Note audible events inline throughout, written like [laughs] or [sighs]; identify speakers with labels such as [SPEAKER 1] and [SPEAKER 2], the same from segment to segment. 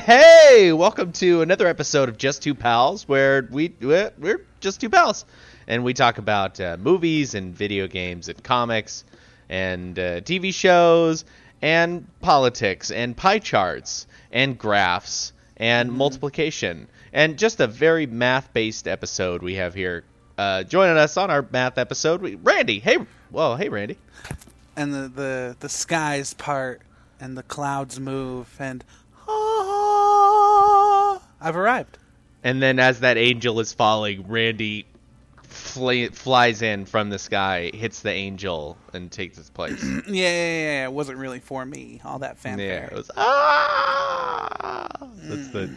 [SPEAKER 1] Hey, welcome to another episode of Just Two Pals, where we we're just two pals, and we talk about uh, movies and video games and comics and uh, TV shows and politics and pie charts and graphs and multiplication and just a very math-based episode we have here. Uh, joining us on our math episode, we, Randy. Hey, whoa, hey, Randy.
[SPEAKER 2] and the, the the skies part and the clouds move and ah, I've arrived. [clears throat]
[SPEAKER 1] And then as that angel is falling, Randy fla flies in from the sky, hits the angel, and takes its
[SPEAKER 2] [clears throat]
[SPEAKER 1] place.
[SPEAKER 2] Yeah, yeah, yeah, yeah, it wasn't really for me. All that
[SPEAKER 1] yeah,
[SPEAKER 2] fanfare.
[SPEAKER 1] it was ah. That's the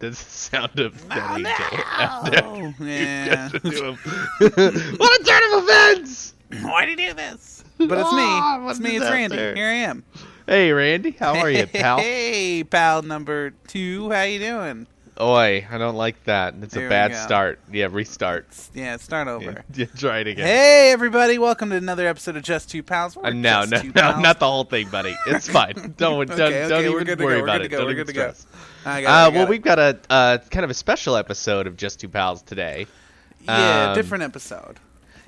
[SPEAKER 1] that's the sound of that angel [laughs] after
[SPEAKER 2] oh,
[SPEAKER 1] you
[SPEAKER 2] [laughs] yeah.
[SPEAKER 1] [laughs] have to do him. [laughs] what a turn of events!
[SPEAKER 2] Why do you do this? But it's
[SPEAKER 1] Ah,
[SPEAKER 2] me.
[SPEAKER 1] what
[SPEAKER 2] It's
[SPEAKER 1] is
[SPEAKER 2] me. It's
[SPEAKER 1] that
[SPEAKER 2] Randy.
[SPEAKER 1] there?
[SPEAKER 2] Here I am.
[SPEAKER 1] Hey, Randy, how are
[SPEAKER 2] [laughs]
[SPEAKER 1] you, pal?
[SPEAKER 2] Hey, pal number two. How you doing?
[SPEAKER 1] Oi, I don't like that. It's
[SPEAKER 2] There
[SPEAKER 1] a
[SPEAKER 2] we
[SPEAKER 1] bad
[SPEAKER 2] go.
[SPEAKER 1] start. Yeah, restart.
[SPEAKER 2] Yeah, start
[SPEAKER 1] Yeah, [laughs]
[SPEAKER 2] over.
[SPEAKER 1] yeah, try it again.
[SPEAKER 2] Hey, everybody. Welcome to another episode of Just Two Pals. We're
[SPEAKER 1] Uh, no,
[SPEAKER 2] just
[SPEAKER 1] no,
[SPEAKER 2] two
[SPEAKER 1] no,
[SPEAKER 2] pals.
[SPEAKER 1] not the whole thing, buddy. It's fine. Don't,
[SPEAKER 2] [laughs]
[SPEAKER 1] don't,
[SPEAKER 2] Okay, okay,
[SPEAKER 1] don't
[SPEAKER 2] we're
[SPEAKER 1] even
[SPEAKER 2] good to go,
[SPEAKER 1] worry
[SPEAKER 2] we're
[SPEAKER 1] about
[SPEAKER 2] good
[SPEAKER 1] it.
[SPEAKER 2] to go,
[SPEAKER 1] Don't
[SPEAKER 2] we're
[SPEAKER 1] even
[SPEAKER 2] good to go.
[SPEAKER 1] stress.
[SPEAKER 2] I got it,
[SPEAKER 1] Uh,
[SPEAKER 2] I
[SPEAKER 1] well,
[SPEAKER 2] got it.
[SPEAKER 1] we've got a uh, kind of a special episode of Just Two Pals today.
[SPEAKER 2] Yeah,
[SPEAKER 1] um,
[SPEAKER 2] different episode.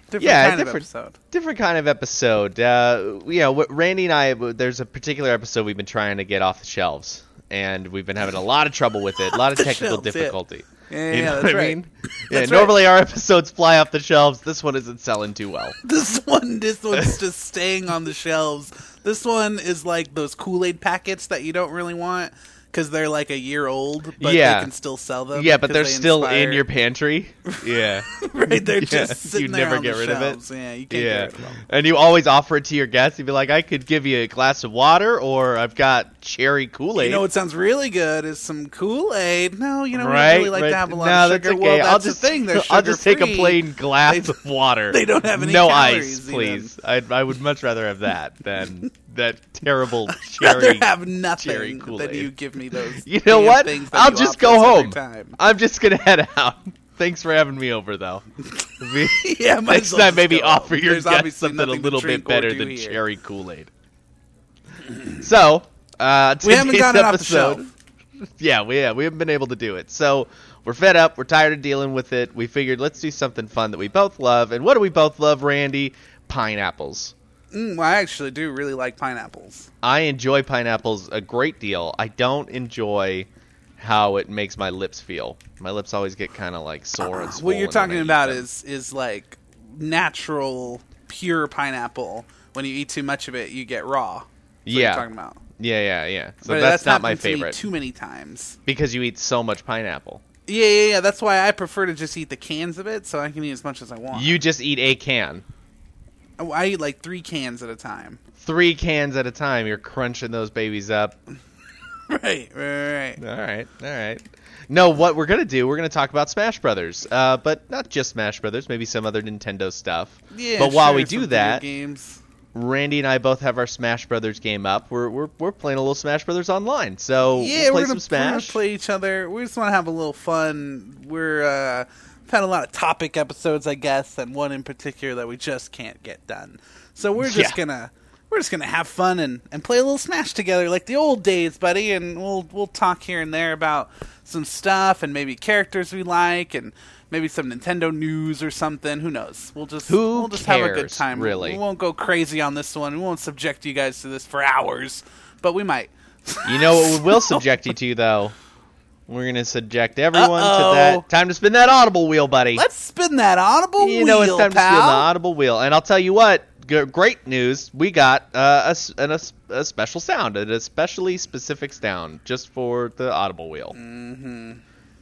[SPEAKER 2] Different
[SPEAKER 1] yeah,
[SPEAKER 2] kind
[SPEAKER 1] different-
[SPEAKER 2] of episode. [laughs]
[SPEAKER 1] Different kind of episode. Uh, you know, what Randy and I, there's a particular episode we've been trying to get off the shelves, and we've been having a lot of trouble with it, a lot of
[SPEAKER 2] [laughs] the
[SPEAKER 1] technical
[SPEAKER 2] shelves, yeah.
[SPEAKER 1] difficulty.
[SPEAKER 2] Yeah,
[SPEAKER 1] you
[SPEAKER 2] yeah,
[SPEAKER 1] know what
[SPEAKER 2] that's
[SPEAKER 1] I
[SPEAKER 2] right. [laughs]
[SPEAKER 1] mean? Yeah,
[SPEAKER 2] That's right.
[SPEAKER 1] normally our [laughs] episodes fly off the shelves. This one isn't selling too well.
[SPEAKER 2] This one,
[SPEAKER 1] [laughs]
[SPEAKER 2] this one's just staying on the shelves. This one is like those Kool Aid packets that you don't really want because they're like a year old, but
[SPEAKER 1] Yeah.
[SPEAKER 2] they can still sell them.
[SPEAKER 1] yeah, but
[SPEAKER 2] Um, 'cause
[SPEAKER 1] they're
[SPEAKER 2] they
[SPEAKER 1] still in
[SPEAKER 2] inspire-
[SPEAKER 1] your pantry. Yeah.
[SPEAKER 2] [laughs] right. They're
[SPEAKER 1] [laughs] Yeah,
[SPEAKER 2] just sitting
[SPEAKER 1] you
[SPEAKER 2] there
[SPEAKER 1] never
[SPEAKER 2] on
[SPEAKER 1] get
[SPEAKER 2] the
[SPEAKER 1] rid of it.
[SPEAKER 2] shelves. Yeah, you can't
[SPEAKER 1] Yeah,
[SPEAKER 2] get rid of them.
[SPEAKER 1] and you always offer it to your guests. You'd be like, "I could give you a glass of water, or I've got cherry Kool Aid."
[SPEAKER 2] You know what sounds really good is some Kool Aid. No, you know we
[SPEAKER 1] right?
[SPEAKER 2] don't really like
[SPEAKER 1] right.
[SPEAKER 2] to have a lot
[SPEAKER 1] no,
[SPEAKER 2] of
[SPEAKER 1] that's
[SPEAKER 2] sugar.
[SPEAKER 1] okay.
[SPEAKER 2] Well, that's
[SPEAKER 1] I'll
[SPEAKER 2] the
[SPEAKER 1] just
[SPEAKER 2] thing. They're
[SPEAKER 1] [laughs] I'll just take a
[SPEAKER 2] sugar-free. [laughs]
[SPEAKER 1] plain glass
[SPEAKER 2] They-
[SPEAKER 1] of water.
[SPEAKER 2] they don't have any
[SPEAKER 1] no
[SPEAKER 2] calories
[SPEAKER 1] ice,
[SPEAKER 2] even.
[SPEAKER 1] please. I'd, I would much rather have that
[SPEAKER 2] [laughs]
[SPEAKER 1] than that terrible
[SPEAKER 2] rather
[SPEAKER 1] cherry.
[SPEAKER 2] have nothing
[SPEAKER 1] cherry Kool-Aid.
[SPEAKER 2] than you give me those.
[SPEAKER 1] [laughs] You know
[SPEAKER 2] damn
[SPEAKER 1] what?
[SPEAKER 2] things that
[SPEAKER 1] I'll
[SPEAKER 2] you
[SPEAKER 1] just
[SPEAKER 2] offer
[SPEAKER 1] go
[SPEAKER 2] us every
[SPEAKER 1] home.
[SPEAKER 2] time.
[SPEAKER 1] I'm just gonna [laughs] head out. Thanks for having me over,
[SPEAKER 2] [laughs]
[SPEAKER 1] though.
[SPEAKER 2] Yeah,
[SPEAKER 1] Next
[SPEAKER 2] might as well
[SPEAKER 1] time,
[SPEAKER 2] just
[SPEAKER 1] maybe
[SPEAKER 2] go.
[SPEAKER 1] offer your
[SPEAKER 2] There's
[SPEAKER 1] guests
[SPEAKER 2] obviously
[SPEAKER 1] something a
[SPEAKER 2] nothing to
[SPEAKER 1] little bit
[SPEAKER 2] drink or
[SPEAKER 1] better
[SPEAKER 2] do
[SPEAKER 1] than
[SPEAKER 2] here.
[SPEAKER 1] cherry Kool Aid. So, uh,
[SPEAKER 2] We haven't
[SPEAKER 1] today's
[SPEAKER 2] gotten it off the
[SPEAKER 1] episode,
[SPEAKER 2] shelf.
[SPEAKER 1] [laughs] Yeah, we yeah, we haven't been able to do it. So we're fed up. We're tired of dealing with it. We figured let's do something fun that we both love. And what do we both love, Randy? Pineapples.
[SPEAKER 2] Mm, well, I actually do really
[SPEAKER 1] [sighs]
[SPEAKER 2] like pineapples.
[SPEAKER 1] I enjoy pineapples a great deal. I don't enjoy how it makes my lips feel. My lips always get kind of like sore and
[SPEAKER 2] what
[SPEAKER 1] swollen
[SPEAKER 2] you're
[SPEAKER 1] when
[SPEAKER 2] talking
[SPEAKER 1] I eat
[SPEAKER 2] about
[SPEAKER 1] them.
[SPEAKER 2] is is like natural, pure pineapple. When you eat too much of it, you get raw. That's
[SPEAKER 1] Yeah.
[SPEAKER 2] what you're talking about.
[SPEAKER 1] yeah, yeah, yeah. So
[SPEAKER 2] but
[SPEAKER 1] that's, not my
[SPEAKER 2] happened to me
[SPEAKER 1] favorite
[SPEAKER 2] Too many times.
[SPEAKER 1] because you eat so much pineapple.
[SPEAKER 2] Yeah, yeah, yeah. That's why I prefer to just eat the cans of it, so I can eat as much as I want.
[SPEAKER 1] You just eat a can.
[SPEAKER 2] Oh, I eat like three cans at a time. [laughs]
[SPEAKER 1] Three cans at a time. You're crunching those babies up.
[SPEAKER 2] Right, right, right.
[SPEAKER 1] All right, all right. No, what we're gonna do? We're gonna talk about Smash Brothers, uh, but not just Smash Brothers. Maybe some other Nintendo stuff.
[SPEAKER 2] Yeah.
[SPEAKER 1] but while
[SPEAKER 2] sure,
[SPEAKER 1] we
[SPEAKER 2] some
[SPEAKER 1] do
[SPEAKER 2] video
[SPEAKER 1] that,
[SPEAKER 2] games.
[SPEAKER 1] Randy and I both have our Smash Brothers game up. We're we're, we're playing a little Smash Brothers online. So we'll
[SPEAKER 2] yeah,
[SPEAKER 1] play
[SPEAKER 2] we're gonna,
[SPEAKER 1] some Smash.
[SPEAKER 2] We're gonna play each other. We just want to have a little fun. We're uh, we've had a lot of topic episodes, I guess, and one in particular that we just can't get done. So we're just
[SPEAKER 1] Yeah.
[SPEAKER 2] gonna we're just gonna have fun and, and play a little Smash together, like the old days, buddy. And we'll we'll talk here and there about some stuff and maybe characters we like and. Maybe some Nintendo news or something. Who knows? We'll just
[SPEAKER 1] Who
[SPEAKER 2] we'll just have a good
[SPEAKER 1] cares,
[SPEAKER 2] time.
[SPEAKER 1] really?
[SPEAKER 2] we won't go crazy on this one. We won't subject you guys to this for hours, but we might.
[SPEAKER 1] You know what
[SPEAKER 2] [laughs]
[SPEAKER 1] we will subject you to though? We're gonna subject everyone
[SPEAKER 2] Uh-oh.
[SPEAKER 1] to that. Time to spin that audible wheel, buddy.
[SPEAKER 2] Let's spin that audible
[SPEAKER 1] you
[SPEAKER 2] wheel,
[SPEAKER 1] know it's time to spin the
[SPEAKER 2] pal.
[SPEAKER 1] audible wheel, and I'll tell you what. g- Great news! We got uh, a, s- an- a s- a special sound, an especially specific sound, just for the audible wheel. Mm-hmm.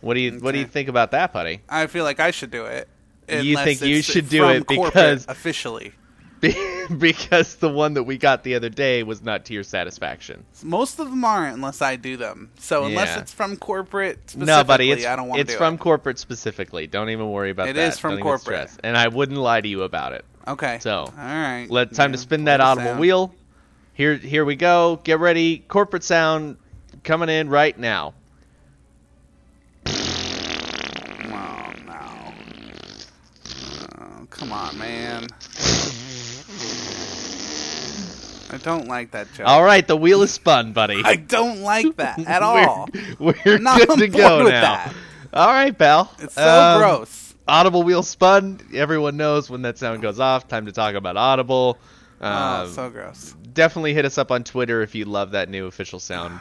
[SPEAKER 1] What do you What do you
[SPEAKER 2] Okay.
[SPEAKER 1] think about that, buddy? [laughs]
[SPEAKER 2] I feel like I should do it.
[SPEAKER 1] You
[SPEAKER 2] unless
[SPEAKER 1] think you
[SPEAKER 2] it's
[SPEAKER 1] should do
[SPEAKER 2] from
[SPEAKER 1] it
[SPEAKER 2] corporate
[SPEAKER 1] because-
[SPEAKER 2] officially,
[SPEAKER 1] Be- because the one that we got the other day was not to your satisfaction.
[SPEAKER 2] most of them aren't unless I do them. So unless
[SPEAKER 1] Yeah.
[SPEAKER 2] it's from corporate, specifically,
[SPEAKER 1] No, buddy, it's
[SPEAKER 2] I don't want to
[SPEAKER 1] it's
[SPEAKER 2] do
[SPEAKER 1] from
[SPEAKER 2] it.
[SPEAKER 1] corporate specifically. Don't even worry about
[SPEAKER 2] It
[SPEAKER 1] that.
[SPEAKER 2] is from
[SPEAKER 1] Don't even
[SPEAKER 2] corporate.
[SPEAKER 1] stress. and I wouldn't lie to you about it.
[SPEAKER 2] Okay,
[SPEAKER 1] So,
[SPEAKER 2] all right,
[SPEAKER 1] Let time to
[SPEAKER 2] Yeah,
[SPEAKER 1] spin
[SPEAKER 2] play
[SPEAKER 1] that
[SPEAKER 2] the
[SPEAKER 1] audible
[SPEAKER 2] sound.
[SPEAKER 1] wheel. Here, here we go. Get ready. Corporate sound coming in right now.
[SPEAKER 2] Oh no! Oh, come on, man! I don't like that joke.
[SPEAKER 1] All right, the wheel is spun, buddy.
[SPEAKER 2] I don't like that
[SPEAKER 1] [laughs]
[SPEAKER 2] at all.
[SPEAKER 1] We're, [laughs] we're
[SPEAKER 2] not
[SPEAKER 1] good
[SPEAKER 2] on
[SPEAKER 1] to
[SPEAKER 2] board
[SPEAKER 1] go
[SPEAKER 2] with
[SPEAKER 1] now.
[SPEAKER 2] that.
[SPEAKER 1] All right, pal.
[SPEAKER 2] It's so
[SPEAKER 1] Um,
[SPEAKER 2] gross.
[SPEAKER 1] Audible wheel spun. Everyone knows when that sound goes off. Time to talk about Audible.
[SPEAKER 2] Oh,
[SPEAKER 1] Um,
[SPEAKER 2] so gross.
[SPEAKER 1] definitely hit us up on Twitter if you love that new official
[SPEAKER 2] [sighs]
[SPEAKER 1] sound.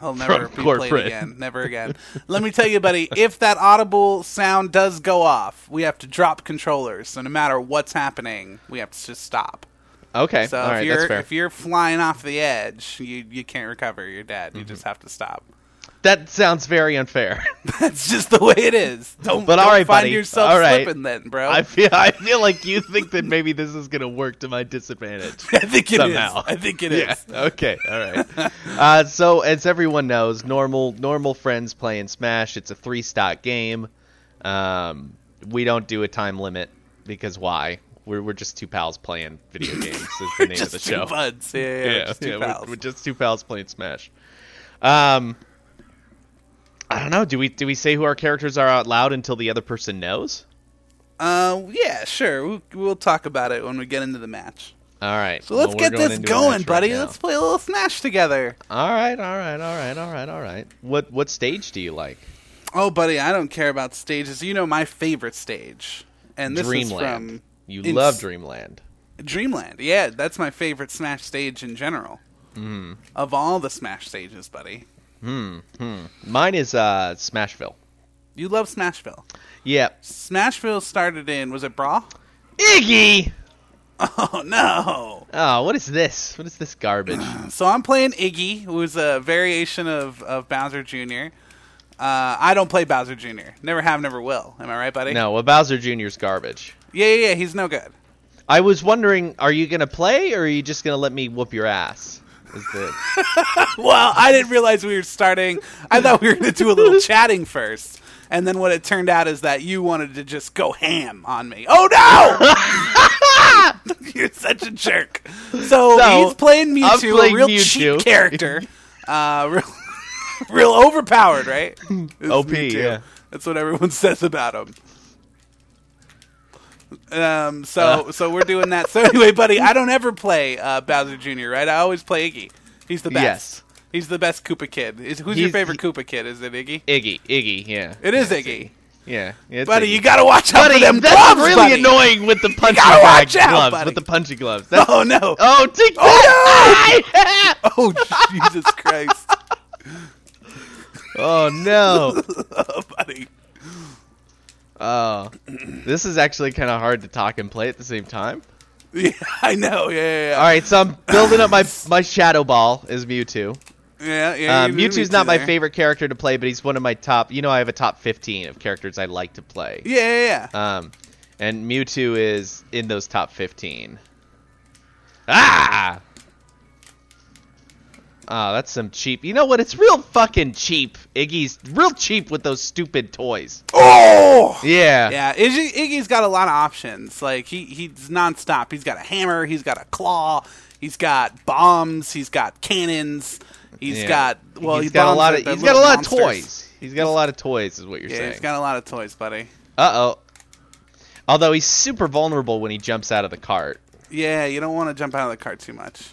[SPEAKER 2] He'll never
[SPEAKER 1] from
[SPEAKER 2] be
[SPEAKER 1] corporate.
[SPEAKER 2] played again. Never again. Let me tell you, buddy, if that audible sound does go off, we have to drop controllers. So no matter what's happening, we have to just stop.
[SPEAKER 1] Okay,
[SPEAKER 2] So
[SPEAKER 1] all
[SPEAKER 2] if
[SPEAKER 1] right,
[SPEAKER 2] you're
[SPEAKER 1] that's fair.
[SPEAKER 2] if you're flying off the edge, you you can't recover. You're dead.
[SPEAKER 1] Mm-hmm.
[SPEAKER 2] You just have to stop. [laughs]
[SPEAKER 1] That sounds very unfair. [laughs]
[SPEAKER 2] That's just the way it is. Don't,
[SPEAKER 1] But all
[SPEAKER 2] don't
[SPEAKER 1] right,
[SPEAKER 2] find
[SPEAKER 1] buddy.
[SPEAKER 2] yourself
[SPEAKER 1] All right.
[SPEAKER 2] slipping then, bro.
[SPEAKER 1] I feel I feel like you think that maybe this is gonna work to my
[SPEAKER 2] [laughs]
[SPEAKER 1] disadvantage.
[SPEAKER 2] [laughs] I think it is.
[SPEAKER 1] somehow.
[SPEAKER 2] I think it is.
[SPEAKER 1] [laughs] Yeah. Okay. All right. uh, so as everyone knows, normal normal friends playing Smash. It's a three stock game. Um, we don't do a time limit because why? We're we're just two pals playing
[SPEAKER 2] [laughs]
[SPEAKER 1] video games. Is the name of
[SPEAKER 2] Just
[SPEAKER 1] the
[SPEAKER 2] two
[SPEAKER 1] show.
[SPEAKER 2] buds. Yeah, yeah,
[SPEAKER 1] yeah,
[SPEAKER 2] just two
[SPEAKER 1] yeah, we're-
[SPEAKER 2] pals.
[SPEAKER 1] We're, just two pals playing Smash. Um, I don't know. Do we do we say who our characters are out loud until the other person knows?
[SPEAKER 2] Uh, yeah, sure. We'll, we'll talk about it when we get into the match.
[SPEAKER 1] All right.
[SPEAKER 2] So let's
[SPEAKER 1] well, we're
[SPEAKER 2] get this
[SPEAKER 1] into a
[SPEAKER 2] going,
[SPEAKER 1] match right
[SPEAKER 2] buddy.
[SPEAKER 1] now.
[SPEAKER 2] Let's play a little Smash together.
[SPEAKER 1] All right. All right. All right. All right. All right. What what stage do you like?
[SPEAKER 2] Oh, buddy, I don't care about stages. You know my favorite stage, and this
[SPEAKER 1] Dreamland.
[SPEAKER 2] is
[SPEAKER 1] you
[SPEAKER 2] ins-
[SPEAKER 1] love Dreamland.
[SPEAKER 2] from Dreamland. Yeah, that's my favorite Smash stage in general.
[SPEAKER 1] Mm-hmm.
[SPEAKER 2] Mm. Of all the Smash stages, buddy,
[SPEAKER 1] Mine is uh Smashville.
[SPEAKER 2] you love Smashville.
[SPEAKER 1] Yeah.
[SPEAKER 2] Smashville started in was it Brawl? [laughs]
[SPEAKER 1] Iggy.
[SPEAKER 2] Oh no!
[SPEAKER 1] Oh, what is this? What is this
[SPEAKER 2] [clears throat]
[SPEAKER 1] garbage?
[SPEAKER 2] So I'm playing Iggy, who's a variation of of Bowser Jr. Uh, I don't play Bowser Jr. Never have, never will. Am I right, buddy?
[SPEAKER 1] no, well Bowser Jr.'s garbage.
[SPEAKER 2] Yeah, yeah, yeah. He's no good.
[SPEAKER 1] I was wondering, are you gonna play or are you just gonna let me whoop your ass? Is
[SPEAKER 2] [laughs]
[SPEAKER 1] the
[SPEAKER 2] Well, I didn't realize we were starting. I thought we were going to do
[SPEAKER 1] [laughs]
[SPEAKER 2] a little chatting first. And then what it turned out is that you wanted to just go ham on me. Oh no! [laughs] You're such a jerk. So,
[SPEAKER 1] So,
[SPEAKER 2] he's playing Mewtwo,
[SPEAKER 1] I'm playing
[SPEAKER 2] a real
[SPEAKER 1] Mewtwo.
[SPEAKER 2] cheap
[SPEAKER 1] [laughs]
[SPEAKER 2] character. Uh, real, [laughs] real
[SPEAKER 1] [laughs]
[SPEAKER 2] overpowered, right? It's
[SPEAKER 1] OP,
[SPEAKER 2] Mewtwo.
[SPEAKER 1] yeah.
[SPEAKER 2] That's what everyone [laughs] says about him. Um, so
[SPEAKER 1] Uh.
[SPEAKER 2] so we're doing that. So anyway, buddy, I don't ever play uh, Bowser Jr. Right? I always play Iggy. He's the best.
[SPEAKER 1] Yes.
[SPEAKER 2] He's the best Koopa kid. Is, who's your
[SPEAKER 1] He's-
[SPEAKER 2] favorite Koopa kid? Is it Iggy?
[SPEAKER 1] Iggy, Iggy, yeah,
[SPEAKER 2] It is Iggy.
[SPEAKER 1] yeah. it's
[SPEAKER 2] Buddy,
[SPEAKER 1] Iggy.
[SPEAKER 2] you gotta watch out
[SPEAKER 1] buddy,
[SPEAKER 2] for them
[SPEAKER 1] that's
[SPEAKER 2] gloves,
[SPEAKER 1] really
[SPEAKER 2] buddy.
[SPEAKER 1] annoying with the punching
[SPEAKER 2] gotta
[SPEAKER 1] bag
[SPEAKER 2] watch out,
[SPEAKER 1] gloves.
[SPEAKER 2] buddy.
[SPEAKER 1] With the punching gloves. That's,
[SPEAKER 2] [laughs]
[SPEAKER 1] [laughs]
[SPEAKER 2] Oh no!
[SPEAKER 1] oh, take that!
[SPEAKER 2] Oh Jesus Christ,
[SPEAKER 1] [laughs] oh
[SPEAKER 2] [laughs]
[SPEAKER 1] no!
[SPEAKER 2] oh, buddy!
[SPEAKER 1] Oh, this is actually kind of hard to talk and play at the same time.
[SPEAKER 2] Yeah, I know. Yeah, yeah,
[SPEAKER 1] All
[SPEAKER 2] yeah.
[SPEAKER 1] right, so I'm building up my my Shadow Ball is Mewtwo.
[SPEAKER 2] yeah, yeah
[SPEAKER 1] Uh,
[SPEAKER 2] you- you need
[SPEAKER 1] Mewtwo's
[SPEAKER 2] to
[SPEAKER 1] not my
[SPEAKER 2] there.
[SPEAKER 1] favorite character to play, but he's one of my top. You know, I have a top 15 of characters I like to play.
[SPEAKER 2] Yeah, yeah, yeah.
[SPEAKER 1] Um, and Mewtwo is in those top 15. Ah! Ah, that's some cheap. You know what? It's real fucking cheap. Iggy's real cheap with those stupid toys.
[SPEAKER 2] oh.
[SPEAKER 1] Yeah.
[SPEAKER 2] Yeah, Iggy, Iggy's got a lot of options. Like he he's nonstop. He's got a hammer. He's got a claw. He's got bombs. He's got cannons. He's
[SPEAKER 1] Yeah.
[SPEAKER 2] got well.
[SPEAKER 1] he's
[SPEAKER 2] he
[SPEAKER 1] got a
[SPEAKER 2] bombs
[SPEAKER 1] lot
[SPEAKER 2] are
[SPEAKER 1] of.
[SPEAKER 2] the
[SPEAKER 1] He's got a
[SPEAKER 2] little
[SPEAKER 1] lot of
[SPEAKER 2] monsters.
[SPEAKER 1] toys. He's got a lot of toys, is what you're
[SPEAKER 2] Yeah,
[SPEAKER 1] saying.
[SPEAKER 2] he's got a lot of toys, buddy.
[SPEAKER 1] Uh oh. Although he's super vulnerable when he jumps out of the cart.
[SPEAKER 2] Yeah, you don't want to jump out of the cart too much.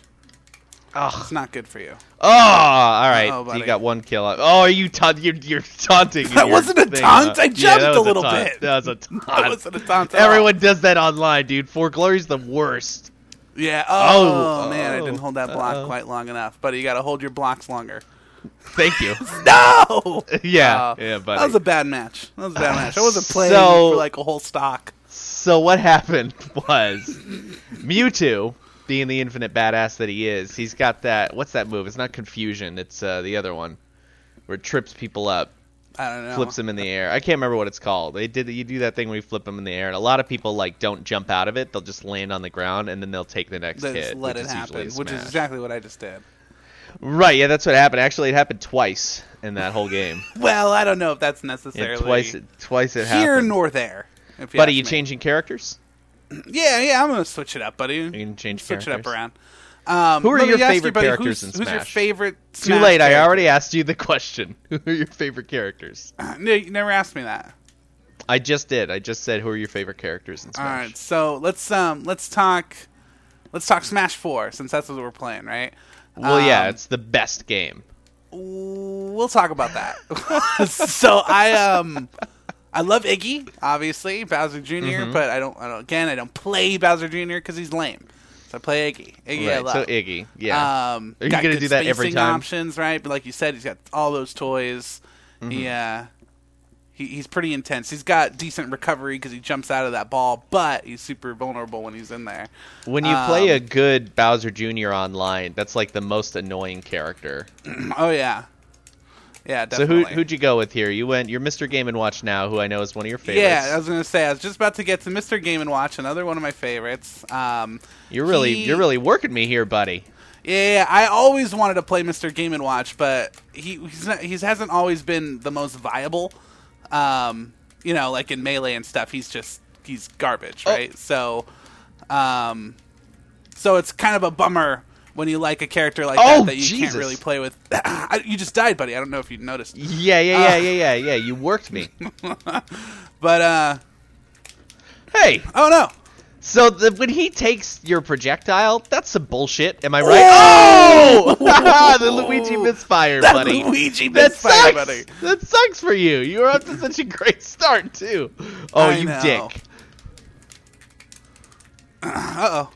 [SPEAKER 1] Ugh.
[SPEAKER 2] It's not good for you.
[SPEAKER 1] Oh, all right.
[SPEAKER 2] Uh-oh, Oh, buddy.
[SPEAKER 1] you got one kill. out. Oh, are you taunt? You're, you're taunting. in
[SPEAKER 2] [laughs] That
[SPEAKER 1] your
[SPEAKER 2] wasn't a
[SPEAKER 1] thing,
[SPEAKER 2] taunt.
[SPEAKER 1] huh?
[SPEAKER 2] I
[SPEAKER 1] Yeah,
[SPEAKER 2] jumped
[SPEAKER 1] that
[SPEAKER 2] a
[SPEAKER 1] was
[SPEAKER 2] little
[SPEAKER 1] taunt.
[SPEAKER 2] bit.
[SPEAKER 1] That was a taunt.
[SPEAKER 2] [laughs] That wasn't a taunt at all.
[SPEAKER 1] Everyone does that online, dude. For Glory's the worst.
[SPEAKER 2] Yeah. Oh,
[SPEAKER 1] Oh,
[SPEAKER 2] man, I
[SPEAKER 1] oh,
[SPEAKER 2] didn't hold that block
[SPEAKER 1] uh-oh.
[SPEAKER 2] quite long enough. Buddy, you got to hold your blocks longer.
[SPEAKER 1] Thank
[SPEAKER 2] [laughs]
[SPEAKER 1] you.
[SPEAKER 2] No.
[SPEAKER 1] yeah,
[SPEAKER 2] Uh,
[SPEAKER 1] yeah, buddy.
[SPEAKER 2] That was a bad match. That was a bad match.
[SPEAKER 1] [sighs]
[SPEAKER 2] I wasn't playing
[SPEAKER 1] So-
[SPEAKER 2] for like a whole stock.
[SPEAKER 1] So what happened [laughs] was Mewtwo, being the infinite badass that he is, he's got that. What's that move? It's not confusion. It's uh, the other one where it trips people up.
[SPEAKER 2] I don't know.
[SPEAKER 1] flips him in the air. I can't remember what it's called. They did you do that thing where you flip them in the air, and a lot of people like don't jump out of it. They'll just land on the ground and then they'll take the next
[SPEAKER 2] They
[SPEAKER 1] hit.
[SPEAKER 2] just let
[SPEAKER 1] which
[SPEAKER 2] it
[SPEAKER 1] is usually
[SPEAKER 2] happen,
[SPEAKER 1] a
[SPEAKER 2] which is
[SPEAKER 1] smash.
[SPEAKER 2] exactly what I just did.
[SPEAKER 1] right. Yeah, that's what happened. Actually, it happened twice in that whole
[SPEAKER 2] [laughs]
[SPEAKER 1] game.
[SPEAKER 2] Well, I don't know if that's
[SPEAKER 1] Yeah,
[SPEAKER 2] necessarily
[SPEAKER 1] twice, it, twice it
[SPEAKER 2] here
[SPEAKER 1] happened.
[SPEAKER 2] nor there. If you
[SPEAKER 1] Buddy,
[SPEAKER 2] ask
[SPEAKER 1] you
[SPEAKER 2] me.
[SPEAKER 1] changing characters?
[SPEAKER 2] Yeah, yeah, I'm gonna switch it up, buddy.
[SPEAKER 1] You can change
[SPEAKER 2] switch it up
[SPEAKER 1] characters?
[SPEAKER 2] around. Um,
[SPEAKER 1] Who are
[SPEAKER 2] let me
[SPEAKER 1] your
[SPEAKER 2] ask
[SPEAKER 1] favorite
[SPEAKER 2] buddy,
[SPEAKER 1] characters
[SPEAKER 2] who's,
[SPEAKER 1] in
[SPEAKER 2] Who's your
[SPEAKER 1] Smash?
[SPEAKER 2] favorite?
[SPEAKER 1] Too late. I already asked you the question. [laughs] Who are your favorite characters?
[SPEAKER 2] already. No, you never asked me that.
[SPEAKER 1] I just did. I just said who are your favorite characters in
[SPEAKER 2] All
[SPEAKER 1] Smash.
[SPEAKER 2] right, so let's um let's talk. Let's talk Smash Four since that's what we're playing, right?
[SPEAKER 1] Well, yeah,
[SPEAKER 2] Um,
[SPEAKER 1] it's the best game.
[SPEAKER 2] we'll talk about that. [laughs] so I um I love Iggy, obviously Bowser junior
[SPEAKER 1] Mm-hmm.
[SPEAKER 2] but I don't I don't again I don't play Bowser Jr. because he's lame. So I play Iggy. Iggy I
[SPEAKER 1] right.
[SPEAKER 2] love.
[SPEAKER 1] So Iggy, yeah.
[SPEAKER 2] Um,
[SPEAKER 1] Are you
[SPEAKER 2] got
[SPEAKER 1] gonna
[SPEAKER 2] good
[SPEAKER 1] do that every
[SPEAKER 2] spacing
[SPEAKER 1] time?
[SPEAKER 2] Options, right? But like you said, he's got all those toys.
[SPEAKER 1] Mm-hmm.
[SPEAKER 2] He, uh, he he's pretty intense. He's got decent recovery because he jumps out of that ball, but he's super vulnerable when he's
[SPEAKER 1] [clears throat]
[SPEAKER 2] in there.
[SPEAKER 1] when you
[SPEAKER 2] um,
[SPEAKER 1] play a good Bowser Jr. online, that's like the most annoying character.
[SPEAKER 2] oh yeah, yeah.
[SPEAKER 1] So
[SPEAKER 2] Definitely.
[SPEAKER 1] who who'd you go with here? You went. You're Mr. Game and Watch now, who I know is one of your favorites.
[SPEAKER 2] Yeah, I was gonna say I was just about to get to Mr. Game and Watch, another one of my favorites. Um,
[SPEAKER 1] you're really
[SPEAKER 2] he-
[SPEAKER 1] you're really working me here, buddy.
[SPEAKER 2] yeah, yeah, I always wanted to play Mr. Game and Watch, but he he's not, he hasn't always been the most viable. Um, you know, like in melee and stuff, he's just he's garbage,
[SPEAKER 1] Oh.
[SPEAKER 2] right? So, um, so it's kind of a bummer when you like a character like
[SPEAKER 1] Oh,
[SPEAKER 2] that that you
[SPEAKER 1] Jesus.
[SPEAKER 2] can't really play with. [coughs] I- you just died, buddy. I don't know if you noticed.
[SPEAKER 1] Yeah, yeah,
[SPEAKER 2] Uh,
[SPEAKER 1] yeah, yeah, yeah, yeah. You worked
[SPEAKER 2] [laughs]
[SPEAKER 1] me.
[SPEAKER 2] But uh,
[SPEAKER 1] hey,
[SPEAKER 2] oh no.
[SPEAKER 1] so the, when he takes your projectile, that's some bullshit. Am I right? Oh, [laughs] the Luigi misfire,
[SPEAKER 2] That
[SPEAKER 1] buddy.
[SPEAKER 2] Luigi
[SPEAKER 1] that
[SPEAKER 2] misfire,
[SPEAKER 1] sucks.
[SPEAKER 2] buddy.
[SPEAKER 1] That sucks for you. You were up to such a great start too. Oh,
[SPEAKER 2] I
[SPEAKER 1] you
[SPEAKER 2] know.
[SPEAKER 1] dick.
[SPEAKER 2] Uh oh.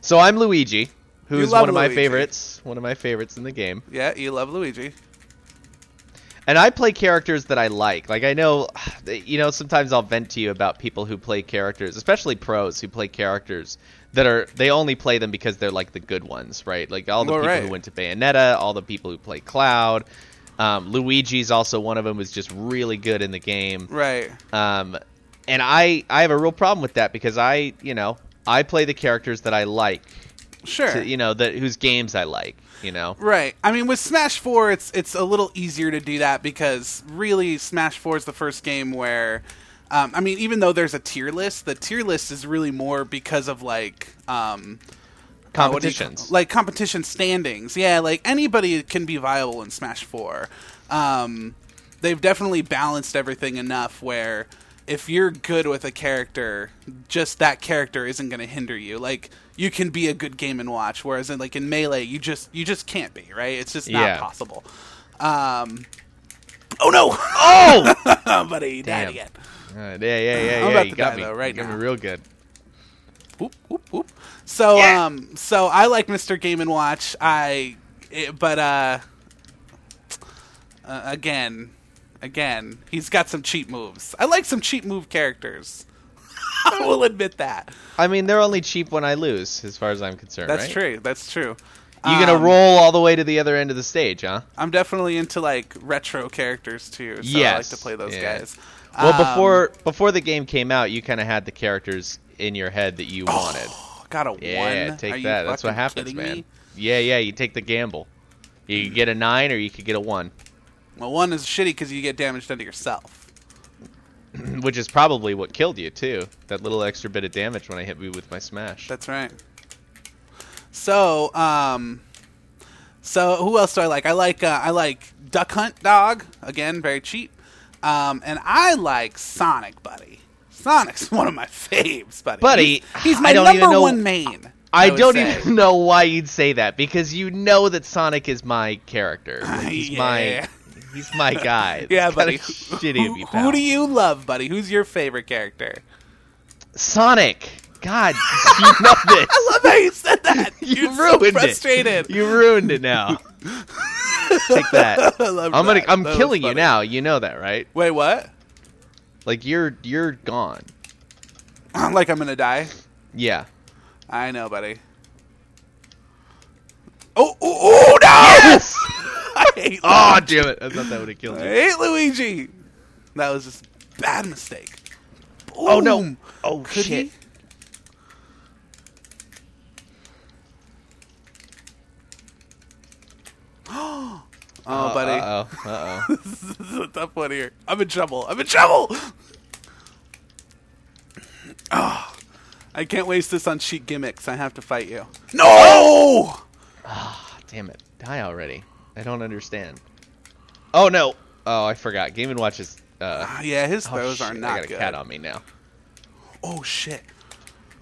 [SPEAKER 1] So I'm Luigi, who's
[SPEAKER 2] love
[SPEAKER 1] one of my
[SPEAKER 2] Luigi.
[SPEAKER 1] favorites. One of my favorites in the game.
[SPEAKER 2] Yeah, you love Luigi.
[SPEAKER 1] and I play characters that I like. Like I know, [sighs] you know, sometimes I'll vent to you about people who play characters, especially pros who play characters that are they only play them because they're like the good ones, right? Like all the
[SPEAKER 2] Well,
[SPEAKER 1] people
[SPEAKER 2] right.
[SPEAKER 1] who went to Bayonetta, all the people who play Cloud. Um, Luigi's also one of them who's just really good in the game.
[SPEAKER 2] Right.
[SPEAKER 1] Um, and I I have a real problem with that because I you know I play the characters that I like,
[SPEAKER 2] Sure.
[SPEAKER 1] to, you know that whose games I like, you know.
[SPEAKER 2] Right. I mean, with Smash Four, it's it's a little easier to do that because really, Smash Four is the first game where, um, I mean, even though there's a tier list, the tier list is really more because of like um, uh, what do you call-
[SPEAKER 1] Competitions.
[SPEAKER 2] like competition standings. Yeah, like anybody can be viable in Smash Four. Um, they've definitely balanced everything enough where if you're good with a character, just that character isn't going to hinder you. Like you can be a good game and watch, whereas in like in melee, you just you just can't be right. It's just not
[SPEAKER 1] Yeah.
[SPEAKER 2] possible. Um, oh no, [laughs]
[SPEAKER 1] Oh.
[SPEAKER 2] buddy, you died
[SPEAKER 1] Damn.
[SPEAKER 2] again.
[SPEAKER 1] Alright, yeah, yeah, yeah, yeah.
[SPEAKER 2] I'm about
[SPEAKER 1] you
[SPEAKER 2] to
[SPEAKER 1] got
[SPEAKER 2] die,
[SPEAKER 1] me
[SPEAKER 2] though, right
[SPEAKER 1] you got
[SPEAKER 2] now.
[SPEAKER 1] me real good.
[SPEAKER 2] Whoop, whoop, whoop. So
[SPEAKER 1] Yeah.
[SPEAKER 2] um so I like Mr. Game and Watch. I it, but uh, uh again again he's got some cheap moves. I like some cheap move characters. [laughs] I will admit that.
[SPEAKER 1] I mean, they're only cheap when I lose, as far as I'm concerned.
[SPEAKER 2] That's
[SPEAKER 1] right?
[SPEAKER 2] true. That's true.
[SPEAKER 1] You gonna
[SPEAKER 2] Um,
[SPEAKER 1] roll all the way to the other end of the stage, huh?
[SPEAKER 2] I'm definitely into like retro characters too. So I like
[SPEAKER 1] Yes.
[SPEAKER 2] to play those
[SPEAKER 1] Yeah.
[SPEAKER 2] guys.
[SPEAKER 1] Well,
[SPEAKER 2] Um, [sighs]
[SPEAKER 1] before before the game came out, you kind of had the characters in your head that you wanted.
[SPEAKER 2] got a
[SPEAKER 1] Yeah,
[SPEAKER 2] one. Oh, Are
[SPEAKER 1] take
[SPEAKER 2] you
[SPEAKER 1] that. That's what
[SPEAKER 2] fucking
[SPEAKER 1] happens,
[SPEAKER 2] kidding
[SPEAKER 1] man.
[SPEAKER 2] me?
[SPEAKER 1] Yeah, yeah. You take the gamble. You could get a nine, or you could get a one, [clears throat]
[SPEAKER 2] Well, one is shitty because you get damaged under yourself.
[SPEAKER 1] which is probably what killed you too. That little extra bit of damage when I hit you with my smash.
[SPEAKER 2] That's right. So, um, so who else do I like? I like uh, I like Duck Hunt Dog again, very cheap. Um, and I like Sonic Buddy. Sonic's [laughs] one of my faves, buddy.
[SPEAKER 1] Buddy,
[SPEAKER 2] he's, he's
[SPEAKER 1] I
[SPEAKER 2] my
[SPEAKER 1] don't even
[SPEAKER 2] number
[SPEAKER 1] know-
[SPEAKER 2] one main.
[SPEAKER 1] I,
[SPEAKER 2] would
[SPEAKER 1] don't
[SPEAKER 2] say.
[SPEAKER 1] even [laughs] know why you'd say that because you know that Sonic is my character. He's
[SPEAKER 2] Ah, yeah.
[SPEAKER 1] my he's my
[SPEAKER 2] [laughs]
[SPEAKER 1] guy.
[SPEAKER 2] Yeah,
[SPEAKER 1] It's kinda
[SPEAKER 2] buddy.
[SPEAKER 1] Shitty of
[SPEAKER 2] Who,
[SPEAKER 1] you,
[SPEAKER 2] who
[SPEAKER 1] pal.
[SPEAKER 2] do you love, buddy? Who's your favorite
[SPEAKER 1] [laughs]
[SPEAKER 2] character?
[SPEAKER 1] Sonic.
[SPEAKER 2] [laughs]
[SPEAKER 1] God, you know this.
[SPEAKER 2] I love how [laughs] you said that.
[SPEAKER 1] [laughs] you
[SPEAKER 2] You're so
[SPEAKER 1] ruined
[SPEAKER 2] frustrated.
[SPEAKER 1] [laughs] it. You ruined it now. Take that.
[SPEAKER 2] [laughs] I love
[SPEAKER 1] I'm gonna.
[SPEAKER 2] that.
[SPEAKER 1] I'm
[SPEAKER 2] That was
[SPEAKER 1] killing you
[SPEAKER 2] funny.
[SPEAKER 1] now. You know that, right?
[SPEAKER 2] Wait, what? [laughs]
[SPEAKER 1] Like you're you're gone.
[SPEAKER 2] like I'm gonna die? [laughs]
[SPEAKER 1] Yeah.
[SPEAKER 2] I know, buddy. Oh, oh, oh no!
[SPEAKER 1] Yes.
[SPEAKER 2] [laughs] I hate,
[SPEAKER 1] oh [laughs] damn it! I thought that would have killed
[SPEAKER 2] I
[SPEAKER 1] you.
[SPEAKER 2] hate Luigi. That was just a bad mistake.
[SPEAKER 1] Oh no.
[SPEAKER 2] Boom.
[SPEAKER 1] Oh
[SPEAKER 2] Could
[SPEAKER 1] shit.
[SPEAKER 2] he? [gasps] Oh, buddy,
[SPEAKER 1] Uh oh. Uh oh.
[SPEAKER 2] this is a [laughs] tough one here. I'm in trouble. I'm in trouble. Oh, Ah. I can't waste this on cheap gimmicks. I have to fight you. No.
[SPEAKER 1] Damn it. Die already. I don't understand. Oh no. Oh, I forgot. Game and Watch is uh
[SPEAKER 2] Ah, Yeah, his
[SPEAKER 1] oh,
[SPEAKER 2] throws
[SPEAKER 1] shit,
[SPEAKER 2] are
[SPEAKER 1] I
[SPEAKER 2] not
[SPEAKER 1] got a
[SPEAKER 2] good.
[SPEAKER 1] cat on me now.
[SPEAKER 2] Oh shit.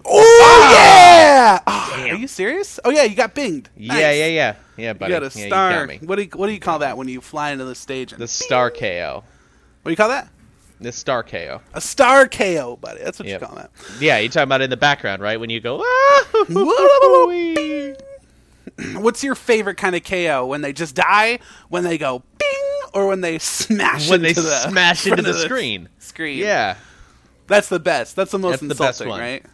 [SPEAKER 1] Oh,
[SPEAKER 2] Are you serious? Oh yeah, you got binged.
[SPEAKER 1] Yeah,
[SPEAKER 2] Nice.
[SPEAKER 1] yeah, yeah, yeah,
[SPEAKER 2] You
[SPEAKER 1] buddy.
[SPEAKER 2] got a
[SPEAKER 1] yeah,
[SPEAKER 2] star.
[SPEAKER 1] You got me.
[SPEAKER 2] What do you, what do you call that when you fly into the stage? And,
[SPEAKER 1] The star KO.
[SPEAKER 2] what do you call that?
[SPEAKER 1] The star KO.
[SPEAKER 2] A star KO, buddy. That's what
[SPEAKER 1] Yep.
[SPEAKER 2] you call that.
[SPEAKER 1] Yeah, you're talking about in the background, right? When you go, ah, wee.
[SPEAKER 2] What's your favorite kind of KO? When they just die, when they go bing, or when they smash
[SPEAKER 1] when they
[SPEAKER 2] into the
[SPEAKER 1] smash
[SPEAKER 2] front
[SPEAKER 1] into the
[SPEAKER 2] of
[SPEAKER 1] screen.
[SPEAKER 2] Screen.
[SPEAKER 1] Yeah.
[SPEAKER 2] that's the best. That's the most
[SPEAKER 1] That's the best
[SPEAKER 2] insulting,
[SPEAKER 1] one.
[SPEAKER 2] right?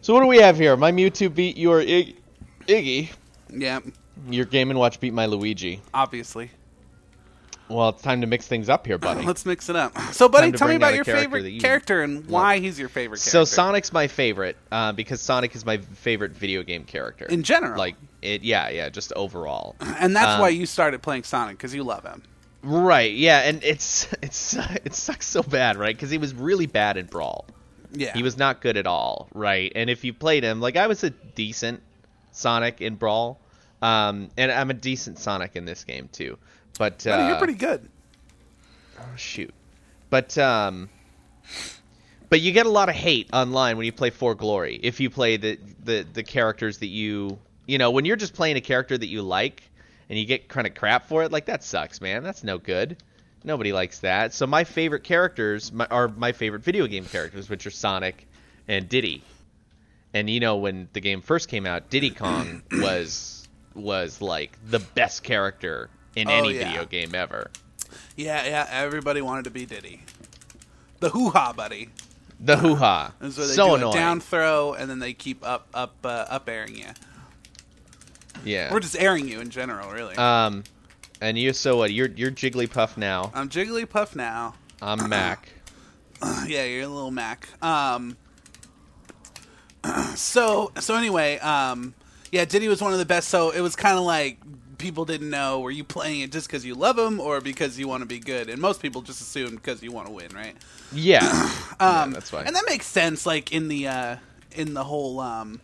[SPEAKER 1] So what do we have here? My Mewtwo beat your Ig- Iggy.
[SPEAKER 2] Yeah,
[SPEAKER 1] Your Game and Watch beat my Luigi.
[SPEAKER 2] obviously.
[SPEAKER 1] Well, it's time to mix things up here, buddy.
[SPEAKER 2] Let's mix it up. So, buddy,
[SPEAKER 1] Time to
[SPEAKER 2] tell
[SPEAKER 1] bring
[SPEAKER 2] me
[SPEAKER 1] out
[SPEAKER 2] about
[SPEAKER 1] a
[SPEAKER 2] your
[SPEAKER 1] character
[SPEAKER 2] favorite
[SPEAKER 1] that you
[SPEAKER 2] character and why he's your favorite character.
[SPEAKER 1] So Sonic's my favorite uh, because Sonic is my favorite video game character
[SPEAKER 2] In general.
[SPEAKER 1] Like it, yeah, yeah, just overall. [clears throat]
[SPEAKER 2] and that's
[SPEAKER 1] um,
[SPEAKER 2] why you started playing Sonic because you love him.
[SPEAKER 1] right, yeah, and it's [laughs] it's it sucks so bad, right? Because he was really bad in Brawl.
[SPEAKER 2] Yeah,
[SPEAKER 1] He was not good at all, right? And if you played him, like I was a decent Sonic in Brawl, um, and I'm a decent Sonic in this game too. But uh,
[SPEAKER 2] Buddy, you're pretty good.
[SPEAKER 1] Oh, shoot. But um but you get a lot of hate online when you play For Glory if you play the the the characters that you you know, when you're just playing a character that you like and you get kind of crap for it, like that sucks, man. That's no good. Nobody likes that. So my favorite characters my, are my favorite video game characters, which are Sonic and Diddy. And you know when the game first came out, Diddy
[SPEAKER 2] [clears throat]
[SPEAKER 1] Kong was was like the best character in
[SPEAKER 2] Oh,
[SPEAKER 1] any
[SPEAKER 2] yeah.
[SPEAKER 1] video game ever.
[SPEAKER 2] Yeah, yeah. Everybody wanted to be Diddy. The hoo ha, buddy.
[SPEAKER 1] The hoo ha.
[SPEAKER 2] Is where they
[SPEAKER 1] So
[SPEAKER 2] do
[SPEAKER 1] annoying.
[SPEAKER 2] a down throw and then they keep up, up, uh, up airing you,
[SPEAKER 1] yeah.
[SPEAKER 2] or just airing you in general, really.
[SPEAKER 1] um, and you. So what? You're you're Jigglypuff now.
[SPEAKER 2] I'm Um, Jigglypuff now. [clears throat]
[SPEAKER 1] I'm Mac.
[SPEAKER 2] yeah, you're a little Mac. Um, [clears throat] so so anyway, um, yeah, Diddy was one of the best. So it was kind of like people didn't know were you playing it just because you love him or because you want to be good, and most people just assumed because you want to win, right? [coughs]
[SPEAKER 1] Yeah.
[SPEAKER 2] Um,
[SPEAKER 1] Yeah, that's fine.
[SPEAKER 2] And that makes sense, like in the uh, in the whole um,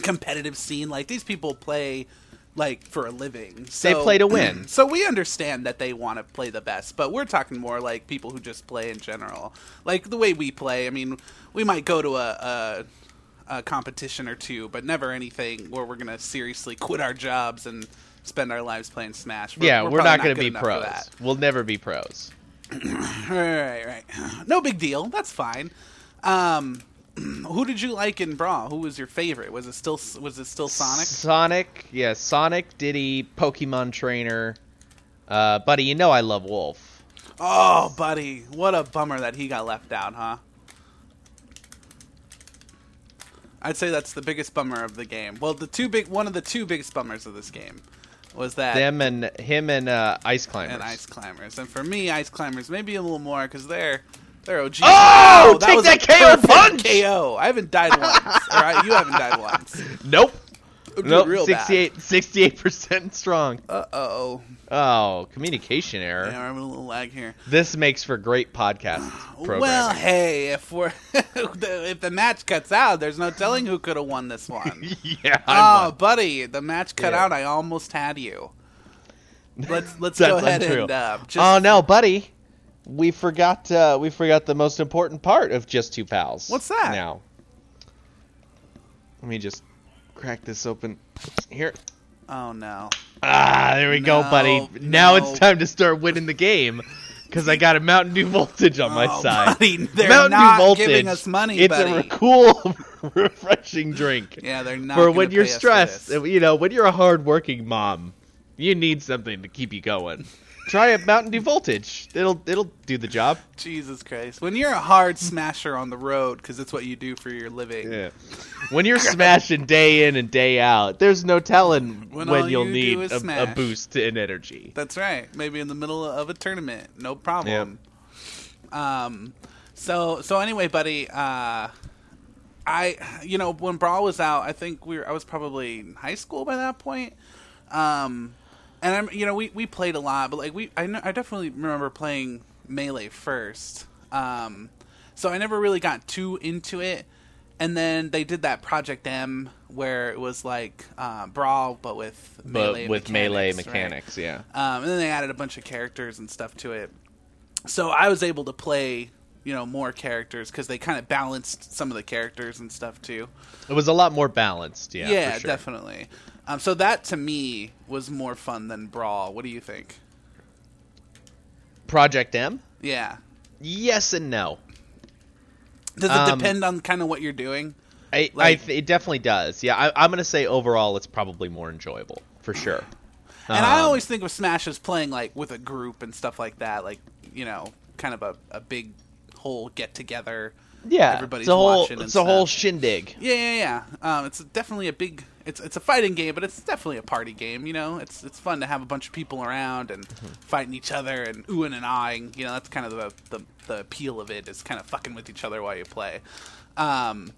[SPEAKER 2] competitive scene. Like these people play like for a living. So,
[SPEAKER 1] play to win.
[SPEAKER 2] [clears throat] So we understand that they want to play the best, but we're talking more like people who just play in general. Like the way we play. I mean, we might go to a. a a competition or two, but never anything where we're gonna seriously quit our jobs and spend our lives playing Smash.
[SPEAKER 1] yeah, we're,
[SPEAKER 2] probably
[SPEAKER 1] not going
[SPEAKER 2] good
[SPEAKER 1] to be
[SPEAKER 2] enough for
[SPEAKER 1] pros.
[SPEAKER 2] that.
[SPEAKER 1] We'll never be pros.
[SPEAKER 2] Right, right, right. No big deal. That's fine. Um, [clears throat] who did you like in Brawl? Who was your favorite? Was it still was it still Sonic?
[SPEAKER 1] Sonic. Yeah. Sonic. Diddy. Pokemon Trainer. Uh, buddy, you know I love Wolf.
[SPEAKER 2] Oh, buddy, what a bummer that he got left out, huh? I'd say that's the biggest bummer of the game. Well, the two big one of the two biggest bummers of this game was that
[SPEAKER 1] Them and him and uh, Ice Climbers.
[SPEAKER 2] and Ice Climbers. And for me, Ice Climbers maybe a little more because they're they're OG.
[SPEAKER 1] Oh,
[SPEAKER 2] Wow,
[SPEAKER 1] take
[SPEAKER 2] was
[SPEAKER 1] that
[SPEAKER 2] a
[SPEAKER 1] KO
[SPEAKER 2] perfect
[SPEAKER 1] punch!
[SPEAKER 2] KO. I haven't died once. All right, you haven't died once.
[SPEAKER 1] Nope.
[SPEAKER 2] [laughs] Dude,
[SPEAKER 1] Nope.
[SPEAKER 2] real bad.
[SPEAKER 1] 68 percent strong.
[SPEAKER 2] Uh oh.
[SPEAKER 1] Oh, communication error.
[SPEAKER 2] Yeah, I'm a little lag here.
[SPEAKER 1] This makes for great
[SPEAKER 2] [sighs]
[SPEAKER 1] podcast programming.
[SPEAKER 2] Well, hey, if we're [laughs] if the match cuts out, there's no telling who could have
[SPEAKER 1] [laughs]
[SPEAKER 2] won this one.
[SPEAKER 1] [laughs] yeah. I'm
[SPEAKER 2] oh, buddy, the match cut
[SPEAKER 1] Yeah.
[SPEAKER 2] out. I almost had
[SPEAKER 1] [laughs]
[SPEAKER 2] you. Let's let's
[SPEAKER 1] That's
[SPEAKER 2] go ahead
[SPEAKER 1] untrue.
[SPEAKER 2] and uh, just
[SPEAKER 1] oh no, buddy, we forgot uh, we forgot the most important part of just two pals.
[SPEAKER 2] What's that?
[SPEAKER 1] Now, let me just crack this open here.
[SPEAKER 2] Oh, no.
[SPEAKER 1] Ah, there we go,
[SPEAKER 2] No,
[SPEAKER 1] buddy. Now
[SPEAKER 2] no.
[SPEAKER 1] it's time to start winning the game because I got a Mountain Dew voltage on my
[SPEAKER 2] Oh,
[SPEAKER 1] side. [laughs]
[SPEAKER 2] buddy, they're
[SPEAKER 1] Mountain
[SPEAKER 2] not
[SPEAKER 1] Dew voltage.
[SPEAKER 2] giving us money,
[SPEAKER 1] It's a
[SPEAKER 2] buddy.
[SPEAKER 1] re- cool, [laughs] refreshing drink
[SPEAKER 2] yeah, they're not.
[SPEAKER 1] for
[SPEAKER 2] gonna
[SPEAKER 1] when you're
[SPEAKER 2] pay us for
[SPEAKER 1] stressed.
[SPEAKER 2] this.
[SPEAKER 1] You know, when you're a hardworking mom, you need something to keep you going. Try a Mountain Dew Voltage. It'll it'll do the job.
[SPEAKER 2] Jesus Christ! When you're a hard smasher on the road, because it's what you do for your living.
[SPEAKER 1] Yeah. When
[SPEAKER 2] [laughs]
[SPEAKER 1] you're smashing day in and day out, there's no telling
[SPEAKER 2] When
[SPEAKER 1] when,
[SPEAKER 2] all
[SPEAKER 1] you'll
[SPEAKER 2] you do
[SPEAKER 1] need
[SPEAKER 2] is
[SPEAKER 1] a, a
[SPEAKER 2] smash.
[SPEAKER 1] boost in energy.
[SPEAKER 2] That's right. Maybe in the middle of a tournament, no problem. Um, so so anyway, buddy. Uh, I you know when Brawl was out, I think we were, I was probably in high school by that point. Um, and I'm you know we, we played a lot, but like we I know, I definitely remember playing melee first. Um, so I never really got too into it. And then they did that Project M where it was like uh, Brawl, but with
[SPEAKER 1] But
[SPEAKER 2] melee
[SPEAKER 1] with
[SPEAKER 2] mechanics,
[SPEAKER 1] melee
[SPEAKER 2] right?
[SPEAKER 1] mechanics, yeah.
[SPEAKER 2] um, and then they added a bunch of characters and stuff to it. So I was able to play you know more characters because they kind of balanced some of the characters and stuff too.
[SPEAKER 1] It was a lot more balanced. Yeah, for sure.
[SPEAKER 2] definitely. Um, so that to me was more fun than Brawl. What do you think?
[SPEAKER 1] Project M.
[SPEAKER 2] Yeah.
[SPEAKER 1] Yes and no.
[SPEAKER 2] Does it
[SPEAKER 1] Um,
[SPEAKER 2] depend on kind of what you're doing?
[SPEAKER 1] I, I
[SPEAKER 2] Like-
[SPEAKER 1] th- it definitely does. Yeah, I, I'm gonna say overall, it's probably more enjoyable for sure.
[SPEAKER 2] And I
[SPEAKER 1] Um,
[SPEAKER 2] always think of Smash as playing like with a group and stuff like that, like you know, kind of a, a big whole get together.
[SPEAKER 1] yeah,
[SPEAKER 2] everybody's
[SPEAKER 1] it's a whole,
[SPEAKER 2] watching and
[SPEAKER 1] it's a whole
[SPEAKER 2] stuff.
[SPEAKER 1] shindig.
[SPEAKER 2] Yeah, yeah, yeah. Um, it's definitely a big. It's it's a fighting game, but it's definitely a party game. You know, it's it's fun to have a bunch of people around and fighting each other and oohing and ahhing. You know, that's kind of the the, the appeal of it is kind of fucking with each other while you play. Um,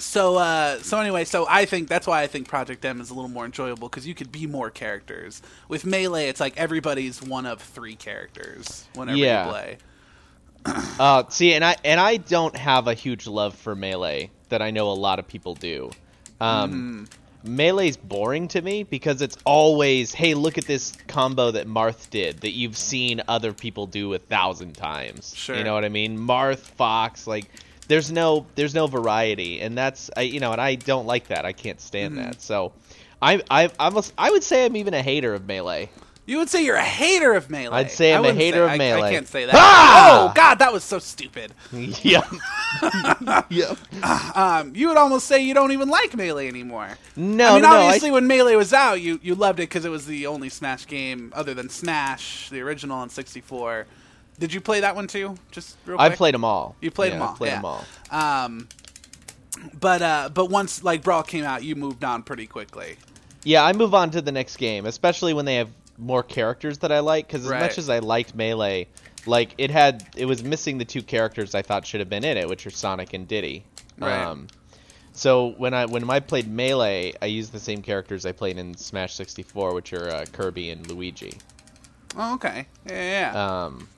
[SPEAKER 2] so uh, so anyway, so I think that's why I think Project M is a little more enjoyable because you could be more characters. With melee, it's like everybody's one of three characters whenever
[SPEAKER 1] Yeah.
[SPEAKER 2] you play.
[SPEAKER 1] Uh, see, and I and I don't have a huge love for melee that I know a lot of people do. Um,
[SPEAKER 2] Mm-hmm.
[SPEAKER 1] Melee's boring to me because it's always, hey, look at this combo that Marth did that you've seen other people do a thousand times. You
[SPEAKER 2] Sure.
[SPEAKER 1] know what I mean? Marth, Fox, like there's no there's no variety, and that's I you know, and I don't like that. I can't stand
[SPEAKER 2] Mm-hmm.
[SPEAKER 1] that. So. I, I, I'm a, I would say I'm even a hater of melee. [laughs]
[SPEAKER 2] You would say you're a hater of melee.
[SPEAKER 1] I'd say I'm
[SPEAKER 2] I
[SPEAKER 1] a
[SPEAKER 2] wouldn't
[SPEAKER 1] hater
[SPEAKER 2] say-
[SPEAKER 1] of
[SPEAKER 2] I- I
[SPEAKER 1] melee.
[SPEAKER 2] can't say that.
[SPEAKER 1] Ah!
[SPEAKER 2] Oh God, that was so stupid.
[SPEAKER 1] yep. yep.
[SPEAKER 2] Um, you would almost say you don't even like melee anymore.
[SPEAKER 1] No,
[SPEAKER 2] I mean
[SPEAKER 1] no, no, I-
[SPEAKER 2] obviously when melee was out, you you loved it because it was the only Smash game other than Smash, the original on 64. Did you play that one too? Just real
[SPEAKER 1] I
[SPEAKER 2] quick.
[SPEAKER 1] played them all.
[SPEAKER 2] You
[SPEAKER 1] Yeah,
[SPEAKER 2] played them all.
[SPEAKER 1] I played
[SPEAKER 2] yeah.
[SPEAKER 1] them all.
[SPEAKER 2] Um, but uh, but once like Brawl came out, you moved on pretty quickly.
[SPEAKER 1] Yeah, I move on to the next game, especially when they have more characters that I like. Because as
[SPEAKER 2] Right.
[SPEAKER 1] much as I liked Melee, like it had, it was missing the two characters I thought should have been in it, which are Sonic and Diddy. Um,
[SPEAKER 2] Right.
[SPEAKER 1] so when I when I played Melee, I used the same characters I played in Smash 64, which are uh, Kirby and Luigi.
[SPEAKER 2] Oh, okay. Yeah, Yeah. yeah.
[SPEAKER 1] Um,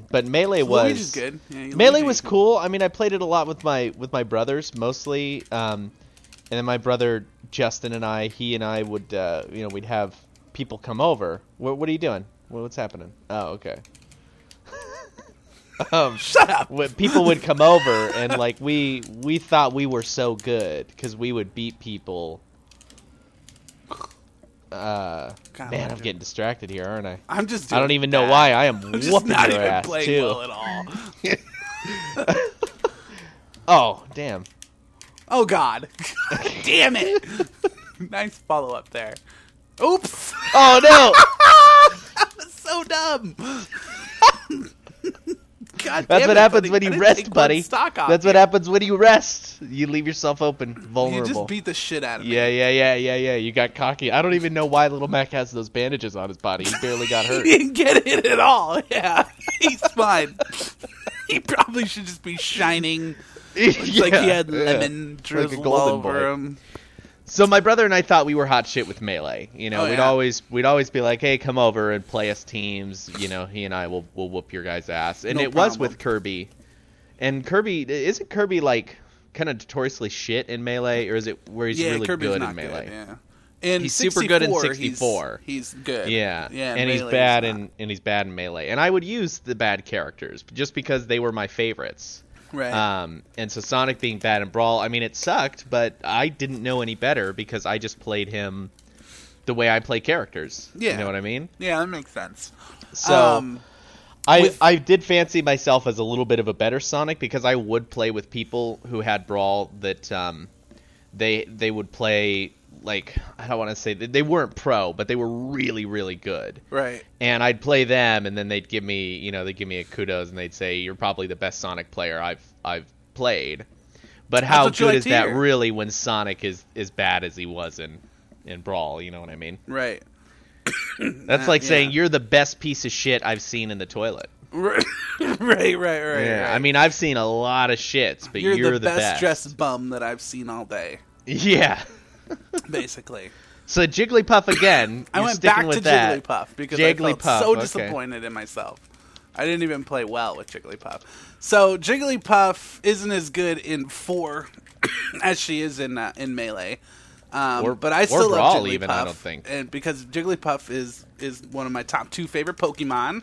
[SPEAKER 1] [clears throat] but Melee was
[SPEAKER 2] Luigi's good. Yeah, you-
[SPEAKER 1] Melee
[SPEAKER 2] Luigi.
[SPEAKER 1] was cool. I mean, I played it a lot with my with my brothers mostly, um, and then my brother Justin and I, he and I would, uh, you know, we'd have people come over. What, what are you doing? What, what's happening? Oh, okay. [laughs] um,
[SPEAKER 2] [laughs] Shut up.
[SPEAKER 1] when people would come over and like we we thought we were so good because we would beat people. Uh,
[SPEAKER 2] God,
[SPEAKER 1] man,
[SPEAKER 2] I'm
[SPEAKER 1] I'm
[SPEAKER 2] doing-
[SPEAKER 1] getting distracted here, aren't I?
[SPEAKER 2] I'm just.
[SPEAKER 1] I don't
[SPEAKER 2] doing
[SPEAKER 1] even know
[SPEAKER 2] bad.
[SPEAKER 1] why I am
[SPEAKER 2] [laughs] I'm just
[SPEAKER 1] whooping
[SPEAKER 2] not
[SPEAKER 1] your
[SPEAKER 2] even
[SPEAKER 1] ass
[SPEAKER 2] playing
[SPEAKER 1] too.
[SPEAKER 2] well at all.
[SPEAKER 1] Oh damn!
[SPEAKER 2] Oh God!
[SPEAKER 1] [laughs]
[SPEAKER 2] Damn it! nice follow up there. Oops! [laughs]
[SPEAKER 1] Oh no!
[SPEAKER 2] That's so dumb. [laughs] God
[SPEAKER 1] That's
[SPEAKER 2] damn
[SPEAKER 1] what
[SPEAKER 2] it,
[SPEAKER 1] happens
[SPEAKER 2] buddy.
[SPEAKER 1] when
[SPEAKER 2] I
[SPEAKER 1] you
[SPEAKER 2] didn't take
[SPEAKER 1] rest,
[SPEAKER 2] one
[SPEAKER 1] buddy.
[SPEAKER 2] Stock off
[SPEAKER 1] That's
[SPEAKER 2] you.
[SPEAKER 1] what happens when you rest. You leave yourself open,
[SPEAKER 2] You
[SPEAKER 1] vulnerable.
[SPEAKER 2] just beat the shit out of me.
[SPEAKER 1] yeah, yeah, yeah, yeah, yeah. You got cocky. I don't even know why Little Mac has those bandages on his body. He barely got
[SPEAKER 2] [laughs] [laughs] He
[SPEAKER 1] hurt. [laughs]
[SPEAKER 2] didn't get it at all. Yeah, [laughs] he's fine. [laughs] he probably should just be
[SPEAKER 1] [laughs]
[SPEAKER 2] shining. It's like he had lemon drizzled
[SPEAKER 1] golden
[SPEAKER 2] all over
[SPEAKER 1] boy.
[SPEAKER 2] him.
[SPEAKER 1] So my brother and I thought we were hot shit with melee. You know,
[SPEAKER 2] Oh,
[SPEAKER 1] we'd
[SPEAKER 2] yeah.
[SPEAKER 1] always we'd always be like, "Hey, come over and play us teams." You know, he and I will will whoop your guys' ass. And
[SPEAKER 2] No
[SPEAKER 1] it was
[SPEAKER 2] problem.
[SPEAKER 1] with Kirby. And Kirby isn't Kirby like kind of notoriously shit in melee, or is it where he's
[SPEAKER 2] yeah,
[SPEAKER 1] really
[SPEAKER 2] Kirby's
[SPEAKER 1] good
[SPEAKER 2] not
[SPEAKER 1] in melee?
[SPEAKER 2] Good, yeah. In
[SPEAKER 1] He's super good in 64.
[SPEAKER 2] He's, he's good.
[SPEAKER 1] Yeah,
[SPEAKER 2] yeah,
[SPEAKER 1] and he's
[SPEAKER 2] Melee
[SPEAKER 1] bad
[SPEAKER 2] not.
[SPEAKER 1] in and he's bad in melee. And I would use the bad characters just because they were my favorites.
[SPEAKER 2] [laughs] right.
[SPEAKER 1] Um, and so Sonic being bad in Brawl, I mean, it sucked, but I didn't know any better because I just played him the way I play characters.
[SPEAKER 2] Yeah.
[SPEAKER 1] you know what I mean.
[SPEAKER 2] yeah, that makes sense.
[SPEAKER 1] So
[SPEAKER 2] um,
[SPEAKER 1] I
[SPEAKER 2] with-
[SPEAKER 1] I did fancy myself as a little bit of a better Sonic because I would play with people who had Brawl that um, they they would play like I don't want to say they weren't pro, but they were really really good.
[SPEAKER 2] right.
[SPEAKER 1] and I'd play them, and then they'd give me, you know, they'd give me a kudos, and they'd say, "You're probably the best Sonic player I've I've played." But how
[SPEAKER 2] what you
[SPEAKER 1] good
[SPEAKER 2] like
[SPEAKER 1] is
[SPEAKER 2] to
[SPEAKER 1] that
[SPEAKER 2] hear.
[SPEAKER 1] really when Sonic is as bad as he was in in Brawl? You know what I mean?
[SPEAKER 2] Right. [laughs]
[SPEAKER 1] That's
[SPEAKER 2] Uh,
[SPEAKER 1] like saying
[SPEAKER 2] yeah.
[SPEAKER 1] you're the best piece of shit I've seen in the toilet.
[SPEAKER 2] right, right, right, right.
[SPEAKER 1] I mean, I've seen a lot of shits, but
[SPEAKER 2] you're,
[SPEAKER 1] you're,
[SPEAKER 2] the, best,
[SPEAKER 1] best.
[SPEAKER 2] dressed bum that I've seen all day,
[SPEAKER 1] [laughs] Yeah.
[SPEAKER 2] basically.
[SPEAKER 1] So Jigglypuff again.
[SPEAKER 2] [laughs] I
[SPEAKER 1] you're
[SPEAKER 2] went
[SPEAKER 1] sticking
[SPEAKER 2] back
[SPEAKER 1] with
[SPEAKER 2] to
[SPEAKER 1] that.
[SPEAKER 2] Jigglypuff because I
[SPEAKER 1] Jigglypuff,
[SPEAKER 2] felt so
[SPEAKER 1] okay.
[SPEAKER 2] disappointed in myself. I didn't even play well with Jigglypuff. So Jigglypuff isn't as good in four [coughs] as she is in uh, in melee. Um,
[SPEAKER 1] Or-
[SPEAKER 2] but I
[SPEAKER 1] or
[SPEAKER 2] still love
[SPEAKER 1] Brawl
[SPEAKER 2] Jigglypuff,
[SPEAKER 1] even, I don't think.
[SPEAKER 2] and because Jigglypuff is is one of my top two favorite Pokemon.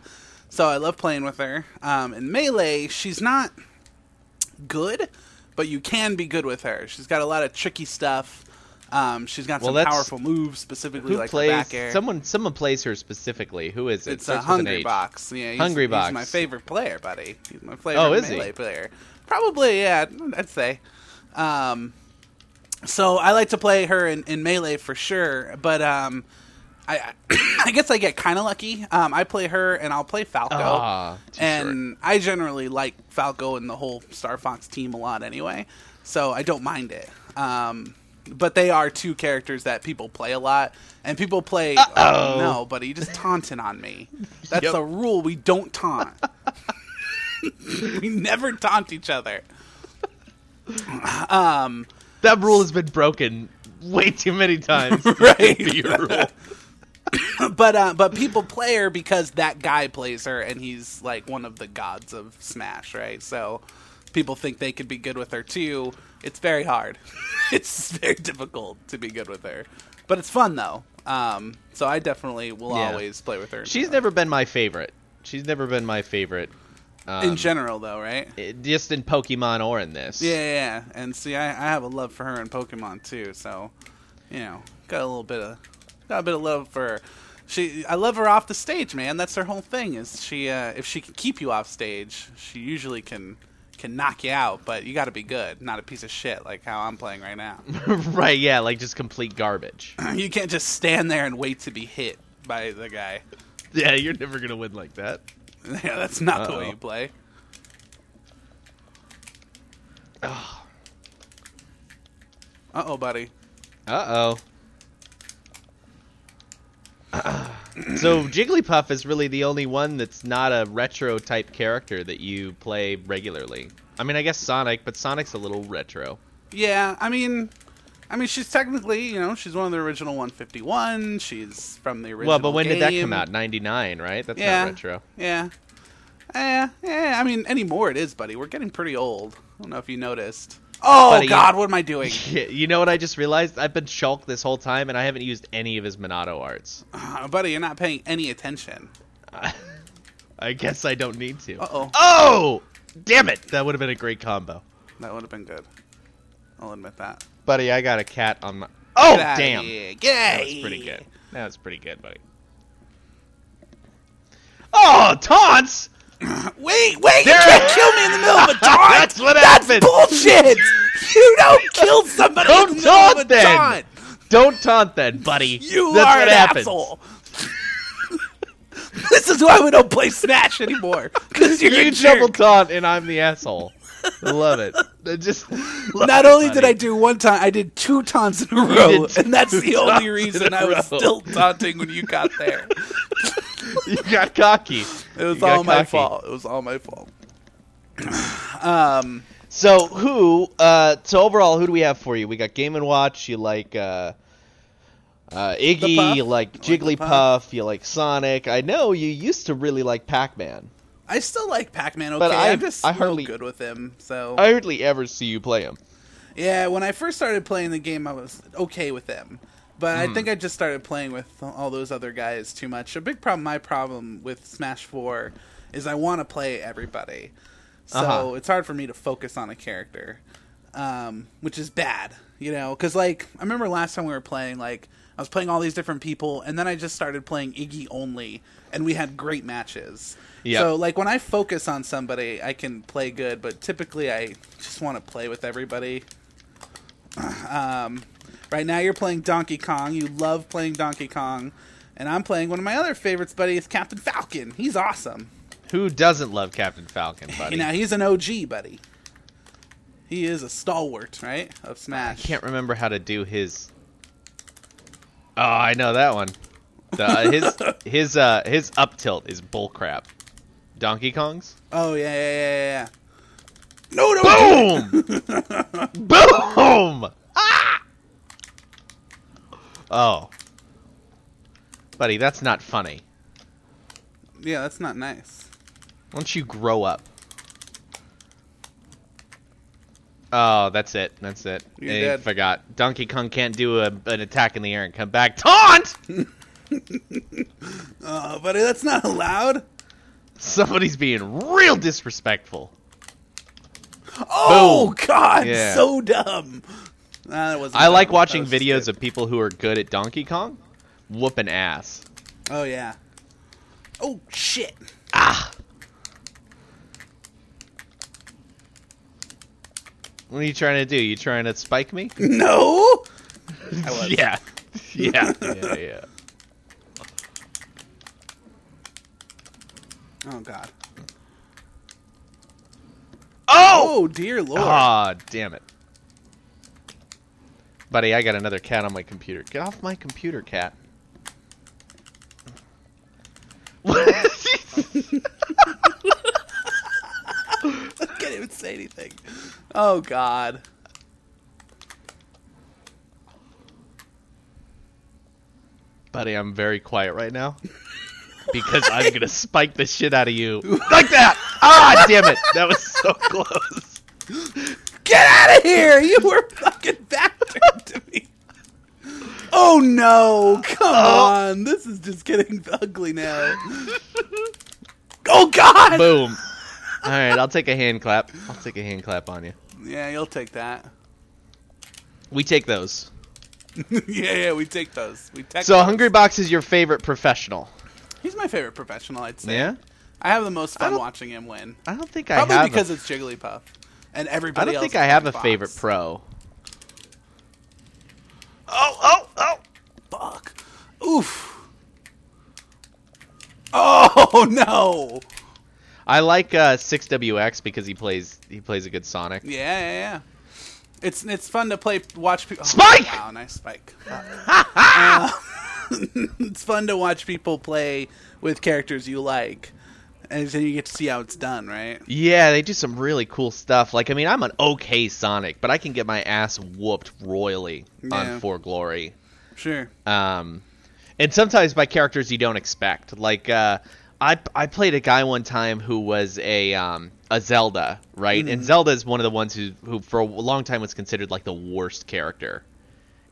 [SPEAKER 2] So I love playing with her. Um, in Melee, she's not good, but you can be good with her. She's got a lot of tricky stuff. Um, she's got
[SPEAKER 1] Well,
[SPEAKER 2] some
[SPEAKER 1] that's-
[SPEAKER 2] powerful moves, specifically
[SPEAKER 1] Who
[SPEAKER 2] like her
[SPEAKER 1] plays
[SPEAKER 2] back air.
[SPEAKER 1] someone? Someone plays her specifically. Who is it?
[SPEAKER 2] it's a
[SPEAKER 1] Starts with an
[SPEAKER 2] hungry
[SPEAKER 1] H.
[SPEAKER 2] box. Yeah, he's,
[SPEAKER 1] Hungry
[SPEAKER 2] he's
[SPEAKER 1] Box.
[SPEAKER 2] my favorite player, buddy. He's my favorite
[SPEAKER 1] Oh, is he?
[SPEAKER 2] melee player. Probably, yeah. I'd say. Um, so I like to play her in, in melee for sure, but um, I I [coughs] guess I get kind of lucky. Um, I play her and I'll play Falco,
[SPEAKER 1] Ah, too
[SPEAKER 2] and I generally like Falco and the whole Star Fox team a lot anyway, so I don't mind it. Um, but they are two characters that people play a lot, and people play.
[SPEAKER 1] Uh-oh.
[SPEAKER 2] Oh no, buddy, you just taunting on me. That's
[SPEAKER 1] Yep.
[SPEAKER 2] a rule. We don't taunt. [laughs] we never taunt each other.
[SPEAKER 1] That rule has been broken way too many
[SPEAKER 2] [laughs]
[SPEAKER 1] times. [laughs]
[SPEAKER 2] Right.
[SPEAKER 1] Be your rule.
[SPEAKER 2] [laughs] but uh, but people play her because that guy plays her, and he's like one of the gods of Smash, right? So people think they could be good with her too. It's very hard. [laughs] it's very difficult to be good with her, but it's fun though. Um, so I definitely will
[SPEAKER 1] Yeah.
[SPEAKER 2] always play with her. in
[SPEAKER 1] She's
[SPEAKER 2] general.
[SPEAKER 1] never been my favorite. She's never been my favorite. Um,
[SPEAKER 2] in general though, right?
[SPEAKER 1] it- just in Pokemon or in this.
[SPEAKER 2] Yeah, yeah, yeah. And see, I, I have a love for her in Pokemon too. So, you know, got a little bit of got a bit of love for her. She, I love her off the stage, man. That's her whole thing. Is she? Uh, if she can keep you off stage, she usually can can knock you out. But you got to be good, not a piece of shit like how I'm playing right now.
[SPEAKER 1] [laughs]
[SPEAKER 2] [laughs]
[SPEAKER 1] right. Yeah, like just complete garbage.
[SPEAKER 2] you can't just stand there and wait to be hit by the guy. [laughs]
[SPEAKER 1] yeah, you're never gonna win like that.
[SPEAKER 2] yeah, that's not the way
[SPEAKER 1] Uh-oh.
[SPEAKER 2] you play. Uh oh, buddy.
[SPEAKER 1] Uh oh. [clears throat] so Jigglypuff is really the only one that's not a retro type character that you play regularly. I mean, I guess Sonic, but Sonic's a little retro.
[SPEAKER 2] Yeah, I mean, I mean, she's technically, you know, she's one of the original 151. She's from the original.
[SPEAKER 1] well, but when did that
[SPEAKER 2] game.
[SPEAKER 1] come out? 99, right? That's
[SPEAKER 2] Yeah,
[SPEAKER 1] not retro.
[SPEAKER 2] Yeah, yeah, yeah. I mean, anymore it is, buddy. We're getting pretty old. I don't know if you noticed. Oh
[SPEAKER 1] Buddy,
[SPEAKER 2] God, what am I doing? [sighs]
[SPEAKER 1] Yeah, you know what I just realized? I've been Shulk this whole time, and I haven't used any of his Monado arts.
[SPEAKER 2] Uh, buddy, you're not paying any attention.
[SPEAKER 1] I guess I don't need to.
[SPEAKER 2] Uh-oh.
[SPEAKER 1] Oh! Damn it! That would have been a great combo.
[SPEAKER 2] That would have been good. I'll admit that.
[SPEAKER 1] Buddy, I got a cat on my... Oh,
[SPEAKER 2] Get outta
[SPEAKER 1] damn!
[SPEAKER 2] here. Get
[SPEAKER 1] That
[SPEAKER 2] outta
[SPEAKER 1] was pretty
[SPEAKER 2] here.
[SPEAKER 1] good. That was pretty good, buddy. Oh, taunts!
[SPEAKER 2] Wait,
[SPEAKER 1] [laughs]
[SPEAKER 2] wait!
[SPEAKER 1] There-
[SPEAKER 2] You can't kill me in the middle of a taunt.
[SPEAKER 1] [laughs] That's what happened. [laughs]
[SPEAKER 2] bullshit. You don't kill somebody
[SPEAKER 1] Don't
[SPEAKER 2] in the middle of a
[SPEAKER 1] taunt then.
[SPEAKER 2] taunt.
[SPEAKER 1] Don't taunt then, buddy.
[SPEAKER 2] You
[SPEAKER 1] That's
[SPEAKER 2] are
[SPEAKER 1] what
[SPEAKER 2] an
[SPEAKER 1] happens.
[SPEAKER 2] asshole. [laughs] this is why we don't play Smash anymore. Because you're
[SPEAKER 1] [laughs] You
[SPEAKER 2] a jerk.
[SPEAKER 1] double taunt, and I'm the asshole. I love it. [laughs] I just
[SPEAKER 2] Not only did I do one time, I did two taunts in a row,
[SPEAKER 1] did
[SPEAKER 2] and that's
[SPEAKER 1] two
[SPEAKER 2] the
[SPEAKER 1] taunts
[SPEAKER 2] only
[SPEAKER 1] in
[SPEAKER 2] reason
[SPEAKER 1] a
[SPEAKER 2] I was
[SPEAKER 1] row.
[SPEAKER 2] still taunting when you got
[SPEAKER 1] [laughs]
[SPEAKER 2] there.
[SPEAKER 1] you got cocky.
[SPEAKER 2] It was
[SPEAKER 1] You got
[SPEAKER 2] all my
[SPEAKER 1] cocky.
[SPEAKER 2] fault. It was all my fault.
[SPEAKER 1] So who? Uh, so overall, who do we have for you? We got Game and Watch. You like uh, uh,
[SPEAKER 2] The
[SPEAKER 1] Iggy.
[SPEAKER 2] Puff.
[SPEAKER 1] You like
[SPEAKER 2] I like the
[SPEAKER 1] Jigglypuff.
[SPEAKER 2] Puff.
[SPEAKER 1] you like Sonic. I know you used to really like Pac-Man.
[SPEAKER 2] I still like Pac-Man. Okay,
[SPEAKER 1] But I-
[SPEAKER 2] am just
[SPEAKER 1] I
[SPEAKER 2] I
[SPEAKER 1] hardly-
[SPEAKER 2] good with him. So
[SPEAKER 1] I hardly ever see you play him.
[SPEAKER 2] Yeah, when I first started playing the game, I was okay with them, but I think I just started playing with all those other guys too much. A big problem, my problem with Smash Four, is I want to play everybody, so
[SPEAKER 1] Uh-huh.
[SPEAKER 2] it's hard for me to focus on a character, um, which is bad, you know. Because like I remember last time we were playing, like I was playing all these different people, and then I just started playing Iggy only, and we had great matches.
[SPEAKER 1] Yeah.
[SPEAKER 2] So like when I focus on somebody, I can play good, but typically I just want to play with everybody. [sighs] Um, right now you're playing Donkey Kong. You love playing Donkey Kong, and I'm playing one of my other favorites, buddy. Is Captain Falcon. He's awesome.
[SPEAKER 1] Who doesn't love Captain Falcon, buddy?
[SPEAKER 2] And now he's an OG, buddy. He is a stalwart, right, of Smash.
[SPEAKER 1] can't remember how to do his. Oh, I know that one. The, his
[SPEAKER 2] [laughs]
[SPEAKER 1] his uh his up tilt is bullcrap. Donkey Kong's.
[SPEAKER 2] Oh yeah, yeah, yeah, yeah, yeah. No, no.
[SPEAKER 1] Boom! Boom! Ah! Oh, buddy, that's not funny.
[SPEAKER 2] Yeah, that's not nice.
[SPEAKER 1] Why don't you grow up? Oh, that's it. That's it.
[SPEAKER 2] You're
[SPEAKER 1] I
[SPEAKER 2] dead.
[SPEAKER 1] forgot. Donkey Kong can't do a, an attack in the air and come back. Taunt!
[SPEAKER 2] Uh, Oh, buddy, that's not allowed.
[SPEAKER 1] Somebody's being real disrespectful.
[SPEAKER 2] Oh
[SPEAKER 1] Boom.
[SPEAKER 2] God,
[SPEAKER 1] Yeah.
[SPEAKER 2] so dumb. Nah, that wasn't
[SPEAKER 1] I
[SPEAKER 2] dumb.
[SPEAKER 1] like
[SPEAKER 2] That
[SPEAKER 1] watching
[SPEAKER 2] was
[SPEAKER 1] videos
[SPEAKER 2] stupid.
[SPEAKER 1] of people who are good at Donkey Kong whooping ass.
[SPEAKER 2] Oh yeah. Oh shit. [laughs]
[SPEAKER 1] What are you trying to do? You trying to spike me? [laughs]
[SPEAKER 2] No. I was.
[SPEAKER 1] yeah. Yeah. [laughs] yeah, yeah.
[SPEAKER 2] Oh God.
[SPEAKER 1] Oh!
[SPEAKER 2] Oh dear lord.
[SPEAKER 1] Ah, damn it. Buddy, I got another cat on my computer. Get off my computer, [laughs] cat.
[SPEAKER 2] [laughs] I can't even say anything. Oh God.
[SPEAKER 1] Buddy, I'm very quiet right now. [laughs] Because I'm gonna spike the shit out of you. [laughs] Like that! Ah damn it! That was so close.
[SPEAKER 2] Get out of here! You were fucking bastard to me. Oh no! Come
[SPEAKER 1] Oh.
[SPEAKER 2] on, this is just getting ugly now. oh God!
[SPEAKER 1] Boom. Alright, I'll take a hand clap. I'll take a hand clap on you.
[SPEAKER 2] Yeah, you'll take that. [laughs]
[SPEAKER 1] We take those.
[SPEAKER 2] yeah, yeah, we take those. We take.
[SPEAKER 1] So
[SPEAKER 2] those.
[SPEAKER 1] Hungry Box is your favorite professional.
[SPEAKER 2] He's my favorite professional. I'd say.
[SPEAKER 1] Yeah?
[SPEAKER 2] I have the most
[SPEAKER 1] I
[SPEAKER 2] fun
[SPEAKER 1] don't-
[SPEAKER 2] watching him win.
[SPEAKER 1] I don't think I
[SPEAKER 2] Probably
[SPEAKER 1] have
[SPEAKER 2] because
[SPEAKER 1] a,
[SPEAKER 2] it's Jigglypuff, and everybody.
[SPEAKER 1] I don't
[SPEAKER 2] else
[SPEAKER 1] think
[SPEAKER 2] is
[SPEAKER 1] I have a
[SPEAKER 2] Hungry
[SPEAKER 1] favorite
[SPEAKER 2] Fox.
[SPEAKER 1] pro. Oh, oh, oh.
[SPEAKER 2] Fuck. Oof. Oh [laughs] no.
[SPEAKER 1] I like uh, 6WX because he plays he plays a good Sonic.
[SPEAKER 2] Yeah, yeah, yeah. It's it's fun to play watch people
[SPEAKER 1] Spike!
[SPEAKER 2] wow,
[SPEAKER 1] [laughs]
[SPEAKER 2] nice spike. Fuck. Uh, it's fun to watch people play with characters you like. And then you get to see how it's done, right?
[SPEAKER 1] Yeah, they do some really cool stuff. Like, I mean, I'm an okay Sonic, but I can get my ass whooped royally
[SPEAKER 2] Yeah.
[SPEAKER 1] on For Glory.
[SPEAKER 2] Sure.
[SPEAKER 1] Um, and sometimes by characters you don't expect. Like, uh, I I played a guy one time who was a um, a Zelda, right?
[SPEAKER 2] Hmm.
[SPEAKER 1] And Zelda is one of the ones who who for a long time was considered like the worst character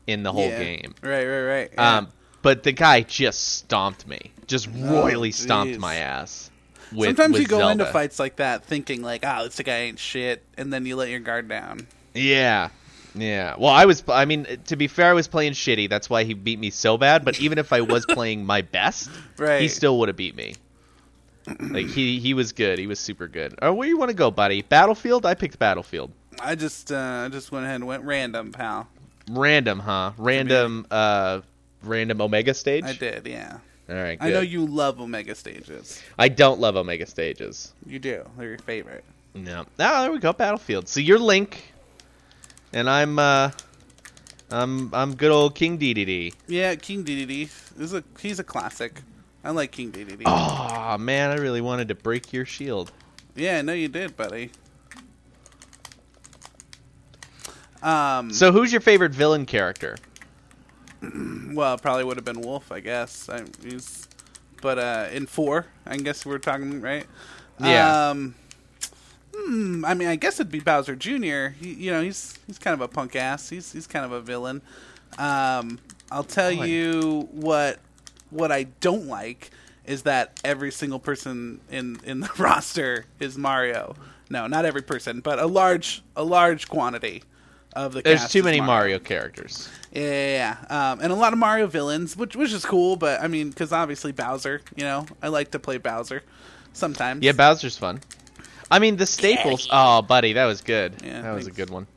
[SPEAKER 1] in the whole
[SPEAKER 2] Yeah.
[SPEAKER 1] game.
[SPEAKER 2] Right, right, right. yeah. Oh,
[SPEAKER 1] Um, but the guy just stomped me, just royally stomped
[SPEAKER 2] jeez.
[SPEAKER 1] my ass. With,
[SPEAKER 2] Sometimes
[SPEAKER 1] with
[SPEAKER 2] you go into
[SPEAKER 1] Zelda.
[SPEAKER 2] fights like that thinking like, ah, this guy ain't shit, and then you let your guard down.
[SPEAKER 1] Yeah. Yeah. Well, I was I mean, to be fair, I was playing shitty. That's why he beat me so bad, but even if I was
[SPEAKER 2] [laughs]
[SPEAKER 1] playing my best, he
[SPEAKER 2] Right.
[SPEAKER 1] still would have beat me. Like he he was good. He was super good. Oh, where you want to go, buddy? Battlefield? I picked Battlefield.
[SPEAKER 2] I just uh I just went ahead and went random, pal.
[SPEAKER 1] Random, huh? Random uh random Omega stage?
[SPEAKER 2] I did, yeah.
[SPEAKER 1] All right,
[SPEAKER 2] I know
[SPEAKER 1] good.
[SPEAKER 2] you love Omega stages.
[SPEAKER 1] I don't love Omega stages.
[SPEAKER 2] You do. They're your favorite.
[SPEAKER 1] No. Ah, there we go. Battlefield. So you're Link, and I'm uh, I'm I'm good old King DDD.
[SPEAKER 2] Yeah, King DDD is a he's a classic. I like King DDD.
[SPEAKER 1] Oh man, I really wanted to break your shield.
[SPEAKER 2] Yeah, I know you did, buddy. Um,
[SPEAKER 1] So who's your favorite villain character?
[SPEAKER 2] well, it probably would have been Wolf, I guess. I, he's, but uh, in four, I guess we're talking right.
[SPEAKER 1] Yeah.
[SPEAKER 2] Um, hmm, I mean, I guess it'd be Bowser Jr. He, you know, he's he's kind of a punk ass. He's he's kind of a villain. Um, I'll tell
[SPEAKER 1] Fine.
[SPEAKER 2] you what what I don't like is that every single person in in the [laughs] roster is Mario. No, not every person, but a large a large quantity of the
[SPEAKER 1] There's
[SPEAKER 2] cast
[SPEAKER 1] too
[SPEAKER 2] is
[SPEAKER 1] many
[SPEAKER 2] Mario.
[SPEAKER 1] Mario characters.
[SPEAKER 2] Yeah, yeah, yeah. Um, and a lot of Mario villains, which which is cool. But I mean, because obviously Bowser, you know, I like to play Bowser sometimes.
[SPEAKER 1] Yeah, Bowser's fun. I mean, the staples. Oh, buddy, that was good.
[SPEAKER 2] Yeah,
[SPEAKER 1] that was a
[SPEAKER 2] thanks.
[SPEAKER 1] good one.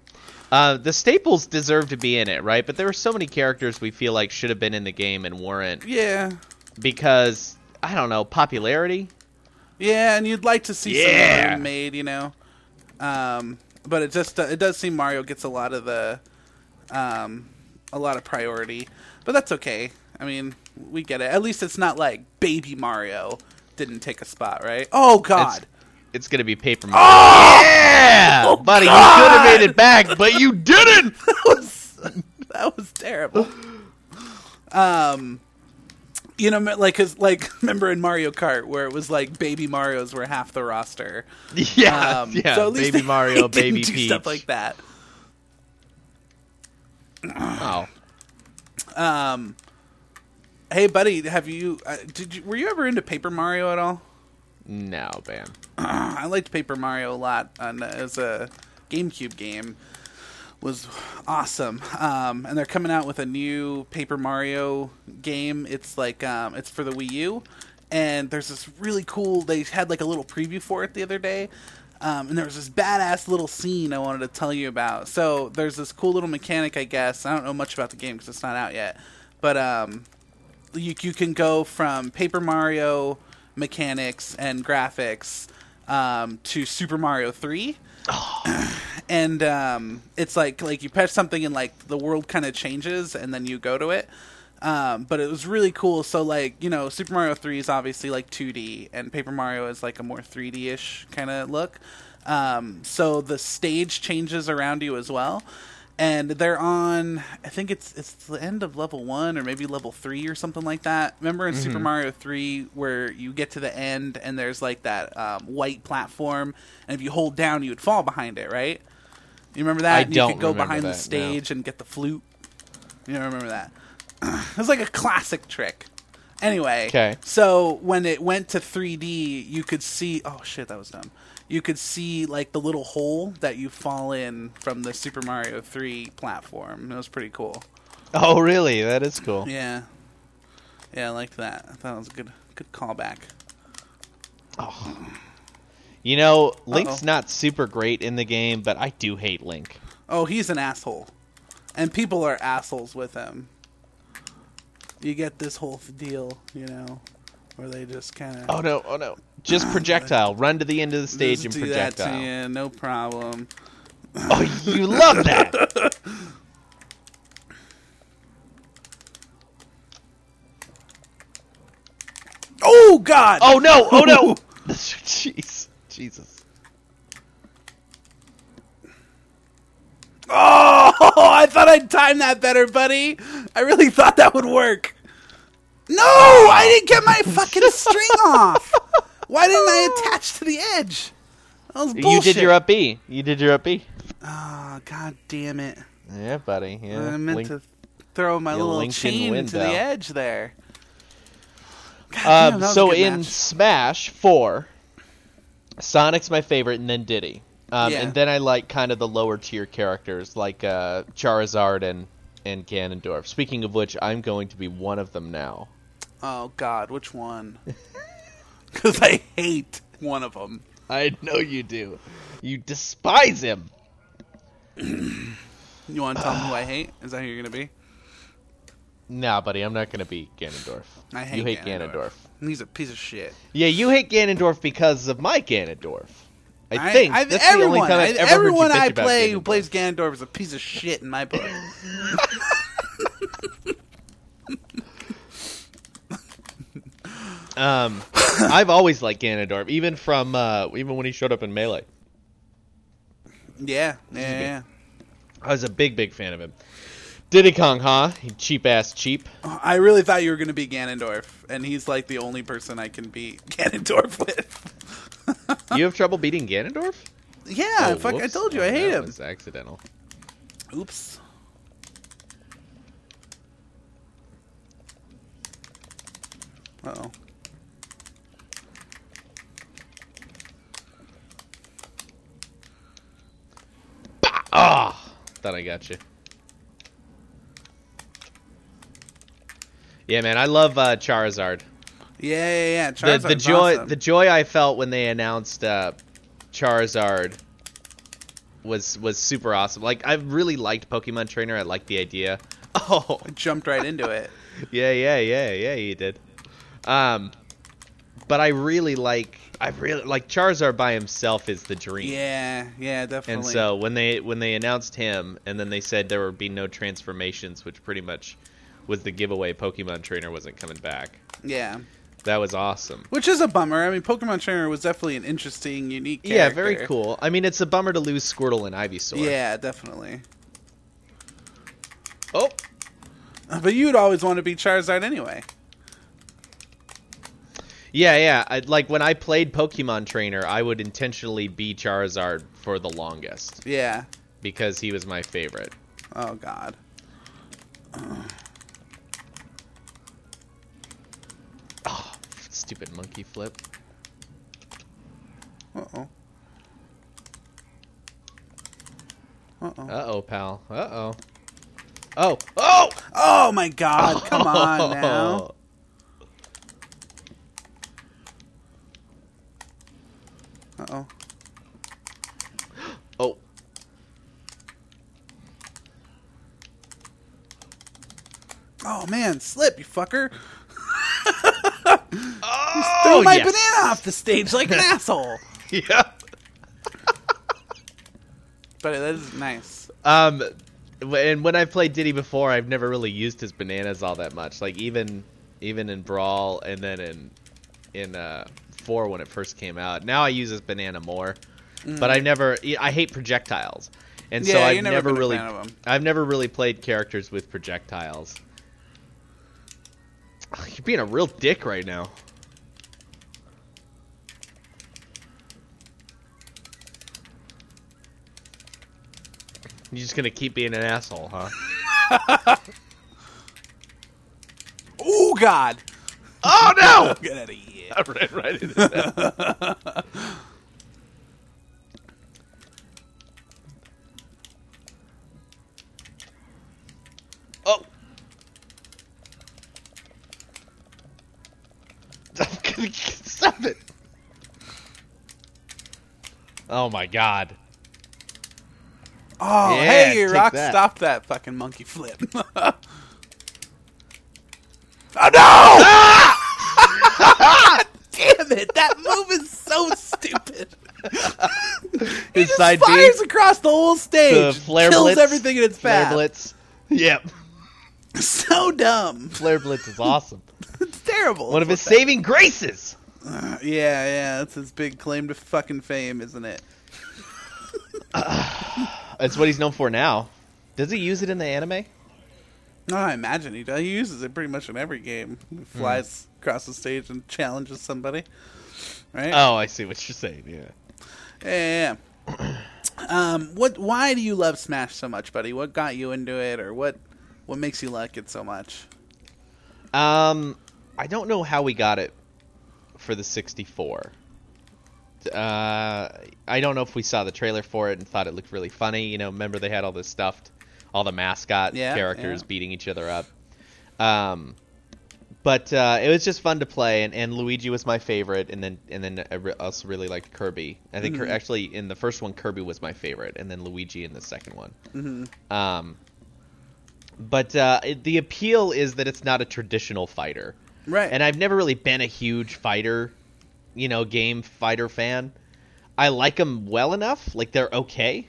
[SPEAKER 1] Uh, the staples deserve to be in it, right? But there were so many characters we feel like should have been in the game and weren't
[SPEAKER 2] yeah,
[SPEAKER 1] because I don't know popularity.
[SPEAKER 2] yeah. And you'd like to see
[SPEAKER 1] Yeah.
[SPEAKER 2] some of them made, you know. Um, but it just it does seem Mario gets a lot of the, um, a lot of priority. But that's okay. I mean, we get it. At least it's not like Baby Mario didn't take a spot, right? Oh God. Oh!
[SPEAKER 1] It's, it's gonna be Paper Mario. yeah, buddy, you could have made it back, but you didn't. [laughs]
[SPEAKER 2] [laughs] that was terrible. Um, you know, me- like, cause, like, [laughs] remember in Mario Kart where it was like baby Mario's were half the roster.
[SPEAKER 1] [laughs] yeah,
[SPEAKER 2] Um,
[SPEAKER 1] yeah.
[SPEAKER 2] so at least
[SPEAKER 1] baby
[SPEAKER 2] they [laughs]
[SPEAKER 1] Mario,
[SPEAKER 2] didn't
[SPEAKER 1] baby
[SPEAKER 2] do
[SPEAKER 1] Peach.
[SPEAKER 2] stuff like that.
[SPEAKER 1] Oh,
[SPEAKER 2] Um, hey, buddy, have you? Uh, did you? Were you ever into Paper Mario at all?
[SPEAKER 1] No, Bam.
[SPEAKER 2] I liked Paper Mario a lot on, as a GameCube game. Was awesome, um, and they're coming out with a new Paper Mario game. It's like um, it's for the Wii U, and there's this really cool. They had like a little preview for it the other day, um, and there was this badass little scene I wanted to tell you about. So there's this cool little mechanic, I guess. I don't know much about the game because it's not out yet, but um, you you can go from Paper Mario mechanics and graphics um, to Super Mario Three, and um, it's like like you press something and like the world kind of changes, and then you go to it. Um, but it was really cool. So like you know, Super Mario Three is obviously like 2D, and Paper Mario is like a more 3D ish kind of look. Um, so the stage changes around you as well, and they're on. I think it's it's the end of level one or maybe level three or something like that. Remember in Super Mario Three where you get to the end and there's like that um, white platform, and if you hold down, you would fall behind it, right? You remember that?
[SPEAKER 1] I
[SPEAKER 2] And
[SPEAKER 1] don't
[SPEAKER 2] you could go
[SPEAKER 1] remember
[SPEAKER 2] behind the
[SPEAKER 1] that, no.
[SPEAKER 2] stage and get the flute. You don't remember that? [clears throat] It was like a classic trick. Anyway,
[SPEAKER 1] Okay.
[SPEAKER 2] so when it went to 3D, you could see. Oh shit, that was dumb. You could see like the little hole that you fall in from the Super Mario 3 platform. That was pretty cool.
[SPEAKER 1] Oh, really? That is cool.
[SPEAKER 2] Yeah, yeah, I liked that. I thought it was a good, good callback.
[SPEAKER 1] You know, Link's
[SPEAKER 2] Uh-oh.
[SPEAKER 1] not super great in the game, but I do hate Link.
[SPEAKER 2] Oh, he's an asshole, and people are assholes with him. You get this whole deal, you know, where they just kind of
[SPEAKER 1] Oh no! Oh no!
[SPEAKER 2] [sighs]
[SPEAKER 1] Just projectile. Run to the end of the stage and
[SPEAKER 2] Just do that to
[SPEAKER 1] projectile.
[SPEAKER 2] you, no problem.
[SPEAKER 1] Oh, you love
[SPEAKER 2] [laughs]
[SPEAKER 1] that.
[SPEAKER 2] Oh [laughs] God!
[SPEAKER 1] Oh no! Oh no! [laughs] Jeez, Jesus.
[SPEAKER 2] Oh, I thought I'd time that better, buddy. I really thought that would work. No,
[SPEAKER 1] Oh.
[SPEAKER 2] I didn't get my fucking string
[SPEAKER 1] [laughs]
[SPEAKER 2] off. Why didn't I attach to the edge? That was bullshit.
[SPEAKER 1] You did your up B. You did your up B.
[SPEAKER 2] Oh, God damn it!
[SPEAKER 1] Yeah, buddy. Yeah.
[SPEAKER 2] I meant
[SPEAKER 1] Link-
[SPEAKER 2] to throw my
[SPEAKER 1] You
[SPEAKER 2] little
[SPEAKER 1] linked in
[SPEAKER 2] chain
[SPEAKER 1] wind,
[SPEAKER 2] to
[SPEAKER 1] though.
[SPEAKER 2] the edge there. God damn,
[SPEAKER 1] Um,
[SPEAKER 2] that was a
[SPEAKER 1] so
[SPEAKER 2] good
[SPEAKER 1] in
[SPEAKER 2] match.
[SPEAKER 1] Smash Four, Sonic's my favorite, and then Diddy, um,
[SPEAKER 2] Yeah.
[SPEAKER 1] and then I like kind of the lower tier characters like uh, Charizard and and Ganondorf. Speaking of which, I'm going to be one of them now.
[SPEAKER 2] oh God,
[SPEAKER 1] [laughs]
[SPEAKER 2] which one? Because I hate one of them.
[SPEAKER 1] I know you do. You despise him.
[SPEAKER 2] You want to tell me
[SPEAKER 1] [sighs]
[SPEAKER 2] who I hate? Is that who you're gonna be?
[SPEAKER 1] Nah, buddy, I'm not gonna be Ganondorf.
[SPEAKER 2] I hate
[SPEAKER 1] you hate
[SPEAKER 2] Ganondorf.
[SPEAKER 1] Ganondorf.
[SPEAKER 2] He's a piece of shit.
[SPEAKER 1] Yeah, you hate Ganondorf because of my Ganondorf. I
[SPEAKER 2] I-
[SPEAKER 1] think
[SPEAKER 2] I've-
[SPEAKER 1] that's
[SPEAKER 2] everyone,
[SPEAKER 1] the only time I've
[SPEAKER 2] I-
[SPEAKER 1] ever heard
[SPEAKER 2] everyone
[SPEAKER 1] you bitch
[SPEAKER 2] I
[SPEAKER 1] about
[SPEAKER 2] play who
[SPEAKER 1] Ganondorf.
[SPEAKER 2] plays Ganondorf is a piece of shit in my
[SPEAKER 1] [laughs]
[SPEAKER 2] book.
[SPEAKER 1] Um, I've always liked Ganondorf, even from uh, even when he showed up in Melee.
[SPEAKER 2] yeah, yeah, yeah.
[SPEAKER 1] I was a big, big fan of him. Diddy Kong, huh? He cheap ass cheap.
[SPEAKER 2] I really thought you were going to be Ganondorf, and he's like the only person I can beat [laughs] Ganondorf with.
[SPEAKER 1] Oh, You have trouble beating Ganondorf?
[SPEAKER 2] Yeah,
[SPEAKER 1] Oh,
[SPEAKER 2] fuck, I
[SPEAKER 1] whoops.
[SPEAKER 2] told you,
[SPEAKER 1] Oh,
[SPEAKER 2] I hate
[SPEAKER 1] that
[SPEAKER 2] him.
[SPEAKER 1] was accidental.
[SPEAKER 2] Oops. Uh oh.
[SPEAKER 1] Ah, thought I got you. Yeah, man, I love uh, Charizard.
[SPEAKER 2] Yeah, yeah, yeah.
[SPEAKER 1] The,
[SPEAKER 2] Charizard's
[SPEAKER 1] the joy,
[SPEAKER 2] awesome.
[SPEAKER 1] the joy I felt when they announced uh, Charizard was was super awesome. Like, I really liked Pokemon Trainer. I liked the idea. [laughs] Oh,
[SPEAKER 2] I jumped right into
[SPEAKER 1] [laughs]
[SPEAKER 2] it.
[SPEAKER 1] Yeah, yeah, yeah, yeah, you did. Um, but I really like I really like Charizard by himself is the dream.
[SPEAKER 2] Yeah, yeah, definitely.
[SPEAKER 1] And so when they when they announced him and then they said there would be no transformations, which pretty much was the giveaway Pokemon Trainer wasn't coming back.
[SPEAKER 2] yeah.
[SPEAKER 1] That was awesome.
[SPEAKER 2] Which is a bummer. I mean, Pokemon Trainer was definitely an interesting, unique character.
[SPEAKER 1] Yeah, very cool. I mean, it's a bummer to lose Squirtle and Ivysaur.
[SPEAKER 2] Yeah, definitely.
[SPEAKER 1] Oh,
[SPEAKER 2] Uh, But you'd always want to be Charizard anyway.
[SPEAKER 1] yeah, yeah. I, like when I played Pokemon Trainer, I would intentionally be Charizard for the longest
[SPEAKER 2] Yeah.
[SPEAKER 1] because he was my favorite.
[SPEAKER 2] Oh, God.
[SPEAKER 1] Stupid monkey flip.
[SPEAKER 2] Uh oh. Uh oh.
[SPEAKER 1] Uh oh, pal. Uh oh. Oh. Oh!
[SPEAKER 2] Oh my
[SPEAKER 1] [laughs]
[SPEAKER 2] god, come on now. Uh oh.
[SPEAKER 1] Oh.
[SPEAKER 2] Oh man, slip, you fucker.
[SPEAKER 1] Oh,
[SPEAKER 2] Throw my
[SPEAKER 1] yes.
[SPEAKER 2] banana off the stage like an asshole.
[SPEAKER 1] [laughs] Yeah.
[SPEAKER 2] But that is nice.
[SPEAKER 1] Um, w- and when I've played Diddy before, I've never really used his bananas all that much. Like even even in Brawl, and then in in uh, four when it first came out. Now I use his banana more, but I've never. I hate projectiles, and so
[SPEAKER 2] Mm. Yeah,
[SPEAKER 1] I've
[SPEAKER 2] you've never been a
[SPEAKER 1] really
[SPEAKER 2] fan of 'em.
[SPEAKER 1] I've never really played characters with projectiles. Ugh, You're being a real dick right now. You're just gonna keep being an asshole, huh?
[SPEAKER 2] Oh god.
[SPEAKER 1] [laughs] oh no!
[SPEAKER 2] [laughs]
[SPEAKER 1] [laughs]
[SPEAKER 2] Get out of here.
[SPEAKER 1] I ran right into that. oh. I'm gonna get- [laughs] Stop it. Oh my god.
[SPEAKER 2] Oh,
[SPEAKER 1] Yeah,
[SPEAKER 2] hey, you
[SPEAKER 1] take
[SPEAKER 2] rock,
[SPEAKER 1] that.
[SPEAKER 2] stop that fucking monkey flip. [laughs] oh no! [laughs] Damn it, that move is so stupid.
[SPEAKER 1] His
[SPEAKER 2] He just
[SPEAKER 1] side
[SPEAKER 2] fires
[SPEAKER 1] B,
[SPEAKER 2] across the whole
[SPEAKER 1] the
[SPEAKER 2] stage,
[SPEAKER 1] flare
[SPEAKER 2] kills
[SPEAKER 1] blitz,
[SPEAKER 2] everything in its
[SPEAKER 1] flare
[SPEAKER 2] path.
[SPEAKER 1] blitz. [laughs] Yep,
[SPEAKER 2] [laughs] So dumb. [laughs]
[SPEAKER 1] flare blitz is awesome.
[SPEAKER 2] It's terrible.
[SPEAKER 1] One of his saving graces.
[SPEAKER 2] yeah, yeah, that's his big claim to fucking fame, isn't it?
[SPEAKER 1] It's what he's known for now. Does he use it in the anime?
[SPEAKER 2] No, I imagine he does. He uses it pretty much in every game.
[SPEAKER 1] Hmm.
[SPEAKER 2] He flies across the stage and challenges somebody. Right?
[SPEAKER 1] Oh, I see what you're saying. Yeah.
[SPEAKER 2] Yeah. yeah, yeah. um, what? Why do you love Smash so much, buddy? What got you into it, or what? What makes you like it so much?
[SPEAKER 1] Um, I don't know how we got it for the 64. Uh, I don't know if we saw the trailer for it and thought it looked really funny. You know, remember they had all this stuffed, all the mascot
[SPEAKER 2] Yeah,
[SPEAKER 1] characters
[SPEAKER 2] yeah.
[SPEAKER 1] beating each other up. Um, but uh, it was just fun to play, and, and Luigi was my favorite, and then and then I re- also really liked Kirby. I think Kir- actually in the first one Kirby was my favorite, and then Luigi in the second one. Um, but uh, it, the appeal is that it's not a traditional fighter,
[SPEAKER 2] Right.
[SPEAKER 1] and I've never really been a huge fighter, you know, game fighter fan. I like them well enough, like they're okay,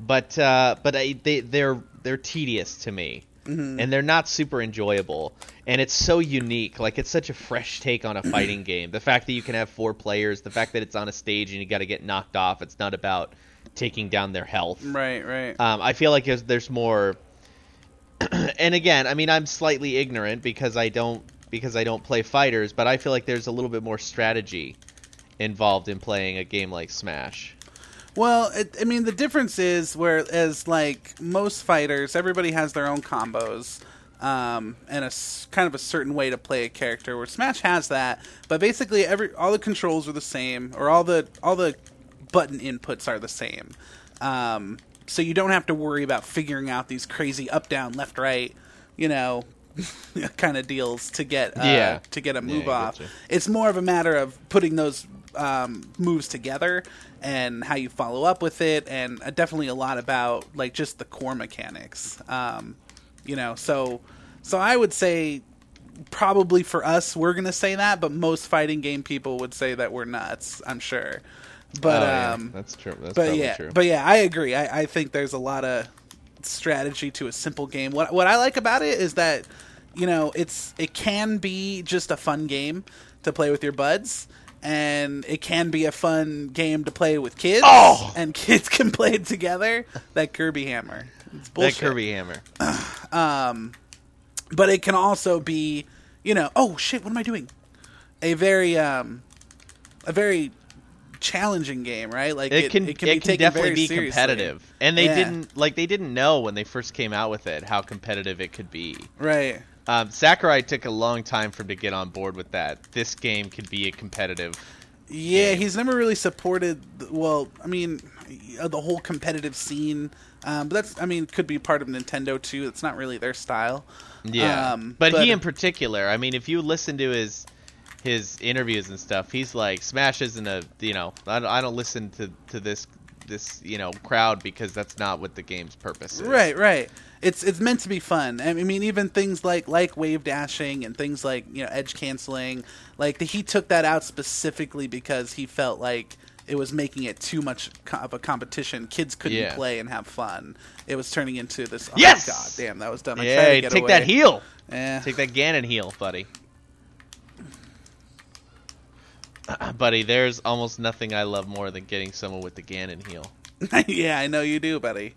[SPEAKER 1] but uh, but I, they they're they're tedious to me, and they're not super enjoyable. And it's so unique, like it's such a fresh take on a fighting game. The fact that you can have four players, the fact that it's on a stage and you got to get knocked off. It's not about taking down their health.
[SPEAKER 2] right. Right.
[SPEAKER 1] Um, I feel like there's, there's more. [clears throat] and again, I mean, I'm slightly ignorant because I don't because I don't play fighters, but I feel like there's a little bit more strategy involved in playing a game like Smash.
[SPEAKER 2] Well, it, I mean, the difference is whereas like most fighters, everybody has their own combos um, and a s- kind of a certain way to play a character. Where Smash has that, but basically every all the controls are the same, or all the all the button inputs are the same. Um, so you don't have to worry about figuring out these crazy up down left right, you know, [laughs] kind of deals to get uh,
[SPEAKER 1] Yeah.
[SPEAKER 2] to get a
[SPEAKER 1] Yeah,
[SPEAKER 2] move
[SPEAKER 1] I
[SPEAKER 2] off.
[SPEAKER 1] getcha.
[SPEAKER 2] It's more of a matter of putting those um, moves together and how you follow up with it, and uh, definitely a lot about like just the core mechanics. Um, you know, so so I would say probably for us we're gonna say that, but most fighting game people would say that we're nuts. I'm sure, but
[SPEAKER 1] Oh, yeah.
[SPEAKER 2] um,
[SPEAKER 1] that's true. That's
[SPEAKER 2] but
[SPEAKER 1] probably
[SPEAKER 2] yeah,
[SPEAKER 1] true.
[SPEAKER 2] but yeah, I agree. I, I think there's a lot of strategy to a simple game. What what I like about it is that you know it's it can be just a fun game to play with your buds, and it can be a fun game to play with kids.
[SPEAKER 1] Oh!
[SPEAKER 2] and [laughs] kids can play it together. That Kirby hammer, it's bullshit.
[SPEAKER 1] that Kirby Hammer.
[SPEAKER 2] but it can also be you know oh shit, what am I doing? A very um, a very challenging game, right? Like
[SPEAKER 1] It can it, can,
[SPEAKER 2] taken
[SPEAKER 1] definitely
[SPEAKER 2] very
[SPEAKER 1] be
[SPEAKER 2] seriously.
[SPEAKER 1] competitive, and they
[SPEAKER 2] Yeah.
[SPEAKER 1] didn't like they didn't know when they first came out with it how competitive it could be.
[SPEAKER 2] Right.
[SPEAKER 1] Um, Sakurai took a long time for him to get on board with that. This game could be a competitive
[SPEAKER 2] Yeah, he's never really supported. th- Well, I mean, uh, the whole competitive scene. Um, but that's, I mean, could be part of Nintendo too. It's not really their style.
[SPEAKER 1] Yeah,
[SPEAKER 2] Um,
[SPEAKER 1] but, he in particular, I mean, if you listen to his his interviews and stuff, he's like, Smash isn't a you know, I, don't- I don't listen to to this this you know crowd because that's not what the game's purpose is.
[SPEAKER 2] Right, right. It's it's meant to be fun. I mean, even things like like wave dashing and things like you know edge canceling. Like he took that out specifically because he felt like it was making it too much co- of a competition. Kids couldn't
[SPEAKER 1] Yeah.
[SPEAKER 2] play and have fun. It was turning into this. Oh,
[SPEAKER 1] Yes!
[SPEAKER 2] God damn, that was dumb. I tried
[SPEAKER 1] Yeah,
[SPEAKER 2] to get
[SPEAKER 1] take
[SPEAKER 2] away. Eh.
[SPEAKER 1] that heel.
[SPEAKER 2] Yeah.
[SPEAKER 1] Take that Ganon heel, buddy. [clears throat] buddy, there's almost nothing I love more than getting someone with the Ganon heel.
[SPEAKER 2] [laughs] yeah, I know you do, buddy.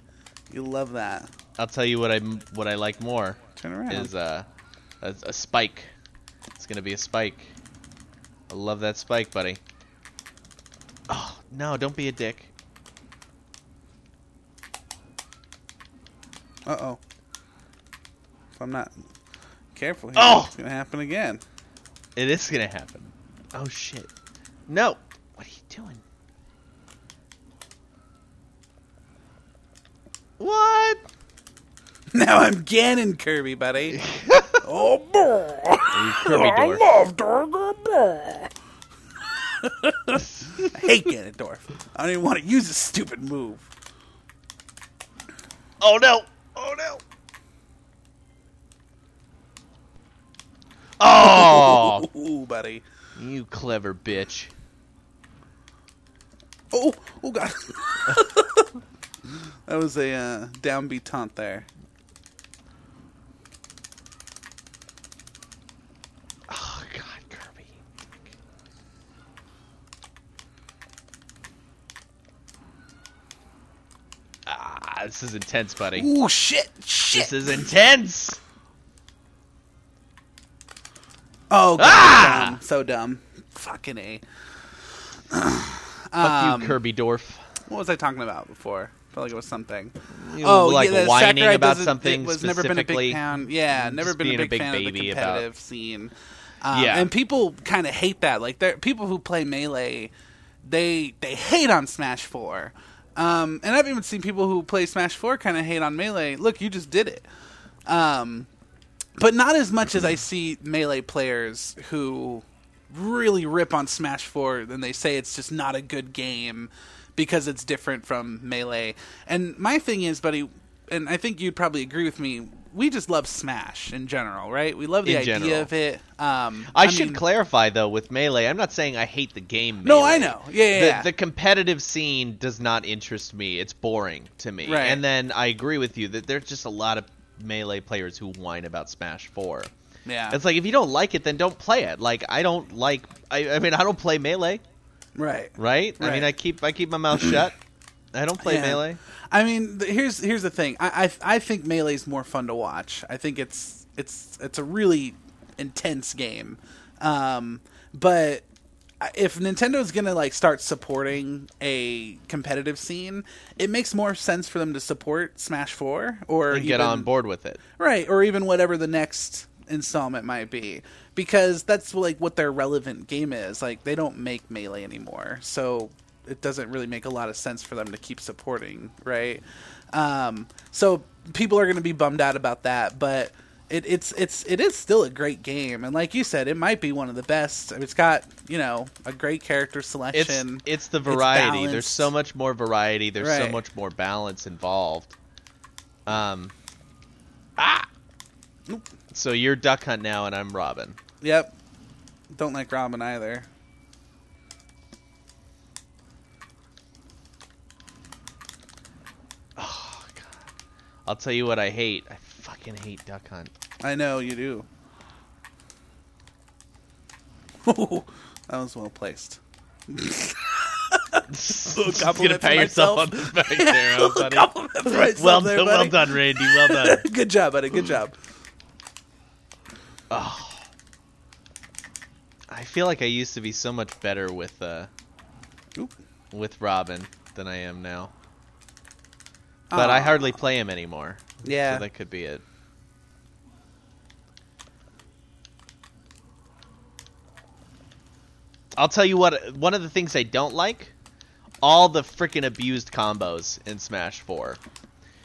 [SPEAKER 2] You love that.
[SPEAKER 1] I'll tell you what I what I like more
[SPEAKER 2] Turn around.
[SPEAKER 1] is uh, a, a spike. It's gonna be a spike. I love that spike, buddy. Oh no! Don't be a dick.
[SPEAKER 2] Uh oh. If I'm not careful here,
[SPEAKER 1] Oh!
[SPEAKER 2] it's gonna happen again. [laughs]
[SPEAKER 1] It is gonna happen. Oh shit! No! What are you doing? What?
[SPEAKER 2] Now I'm Ganon
[SPEAKER 1] [laughs]
[SPEAKER 2] Kirby, buddy. oh boy!
[SPEAKER 1] Kirby
[SPEAKER 2] I
[SPEAKER 1] dwarf.
[SPEAKER 2] love Ganondorf. I hate Ganondorf. I don't even want to use this stupid move.
[SPEAKER 1] Oh no! Oh no! Oh!
[SPEAKER 2] Ooh, buddy.
[SPEAKER 1] you clever bitch.
[SPEAKER 2] Oh, oh god. [laughs] that was a uh, downbeat taunt there.
[SPEAKER 1] Oh God, Kirby. Ah, this is intense, buddy.
[SPEAKER 2] Ooh, shit, shit.
[SPEAKER 1] This is intense.
[SPEAKER 2] oh, god,
[SPEAKER 1] Ah!
[SPEAKER 2] dumb. so dumb. Fucking a. Um,
[SPEAKER 1] Fuck you, Kirby Dorf.
[SPEAKER 2] What was I talking about before? Felt like it was something.
[SPEAKER 1] You
[SPEAKER 2] oh,
[SPEAKER 1] like
[SPEAKER 2] yeah, the
[SPEAKER 1] whining
[SPEAKER 2] Sakurai
[SPEAKER 1] about
[SPEAKER 2] doesn't-
[SPEAKER 1] something
[SPEAKER 2] it was never been a
[SPEAKER 1] specifically. Mm,
[SPEAKER 2] big fan. Yeah, never
[SPEAKER 1] Just
[SPEAKER 2] been
[SPEAKER 1] being a
[SPEAKER 2] a big,
[SPEAKER 1] big
[SPEAKER 2] fan of the
[SPEAKER 1] baby about-
[SPEAKER 2] competitive scene. Um,
[SPEAKER 1] Yeah.
[SPEAKER 2] and people kind of hate that. Like, there people who play melee, they they hate on Smash Four. Um, and I've even seen people who play Smash Four kind of hate on melee. Look, you just did it. Um, but not as much as I see melee players who really rip on Smash 4 and they say it's just not a good game because it's different from melee. And my thing is, buddy, and I think you'd probably agree with me, we just love Smash in general, right? We love the
[SPEAKER 1] In
[SPEAKER 2] idea
[SPEAKER 1] general.
[SPEAKER 2] of it. Um,
[SPEAKER 1] I, should
[SPEAKER 2] mean,
[SPEAKER 1] clarify though with melee. I'm not saying I hate the game.
[SPEAKER 2] No,
[SPEAKER 1] Melee.
[SPEAKER 2] I know. Yeah, yeah,
[SPEAKER 1] the,
[SPEAKER 2] yeah.
[SPEAKER 1] the competitive scene does not interest me. It's boring to me.
[SPEAKER 2] Right.
[SPEAKER 1] And then I agree with you that there's just a lot of melee players who whine about Smash Four.
[SPEAKER 2] yeah,
[SPEAKER 1] It's like if you don't like it, then don't play it. Like I don't like. I, I mean, I don't play melee,
[SPEAKER 2] right.
[SPEAKER 1] right? I mean,
[SPEAKER 2] Right.
[SPEAKER 1] I keep I keep my mouth shut. I don't play
[SPEAKER 2] Yeah.
[SPEAKER 1] melee.
[SPEAKER 2] I mean, th- here's here's the thing. I, I I think melee's more fun to watch. I think it's it's it's a really intense game, um, but I- if Nintendo's gonna like start supporting a competitive scene, it makes more sense for them to support Smash Four or
[SPEAKER 1] And get
[SPEAKER 2] even-
[SPEAKER 1] on board with it.
[SPEAKER 2] right? Or even whatever the next installment might be, because that's like what their relevant game is. Like they don't make melee anymore, so it doesn't really make a lot of sense for them to keep supporting, right? Um, so people are going to be bummed out about that, but. It, it's it's it is still a great game, and like you said, it might be one of the best. It's got you know a great character
[SPEAKER 1] It's
[SPEAKER 2] selection.
[SPEAKER 1] it's the variety. There's
[SPEAKER 2] balanced.
[SPEAKER 1] so much more variety. There's so
[SPEAKER 2] Right.
[SPEAKER 1] much more balance involved. Um, ah!
[SPEAKER 2] Nope.
[SPEAKER 1] so you're Duck Hunt now, and I'm Robin.
[SPEAKER 2] Yep, don't like ramen either.
[SPEAKER 1] Oh God! I'll tell you what I hate. I fucking hate Duck
[SPEAKER 2] [laughs]
[SPEAKER 1] Hunt.
[SPEAKER 2] I know you do. [laughs] that was well placed.
[SPEAKER 1] Just gonna
[SPEAKER 2] compliment
[SPEAKER 1] pat
[SPEAKER 2] to
[SPEAKER 1] yourself on
[SPEAKER 2] myself.
[SPEAKER 1] the back there,
[SPEAKER 2] [laughs]
[SPEAKER 1] huh, buddy.
[SPEAKER 2] Compliment for myself
[SPEAKER 1] Well
[SPEAKER 2] there,
[SPEAKER 1] done, well
[SPEAKER 2] buddy.
[SPEAKER 1] done, Randy. Well
[SPEAKER 2] [laughs]
[SPEAKER 1] done.
[SPEAKER 2] Good job, buddy. Good job.
[SPEAKER 1] I feel like I used to be so much better with uh
[SPEAKER 2] Oop.
[SPEAKER 1] with Robin than I am now. But I
[SPEAKER 2] Aw.
[SPEAKER 1] hardly play him anymore.
[SPEAKER 2] Yeah.
[SPEAKER 1] So that could be it. I'll tell you what. One of the things I don't like, all the freaking abused combos in Smash Four.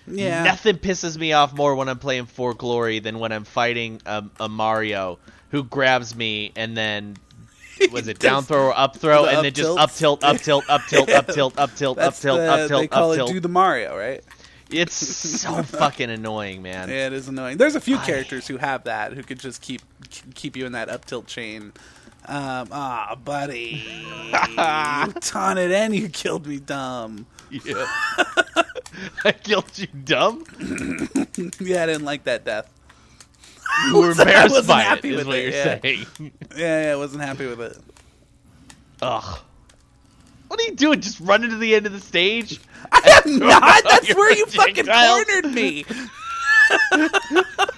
[SPEAKER 2] Yeah.
[SPEAKER 1] Nothing pisses me off more when I'm playing For Glory than when I'm fighting a, a Mario who grabs me and
[SPEAKER 2] [laughs]
[SPEAKER 1] then was it down throw or up throw
[SPEAKER 2] The
[SPEAKER 1] and
[SPEAKER 2] up
[SPEAKER 1] then
[SPEAKER 2] tilt.
[SPEAKER 1] just up tilt, up tilt, up tilt, up tilt,
[SPEAKER 2] [laughs]
[SPEAKER 1] up tilt, up
[SPEAKER 2] That's
[SPEAKER 1] tilt,
[SPEAKER 2] the,
[SPEAKER 1] up
[SPEAKER 2] They
[SPEAKER 1] tilt,
[SPEAKER 2] call
[SPEAKER 1] up
[SPEAKER 2] it
[SPEAKER 1] tilt.
[SPEAKER 2] Do the Mario, right?
[SPEAKER 1] It's
[SPEAKER 2] [laughs]
[SPEAKER 1] so fucking annoying, man.
[SPEAKER 2] Yeah, it is annoying. There's a few
[SPEAKER 1] I-
[SPEAKER 2] characters who have that who could just keep keep you in that up tilt chain. Um, ah, buddy,
[SPEAKER 1] [laughs]
[SPEAKER 2] you taunted and you killed me, dumb. [laughs]
[SPEAKER 1] Yeah. [laughs] I killed you,
[SPEAKER 2] [laughs]
[SPEAKER 1] dumb.
[SPEAKER 2] Yeah, I didn't like that death.
[SPEAKER 1] You were embarrassed
[SPEAKER 2] wasn't
[SPEAKER 1] by it,
[SPEAKER 2] happy
[SPEAKER 1] is
[SPEAKER 2] with
[SPEAKER 1] what
[SPEAKER 2] it,
[SPEAKER 1] you're
[SPEAKER 2] yeah.
[SPEAKER 1] saying. [laughs]
[SPEAKER 2] Yeah, yeah, I wasn't happy with it.
[SPEAKER 1] Ugh. What are you doing? Just running to the end of the stage?
[SPEAKER 2] [laughs] I am not.
[SPEAKER 1] [laughs]
[SPEAKER 2] That's
[SPEAKER 1] You're
[SPEAKER 2] where you
[SPEAKER 1] a
[SPEAKER 2] fucking
[SPEAKER 1] projectile.
[SPEAKER 2] cornered
[SPEAKER 1] [laughs]
[SPEAKER 2] me. [laughs]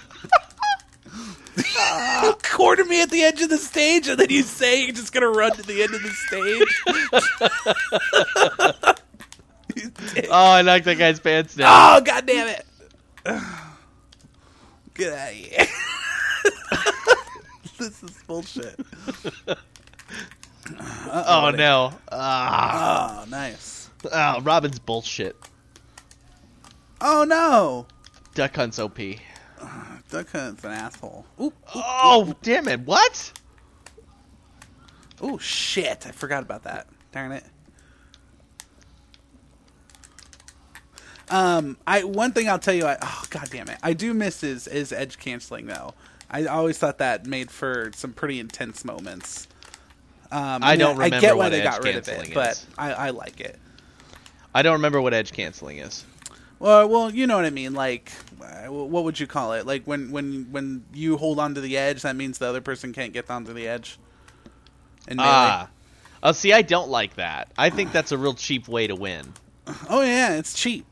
[SPEAKER 2] you corner me at the edge of the stage, and then you say you're just gonna run to the end of the stage. You [laughs]
[SPEAKER 1] [laughs]
[SPEAKER 2] dick.
[SPEAKER 1] Oh, I knocked that guy's pants down.
[SPEAKER 2] oh god damn it! [sighs] Get out of here. [laughs] this is bullshit.
[SPEAKER 1] Oh, no. Ah.
[SPEAKER 2] Oh, nice.
[SPEAKER 1] Oh, Robin's bullshit.
[SPEAKER 2] Oh no,
[SPEAKER 1] Duck Hunt's OP.
[SPEAKER 2] Duck Hunt's an asshole. Oop.
[SPEAKER 1] Oh, damn it. What?
[SPEAKER 2] Oh shit! I forgot about that. Darn it. Um, I one thing I'll tell you, I oh god damn it, I do miss is is edge canceling though. I always thought that made for some pretty intense moments. Um,
[SPEAKER 1] I don't
[SPEAKER 2] I
[SPEAKER 1] remember
[SPEAKER 2] get why
[SPEAKER 1] what
[SPEAKER 2] they
[SPEAKER 1] edge
[SPEAKER 2] got rid of it,
[SPEAKER 1] canceling
[SPEAKER 2] but
[SPEAKER 1] is.
[SPEAKER 2] I, I like it.
[SPEAKER 1] I don't remember what edge canceling is.
[SPEAKER 2] Well, well, you know what I mean. Like, uh, what would you call it? Like when when when you hold onto the edge, that means the other person can't get onto the edge. And
[SPEAKER 1] Ah. Oh, see, I don't like that. I think that's a real cheap way to win.
[SPEAKER 2] oh yeah, it's cheap.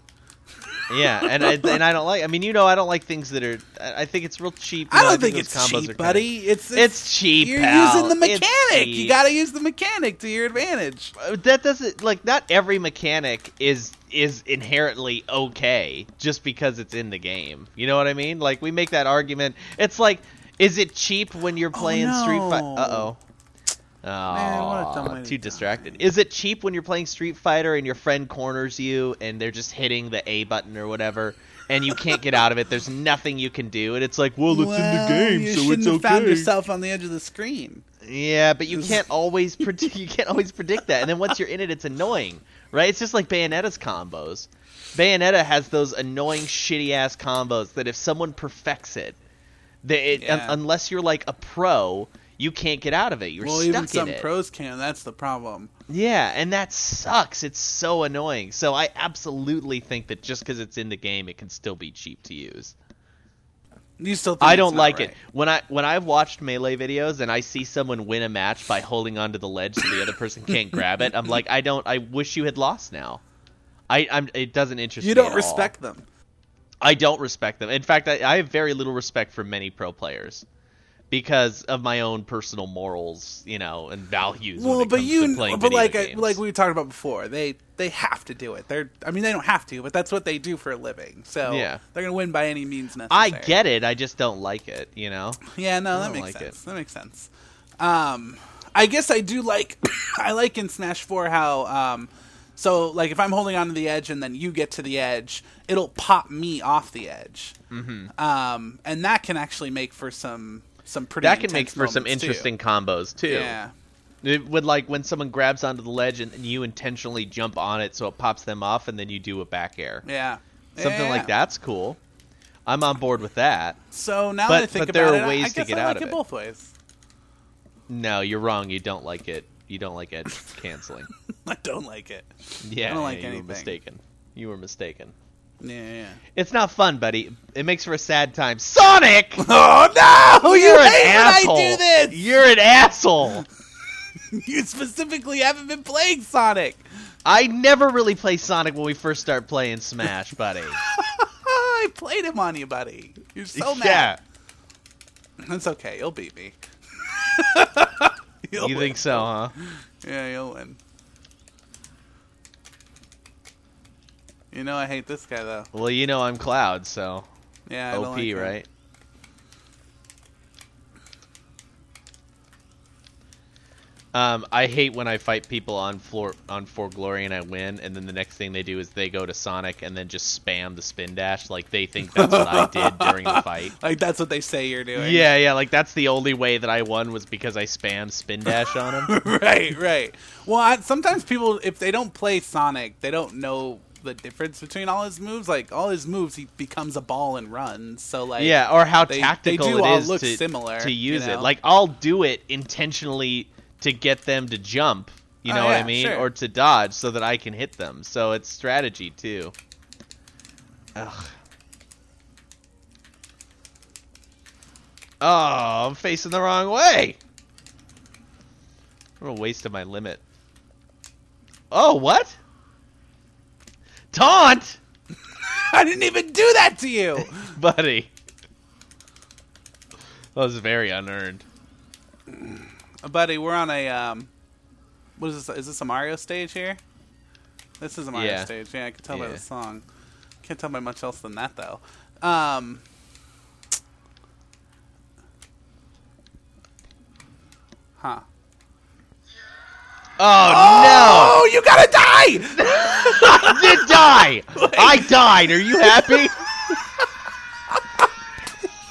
[SPEAKER 1] Yeah, and I, and I don't like. I mean, you know, I don't like things that are. I I think it's real cheap. You
[SPEAKER 2] I
[SPEAKER 1] know,
[SPEAKER 2] don't think
[SPEAKER 1] those
[SPEAKER 2] it's
[SPEAKER 1] combos
[SPEAKER 2] cheap,
[SPEAKER 1] are kinda-
[SPEAKER 2] buddy. It's,
[SPEAKER 1] It's cheap.
[SPEAKER 2] You're
[SPEAKER 1] pal.
[SPEAKER 2] using the
[SPEAKER 1] It's
[SPEAKER 2] mechanic. You
[SPEAKER 1] cheap.
[SPEAKER 2] got to use the mechanic to your advantage.
[SPEAKER 1] Uh, That doesn't like not every mechanic is is inherently okay just because it's in the game. You know what I mean? Like we make that argument. It's like, is it cheap when you're playing Street Fighter?
[SPEAKER 2] Oh, no.
[SPEAKER 1] Uh oh. Oh,
[SPEAKER 2] what a dumb way to
[SPEAKER 1] too
[SPEAKER 2] die.
[SPEAKER 1] distracted. Is it cheap when you're playing Street Fighter and your friend corners you and they're just hitting the A button or whatever and you can't get out of it? There's nothing you can do, and it's like, well, it's
[SPEAKER 2] Well,
[SPEAKER 1] in the
[SPEAKER 2] you
[SPEAKER 1] game, so
[SPEAKER 2] shouldn't
[SPEAKER 1] it's
[SPEAKER 2] have
[SPEAKER 1] okay.
[SPEAKER 2] found yourself on the edge of the screen.
[SPEAKER 1] Yeah, but you can't always [laughs] predict. You can't always predict that. And then once you're in it, it's annoying, right? It's just like Bayonetta's combos. Bayonetta has those annoying, shitty ass combos that if someone perfects it, they, it un-
[SPEAKER 2] Yeah.
[SPEAKER 1] unless you're like a pro, you can't get out of it. You're
[SPEAKER 2] well,
[SPEAKER 1] stuck
[SPEAKER 2] even
[SPEAKER 1] in
[SPEAKER 2] some
[SPEAKER 1] it.
[SPEAKER 2] pros can. That's the problem.
[SPEAKER 1] yeah, and that sucks. It's so annoying. So I absolutely think that just because it's in the game, it can still be cheap to use.
[SPEAKER 2] You still? Think
[SPEAKER 1] I
[SPEAKER 2] it's
[SPEAKER 1] don't
[SPEAKER 2] not
[SPEAKER 1] like
[SPEAKER 2] right.
[SPEAKER 1] it when I when I've watched melee videos and I see someone win a match by holding onto the ledge so the other person
[SPEAKER 2] [laughs]
[SPEAKER 1] can't grab it. I'm like, I don't. I wish you had lost now. I I'm, it doesn't interest
[SPEAKER 2] You
[SPEAKER 1] me. at
[SPEAKER 2] don't
[SPEAKER 1] all.
[SPEAKER 2] respect them.
[SPEAKER 1] I don't respect them. In fact, I, I have very little respect for many pro players because of my own personal morals, you know, and values. when
[SPEAKER 2] Well,
[SPEAKER 1] it
[SPEAKER 2] but
[SPEAKER 1] comes
[SPEAKER 2] you,
[SPEAKER 1] to playing
[SPEAKER 2] but
[SPEAKER 1] video
[SPEAKER 2] like I,
[SPEAKER 1] games.
[SPEAKER 2] like we talked about before, they they have to do it. They're, I mean, they don't have to, but that's what they do for a living. So
[SPEAKER 1] Yeah.
[SPEAKER 2] they're gonna win by any means necessary.
[SPEAKER 1] I get it. I just don't like it. You know.
[SPEAKER 2] Yeah, no, that
[SPEAKER 1] don't
[SPEAKER 2] makes
[SPEAKER 1] like
[SPEAKER 2] sense.
[SPEAKER 1] it.
[SPEAKER 2] That makes sense. Um, I guess I do like [coughs] I like in Smash Four how um, so like if I'm holding on to the edge and then you get to the edge, it'll pop me off the edge. Mm-hmm. Um, and that can actually make for some some pretty
[SPEAKER 1] That can
[SPEAKER 2] intense
[SPEAKER 1] make for some
[SPEAKER 2] moments, too.
[SPEAKER 1] interesting combos too.
[SPEAKER 2] Yeah.
[SPEAKER 1] It would like when someone grabs onto the ledge and, and you intentionally jump on it so it pops them off and then you do a back air.
[SPEAKER 2] Yeah.
[SPEAKER 1] Something
[SPEAKER 2] Yeah.
[SPEAKER 1] like that's cool. I'm on board with that.
[SPEAKER 2] So now
[SPEAKER 1] But-
[SPEAKER 2] that I think
[SPEAKER 1] but
[SPEAKER 2] about
[SPEAKER 1] there
[SPEAKER 2] it,
[SPEAKER 1] are
[SPEAKER 2] I- I
[SPEAKER 1] ways to
[SPEAKER 2] guess
[SPEAKER 1] get
[SPEAKER 2] I
[SPEAKER 1] out
[SPEAKER 2] like
[SPEAKER 1] of
[SPEAKER 2] it
[SPEAKER 1] it.
[SPEAKER 2] both ways. [laughs]
[SPEAKER 1] No, you're wrong. You don't like it. You don't like edge canceling.
[SPEAKER 2] [laughs] I don't like it.
[SPEAKER 1] Yeah,
[SPEAKER 2] I don't like
[SPEAKER 1] yeah, you
[SPEAKER 2] anything.
[SPEAKER 1] were mistaken. You were mistaken.
[SPEAKER 2] Yeah,
[SPEAKER 1] [laughs]
[SPEAKER 2] yeah, yeah.
[SPEAKER 1] It's not fun, buddy. It makes for a sad time.
[SPEAKER 2] [laughs]
[SPEAKER 1] Sonic, [laughs]
[SPEAKER 2] Oh no! You
[SPEAKER 1] you're an
[SPEAKER 2] hate
[SPEAKER 1] asshole.
[SPEAKER 2] when I do this.
[SPEAKER 1] You're an asshole.
[SPEAKER 2] You specifically haven't been playing Sonic.
[SPEAKER 1] I never really play Sonic when we first start playing Smash, buddy.
[SPEAKER 2] Oh, I played him on you, buddy. You're [laughs] so
[SPEAKER 1] yeah.
[SPEAKER 2] mad. That's okay. You'll beat me. [laughs] You'll
[SPEAKER 1] You
[SPEAKER 2] win.
[SPEAKER 1] think so, huh?
[SPEAKER 2] Yeah, you'll win. You know I hate this guy though.
[SPEAKER 1] Well, you know I'm Cloud, so
[SPEAKER 2] Yeah, I
[SPEAKER 1] OP,
[SPEAKER 2] don't like him.
[SPEAKER 1] right? Um, I hate when I fight people on floor on For Glory and I win, and then the next thing they do is they go to Sonic and then just spam the spin dash like they think that's what I did during the fight.
[SPEAKER 2] Like that's what they say you're doing.
[SPEAKER 1] Yeah, yeah, like that's the only way that I won was because I spammed spin dash on him.
[SPEAKER 2] [laughs] right, right. Well, I, sometimes people, if they don't play Sonic, they don't know the difference between all his moves. Like all his moves, he becomes a ball and runs. So like,
[SPEAKER 1] yeah, or how
[SPEAKER 2] they- they
[SPEAKER 1] tactical
[SPEAKER 2] do
[SPEAKER 1] it
[SPEAKER 2] all
[SPEAKER 1] is
[SPEAKER 2] look
[SPEAKER 1] to,
[SPEAKER 2] similar,
[SPEAKER 1] to
[SPEAKER 2] you
[SPEAKER 1] use it.
[SPEAKER 2] know?
[SPEAKER 1] Like I'll do it intentionally to get them to jump. You
[SPEAKER 2] Oh,
[SPEAKER 1] know what I
[SPEAKER 2] yeah,
[SPEAKER 1] mean,
[SPEAKER 2] sure.
[SPEAKER 1] or to dodge so that I can hit them. So it's strategy too. Ugh. Oh, I'm facing the wrong way. What a waste of my limit. Oh, what? Taunt,
[SPEAKER 2] [laughs] I didn't even do that to you.
[SPEAKER 1] [laughs] buddy. That was very unearned.
[SPEAKER 2] buddy we're on a um what is this is this a mario stage here this is a mario
[SPEAKER 1] Yeah.
[SPEAKER 2] stage yeah i can tell by
[SPEAKER 1] Yeah.
[SPEAKER 2] the song can't tell by much else than that though um huh
[SPEAKER 1] Oh,
[SPEAKER 2] oh you gotta die
[SPEAKER 1] [laughs] no! I did
[SPEAKER 2] [laughs]
[SPEAKER 1] die. I died. Are you happy?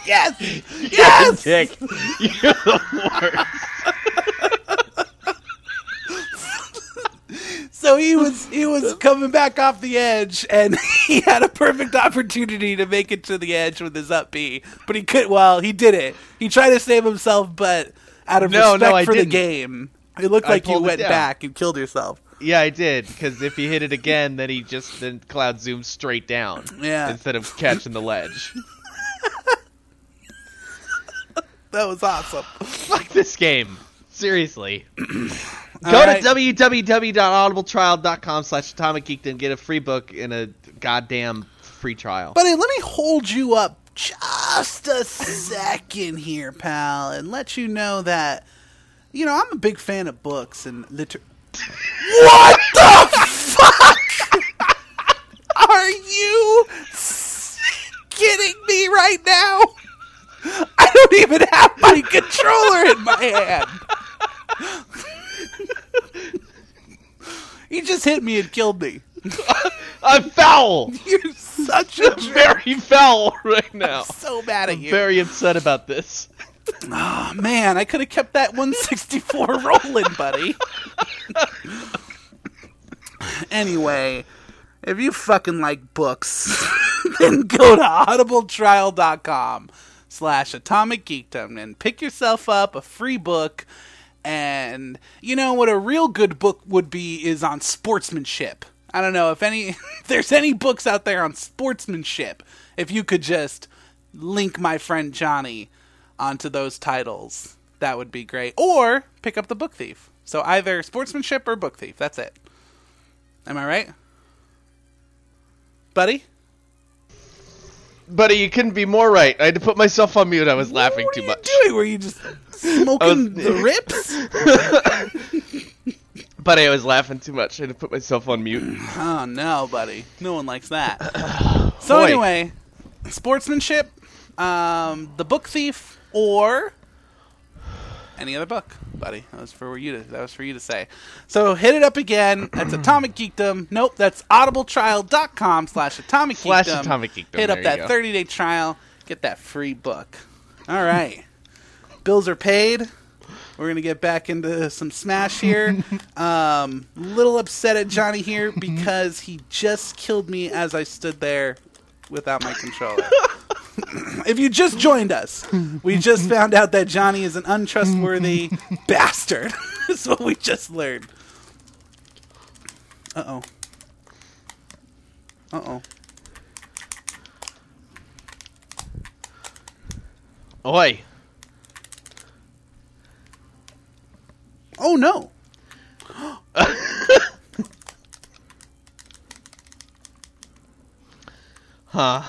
[SPEAKER 2] yes yes
[SPEAKER 1] Dick, you're the worst.
[SPEAKER 2] so he was
[SPEAKER 1] [laughs]
[SPEAKER 2] he was coming back off the edge and [laughs] he had a perfect opportunity to make it to the edge with his up B. But he could well, he did it. He tried to save himself, but out of
[SPEAKER 1] No, no,
[SPEAKER 2] respect
[SPEAKER 1] I
[SPEAKER 2] for
[SPEAKER 1] didn't.
[SPEAKER 2] the game. It looked
[SPEAKER 1] I
[SPEAKER 2] like you
[SPEAKER 1] pulled it
[SPEAKER 2] went
[SPEAKER 1] down.
[SPEAKER 2] back and killed yourself.
[SPEAKER 1] [laughs] Yeah, I did. Because if he hit it again, then he just then Cloud zoomed straight down.
[SPEAKER 2] Yeah.
[SPEAKER 1] Instead of catching the
[SPEAKER 2] [laughs]
[SPEAKER 1] ledge.
[SPEAKER 2] That was awesome.
[SPEAKER 1] Fuck this game.
[SPEAKER 2] [clears throat]
[SPEAKER 1] Seriously. Go
[SPEAKER 2] All right.
[SPEAKER 1] to www.audibletrial.com slash atomic geek and get a free book and a goddamn free trial.
[SPEAKER 2] Buddy, let me hold you up just a second here, pal, and let you know that you know, I'm a big fan of books and liter What the fuck Are you s- kidding me right now? I don't even have my controller in my hand. he just hit me and killed me.
[SPEAKER 1] I'm
[SPEAKER 2] [laughs]
[SPEAKER 1] foul.
[SPEAKER 2] You're
[SPEAKER 1] [laughs]
[SPEAKER 2] such a
[SPEAKER 1] I'm
[SPEAKER 2] jerk.
[SPEAKER 1] very foul right now.
[SPEAKER 2] so mad at
[SPEAKER 1] I'm
[SPEAKER 2] you.
[SPEAKER 1] very upset about this.
[SPEAKER 2] Oh, man, I could have kept that 164 [laughs] rolling, buddy. anyway, if you fucking like books, [laughs] then go to audibletrial.com slash atomic geekdom and pick yourself up a free book and you know what a real good book would be is on sportsmanship i don't know if any [laughs] if there's any books out there on sportsmanship if you could just link my friend johnny onto those titles that would be great or pick up the book thief so either sportsmanship or book thief that's it am i right buddy
[SPEAKER 1] Buddy, you couldn't be more right. I had to put myself on mute. I was laughing
[SPEAKER 2] what
[SPEAKER 1] too
[SPEAKER 2] are
[SPEAKER 1] much. Oh,
[SPEAKER 2] you doing were you just
[SPEAKER 1] [laughs]
[SPEAKER 2] smoking
[SPEAKER 1] was-
[SPEAKER 2] the rips
[SPEAKER 1] But I was laughing too much. I had to put myself on [clears throat] mute.
[SPEAKER 2] Oh no, buddy. No one
[SPEAKER 1] [sighs]
[SPEAKER 2] likes that. so
[SPEAKER 1] Boy.
[SPEAKER 2] anyway, sportsmanship, um, the book thief, or any other book, buddy. That was for you to that was for you to say. So hit it up again.
[SPEAKER 1] [clears throat]
[SPEAKER 2] That's Atomic Geekdom. Nope, that's audibletrial.com slash atomic
[SPEAKER 1] Slash
[SPEAKER 2] geekdom.
[SPEAKER 1] Atomic Geekdom,
[SPEAKER 2] Hit
[SPEAKER 1] there
[SPEAKER 2] up
[SPEAKER 1] you
[SPEAKER 2] that
[SPEAKER 1] go.
[SPEAKER 2] thirty day trial, get that free book. All right. Bills are paid. We're gonna get back into some
[SPEAKER 1] [laughs]
[SPEAKER 2] smash here. um, little upset at Johnny here because he just killed me as I stood there without my controller. if you just joined us, we just found out that Johnny is an untrustworthy bastard. [laughs] That's what we just learned. Uh oh. Uh oh.
[SPEAKER 1] Oi.
[SPEAKER 2] Oh no.
[SPEAKER 1] Huh.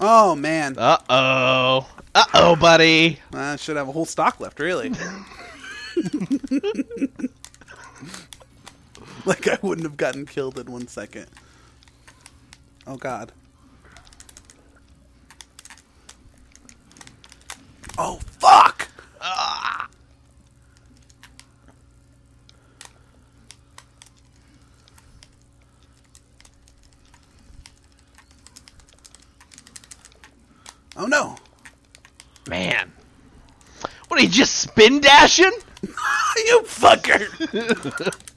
[SPEAKER 2] Oh man.
[SPEAKER 1] Uh oh. Uh oh, buddy.
[SPEAKER 2] I should have a whole stock left, really. like I wouldn't have gotten killed in one second. Oh god. Oh fuck! Ah! Oh no!
[SPEAKER 1] Man. What are you just spin dashing?
[SPEAKER 2] [laughs] you fucker! [laughs]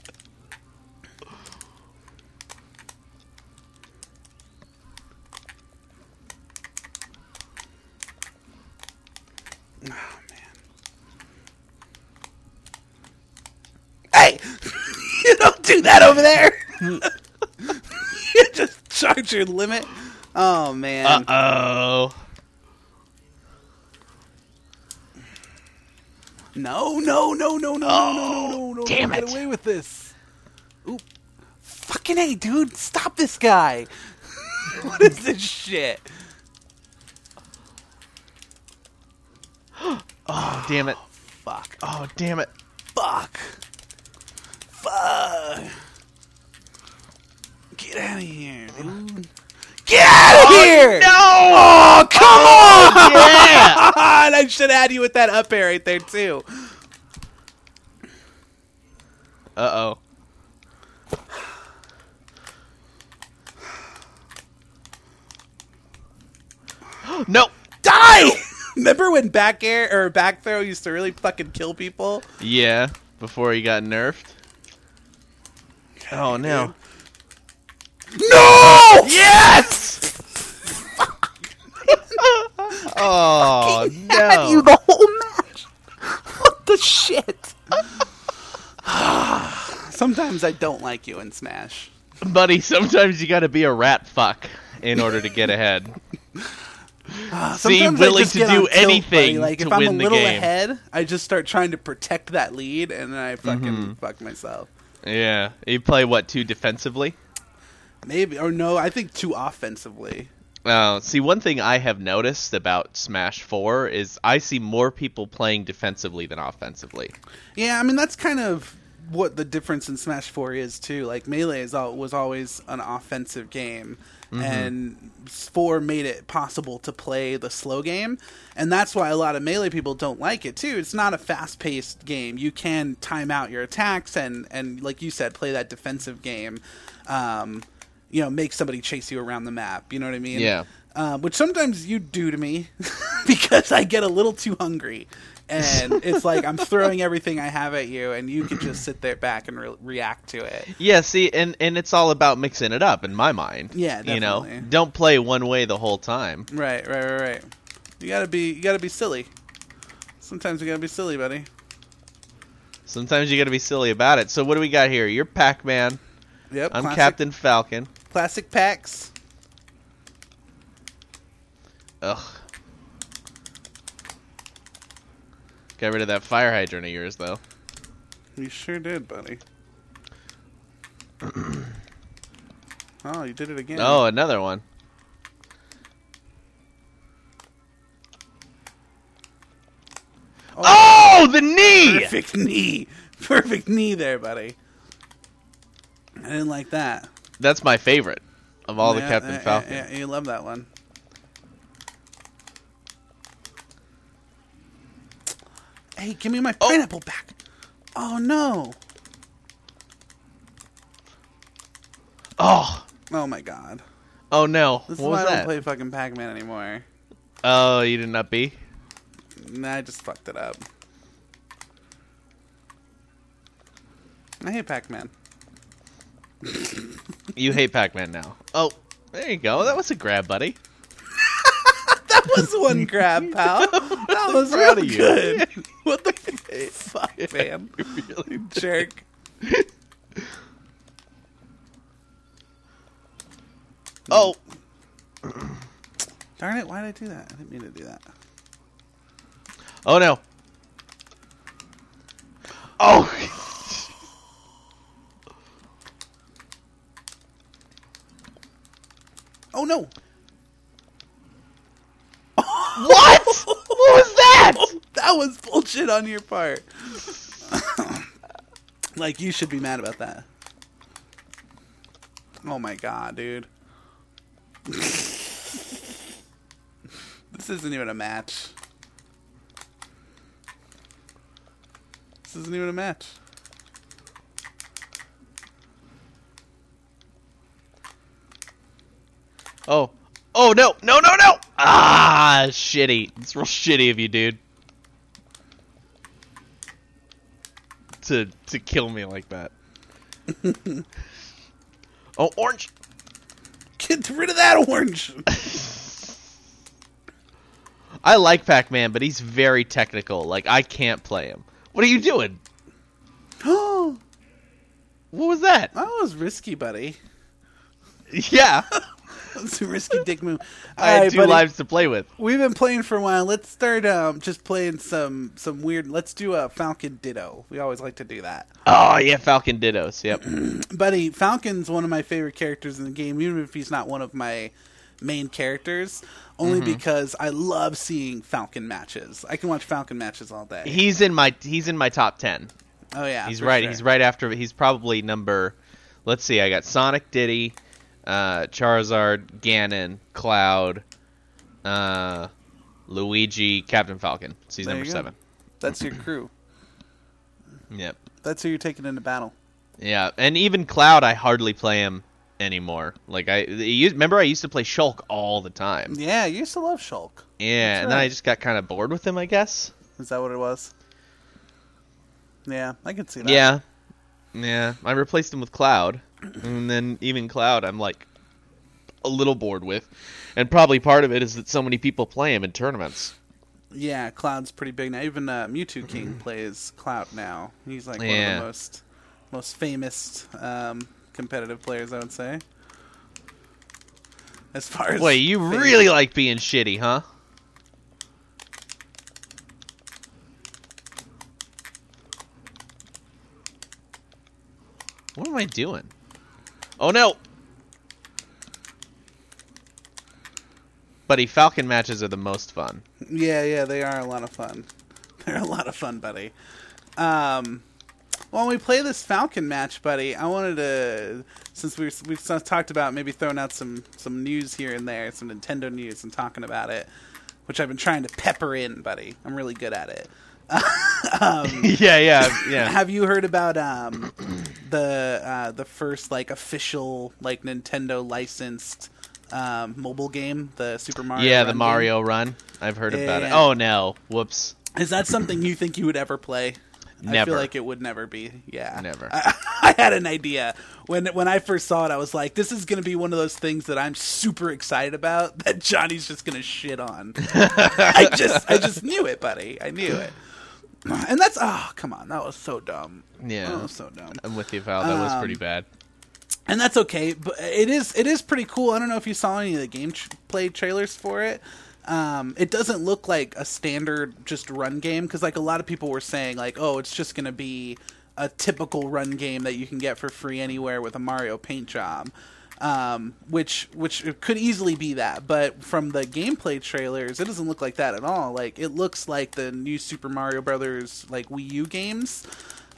[SPEAKER 2] Oh, man. Hey! [laughs] you don't do that over there! [laughs] you just charge your limit. Oh, man.
[SPEAKER 1] Uh oh.
[SPEAKER 2] No, no, no, no, no, no, no, no, no.
[SPEAKER 1] damn
[SPEAKER 2] Don't
[SPEAKER 1] it.
[SPEAKER 2] Get away with this. Oop. Fucking A, dude. Stop this guy. [laughs] what is this shit?
[SPEAKER 1] Oh, damn it.
[SPEAKER 2] Fuck.
[SPEAKER 1] Oh, damn it.
[SPEAKER 2] Fuck. Fuck. Get out of here, dude. Get out of here!
[SPEAKER 1] Oh, No!
[SPEAKER 2] Oh, come on!
[SPEAKER 1] [laughs]
[SPEAKER 2] [laughs]
[SPEAKER 1] Yeah!
[SPEAKER 2] God, I should add you with that up air right there, too.
[SPEAKER 1] Uh oh. [gasps] No.
[SPEAKER 2] Die! [laughs] Remember when back air or back throw used to really fucking kill people?
[SPEAKER 1] Yeah, before he got nerfed. Oh no.
[SPEAKER 2] No!
[SPEAKER 1] Yes! [laughs] oh
[SPEAKER 2] had
[SPEAKER 1] no.
[SPEAKER 2] you the whole match. What the shit? [sighs] Sometimes I don't like you in Smash.
[SPEAKER 1] Buddy, sometimes you gotta be a rat fuck in order to get ahead. [laughs]
[SPEAKER 2] Uh,
[SPEAKER 1] Seem
[SPEAKER 2] sometimes
[SPEAKER 1] willing
[SPEAKER 2] I just
[SPEAKER 1] to
[SPEAKER 2] get
[SPEAKER 1] do
[SPEAKER 2] on tilt, buddy.
[SPEAKER 1] anything
[SPEAKER 2] Like
[SPEAKER 1] to
[SPEAKER 2] if I'm
[SPEAKER 1] win
[SPEAKER 2] a
[SPEAKER 1] the
[SPEAKER 2] little
[SPEAKER 1] game.
[SPEAKER 2] ahead, I just start trying to protect that lead, and then I fucking
[SPEAKER 1] Mm-hmm.
[SPEAKER 2] fuck myself.
[SPEAKER 1] Yeah. You play what too defensively?
[SPEAKER 2] Maybe or no, I think too offensively.
[SPEAKER 1] Uh, see, one thing I have noticed about Smash 4 is I see more people playing defensively than offensively.
[SPEAKER 2] Yeah, I mean that's kind of what the difference in Smash Four is too. Like Melee is all, was always an offensive game, and Four made it possible to play the slow game, and that's why a lot of Melee people don't like it too. It's not a fast paced game. You can time out your attacks and and like you said, play that defensive game. Um, you know, make somebody chase you around the map. You know what I mean?
[SPEAKER 1] Yeah.
[SPEAKER 2] Uh, which sometimes you do to me [laughs] because I get a little too hungry. And it's like I'm throwing everything I have at you, and you can just sit there back and re- react to it.
[SPEAKER 1] Yeah, see, and, and it's all about mixing it up in my mind.
[SPEAKER 2] Yeah,
[SPEAKER 1] You know,
[SPEAKER 2] definitely.
[SPEAKER 1] don't play one way the whole time.
[SPEAKER 2] Right, right, right, right. You gotta be, you gotta be silly. Sometimes you gotta be silly, buddy.
[SPEAKER 1] Sometimes you gotta be silly about it. So what do we got here? You're Pac-Man.
[SPEAKER 2] Yep.
[SPEAKER 1] I'm
[SPEAKER 2] classic-
[SPEAKER 1] Captain Falcon.
[SPEAKER 2] Classic packs.
[SPEAKER 1] Ugh. Got rid of that fire hydrant of yours, though.
[SPEAKER 2] You sure
[SPEAKER 1] [coughs]
[SPEAKER 2] did, buddy. oh, you did it again.
[SPEAKER 1] Oh, [coughs] another one. Oh, the knee!
[SPEAKER 2] Perfect knee. Perfect knee there, buddy. I didn't like that.
[SPEAKER 1] That's my favorite of all the
[SPEAKER 2] Yeah,
[SPEAKER 1] Captain
[SPEAKER 2] yeah,
[SPEAKER 1] Falcon.
[SPEAKER 2] Yeah, yeah, you love that one. Hey, give me my pineapple back. Oh no.
[SPEAKER 1] Oh,
[SPEAKER 2] Oh my god.
[SPEAKER 1] oh no!
[SPEAKER 2] This is
[SPEAKER 1] what
[SPEAKER 2] why
[SPEAKER 1] was
[SPEAKER 2] I don't
[SPEAKER 1] that?
[SPEAKER 2] play fucking Pac-Man anymore.
[SPEAKER 1] Oh, you did not be.
[SPEAKER 2] Nah, I just fucked it up. I hate Pac-Man. [laughs]
[SPEAKER 1] You hate Pac-Man now. Oh, there you go. That was a grab, buddy. [laughs]
[SPEAKER 2] That was one grab, pal. That was
[SPEAKER 1] proud
[SPEAKER 2] really
[SPEAKER 1] of you.
[SPEAKER 2] good.
[SPEAKER 1] [laughs]
[SPEAKER 2] What the fuck, man?
[SPEAKER 1] Really?
[SPEAKER 2] Jerk.
[SPEAKER 1] Oh,
[SPEAKER 2] Darn it, why did I do that? I didn't mean to do that.
[SPEAKER 1] oh no. Oh.
[SPEAKER 2] Oh no!
[SPEAKER 1] what? [laughs] What was that?
[SPEAKER 2] That was bullshit on your part. [laughs] like, you should be mad about that. Oh my god, dude. [laughs] this isn't even a match. isn't even a match.
[SPEAKER 1] Oh. Oh no, no, no, no! Ah, shitty. It's real shitty of you, dude. To to kill me like [laughs] that. oh, orange.
[SPEAKER 2] Get rid of that orange. [gasps]
[SPEAKER 1] I like Pac-Man, but he's very technical. Like I can't play him. What are you doing?
[SPEAKER 2] oh,
[SPEAKER 1] What was that?
[SPEAKER 2] that was risky, buddy.
[SPEAKER 1] [laughs] Yeah,
[SPEAKER 2] That's a risky dick move.
[SPEAKER 1] [laughs] I had
[SPEAKER 2] Alright,
[SPEAKER 1] two
[SPEAKER 2] buddy.
[SPEAKER 1] lives to play with.
[SPEAKER 2] We've been playing for a while. Let's start um, just playing some some weird. Let's do a Falcon Ditto. We always like to do that,
[SPEAKER 1] Oh yeah, Falcon Dittos. Yep.
[SPEAKER 2] buddy. Falcon's one of my favorite characters in the game, even if he's not one of my main characters. Only
[SPEAKER 1] Mm-hmm.
[SPEAKER 2] because I love seeing Falcon matches. I can watch Falcon matches all day.
[SPEAKER 1] he's in my he's in my top ten.
[SPEAKER 2] oh yeah,
[SPEAKER 1] He's
[SPEAKER 2] for
[SPEAKER 1] right.
[SPEAKER 2] sure.
[SPEAKER 1] He's right after. He's probably number. Let's see. I got Sonic, Diddy, uh, Charizard, Ganon, Cloud, uh, Luigi, Captain Falcon. So he's
[SPEAKER 2] There
[SPEAKER 1] number
[SPEAKER 2] you go.
[SPEAKER 1] seven.
[SPEAKER 2] That's your crew.
[SPEAKER 1] Yep.
[SPEAKER 2] That's who you're taking into battle.
[SPEAKER 1] Yeah. And even Cloud, I hardly play him anymore. Like I you, remember, I used to play Shulk all the time. Yeah.
[SPEAKER 2] Yeah, you used to love Shulk.
[SPEAKER 1] and then
[SPEAKER 2] right.
[SPEAKER 1] I just got kind of bored with him. I guess.
[SPEAKER 2] Is that what it was? Yeah, I can see that.
[SPEAKER 1] Yeah. Yeah. I replaced him with Cloud. And then even Cloud, I'm like a little bored with. And probably part of it is that so many people play him in tournaments.
[SPEAKER 2] Yeah, Cloud's pretty big now. Even uh, Mewtwo King plays Cloud now. He's like one
[SPEAKER 1] Mm-hmm. Yeah.
[SPEAKER 2] of the most most famous um, competitive players, I would say. As far as
[SPEAKER 1] Wait, you
[SPEAKER 2] fame-
[SPEAKER 1] really like being shitty, huh? What am I doing? Oh no! Buddy, Falcon matches are the most fun.
[SPEAKER 2] yeah, yeah, they are a lot of fun. [laughs] They're a lot of fun, buddy. Um, while we play this Falcon match, buddy, I wanted to since we we've so- talked about maybe throwing out some some news here and there, some Nintendo news, and talking about it, which I've been trying to pepper in, buddy. I'm really good at it.
[SPEAKER 1] yeah, yeah, yeah.
[SPEAKER 2] Have you heard about um, the uh, the first like official like Nintendo licensed um, mobile game, the Super Mario?
[SPEAKER 1] yeah,
[SPEAKER 2] Run
[SPEAKER 1] the
[SPEAKER 2] game?
[SPEAKER 1] Mario run. I've heard
[SPEAKER 2] Yeah,
[SPEAKER 1] about
[SPEAKER 2] yeah,
[SPEAKER 1] it.
[SPEAKER 2] yeah.
[SPEAKER 1] Oh no! Whoops.
[SPEAKER 2] Is that something you think you would ever play? I feel
[SPEAKER 1] Never.
[SPEAKER 2] like it would never be. Yeah,
[SPEAKER 1] Never.
[SPEAKER 2] I, [laughs] I had an idea when when I first saw it. I was like, "This is going to be one of those things that I'm super excited about [laughs] that Johnny's just going to
[SPEAKER 1] [laughs]
[SPEAKER 2] shit on." I just I just knew it, buddy. I knew it. And that's oh come on, that was so dumb.
[SPEAKER 1] Yeah.
[SPEAKER 2] that was so dumb.
[SPEAKER 1] I'm with you, Val. That was
[SPEAKER 2] Um,
[SPEAKER 1] pretty bad.
[SPEAKER 2] and that's okay. But it is it is pretty cool. I don't know if you saw any of the game tr- play trailers for it. Um, it doesn't look like a standard just run game because like a lot of people were saying like oh it's just gonna be a typical run game that you can get for free anywhere with a Mario paint job. Um, which which it could easily be that, but from the gameplay trailers, it doesn't look like that at all. Like it looks like the new Super Mario Brothers like Wii U games.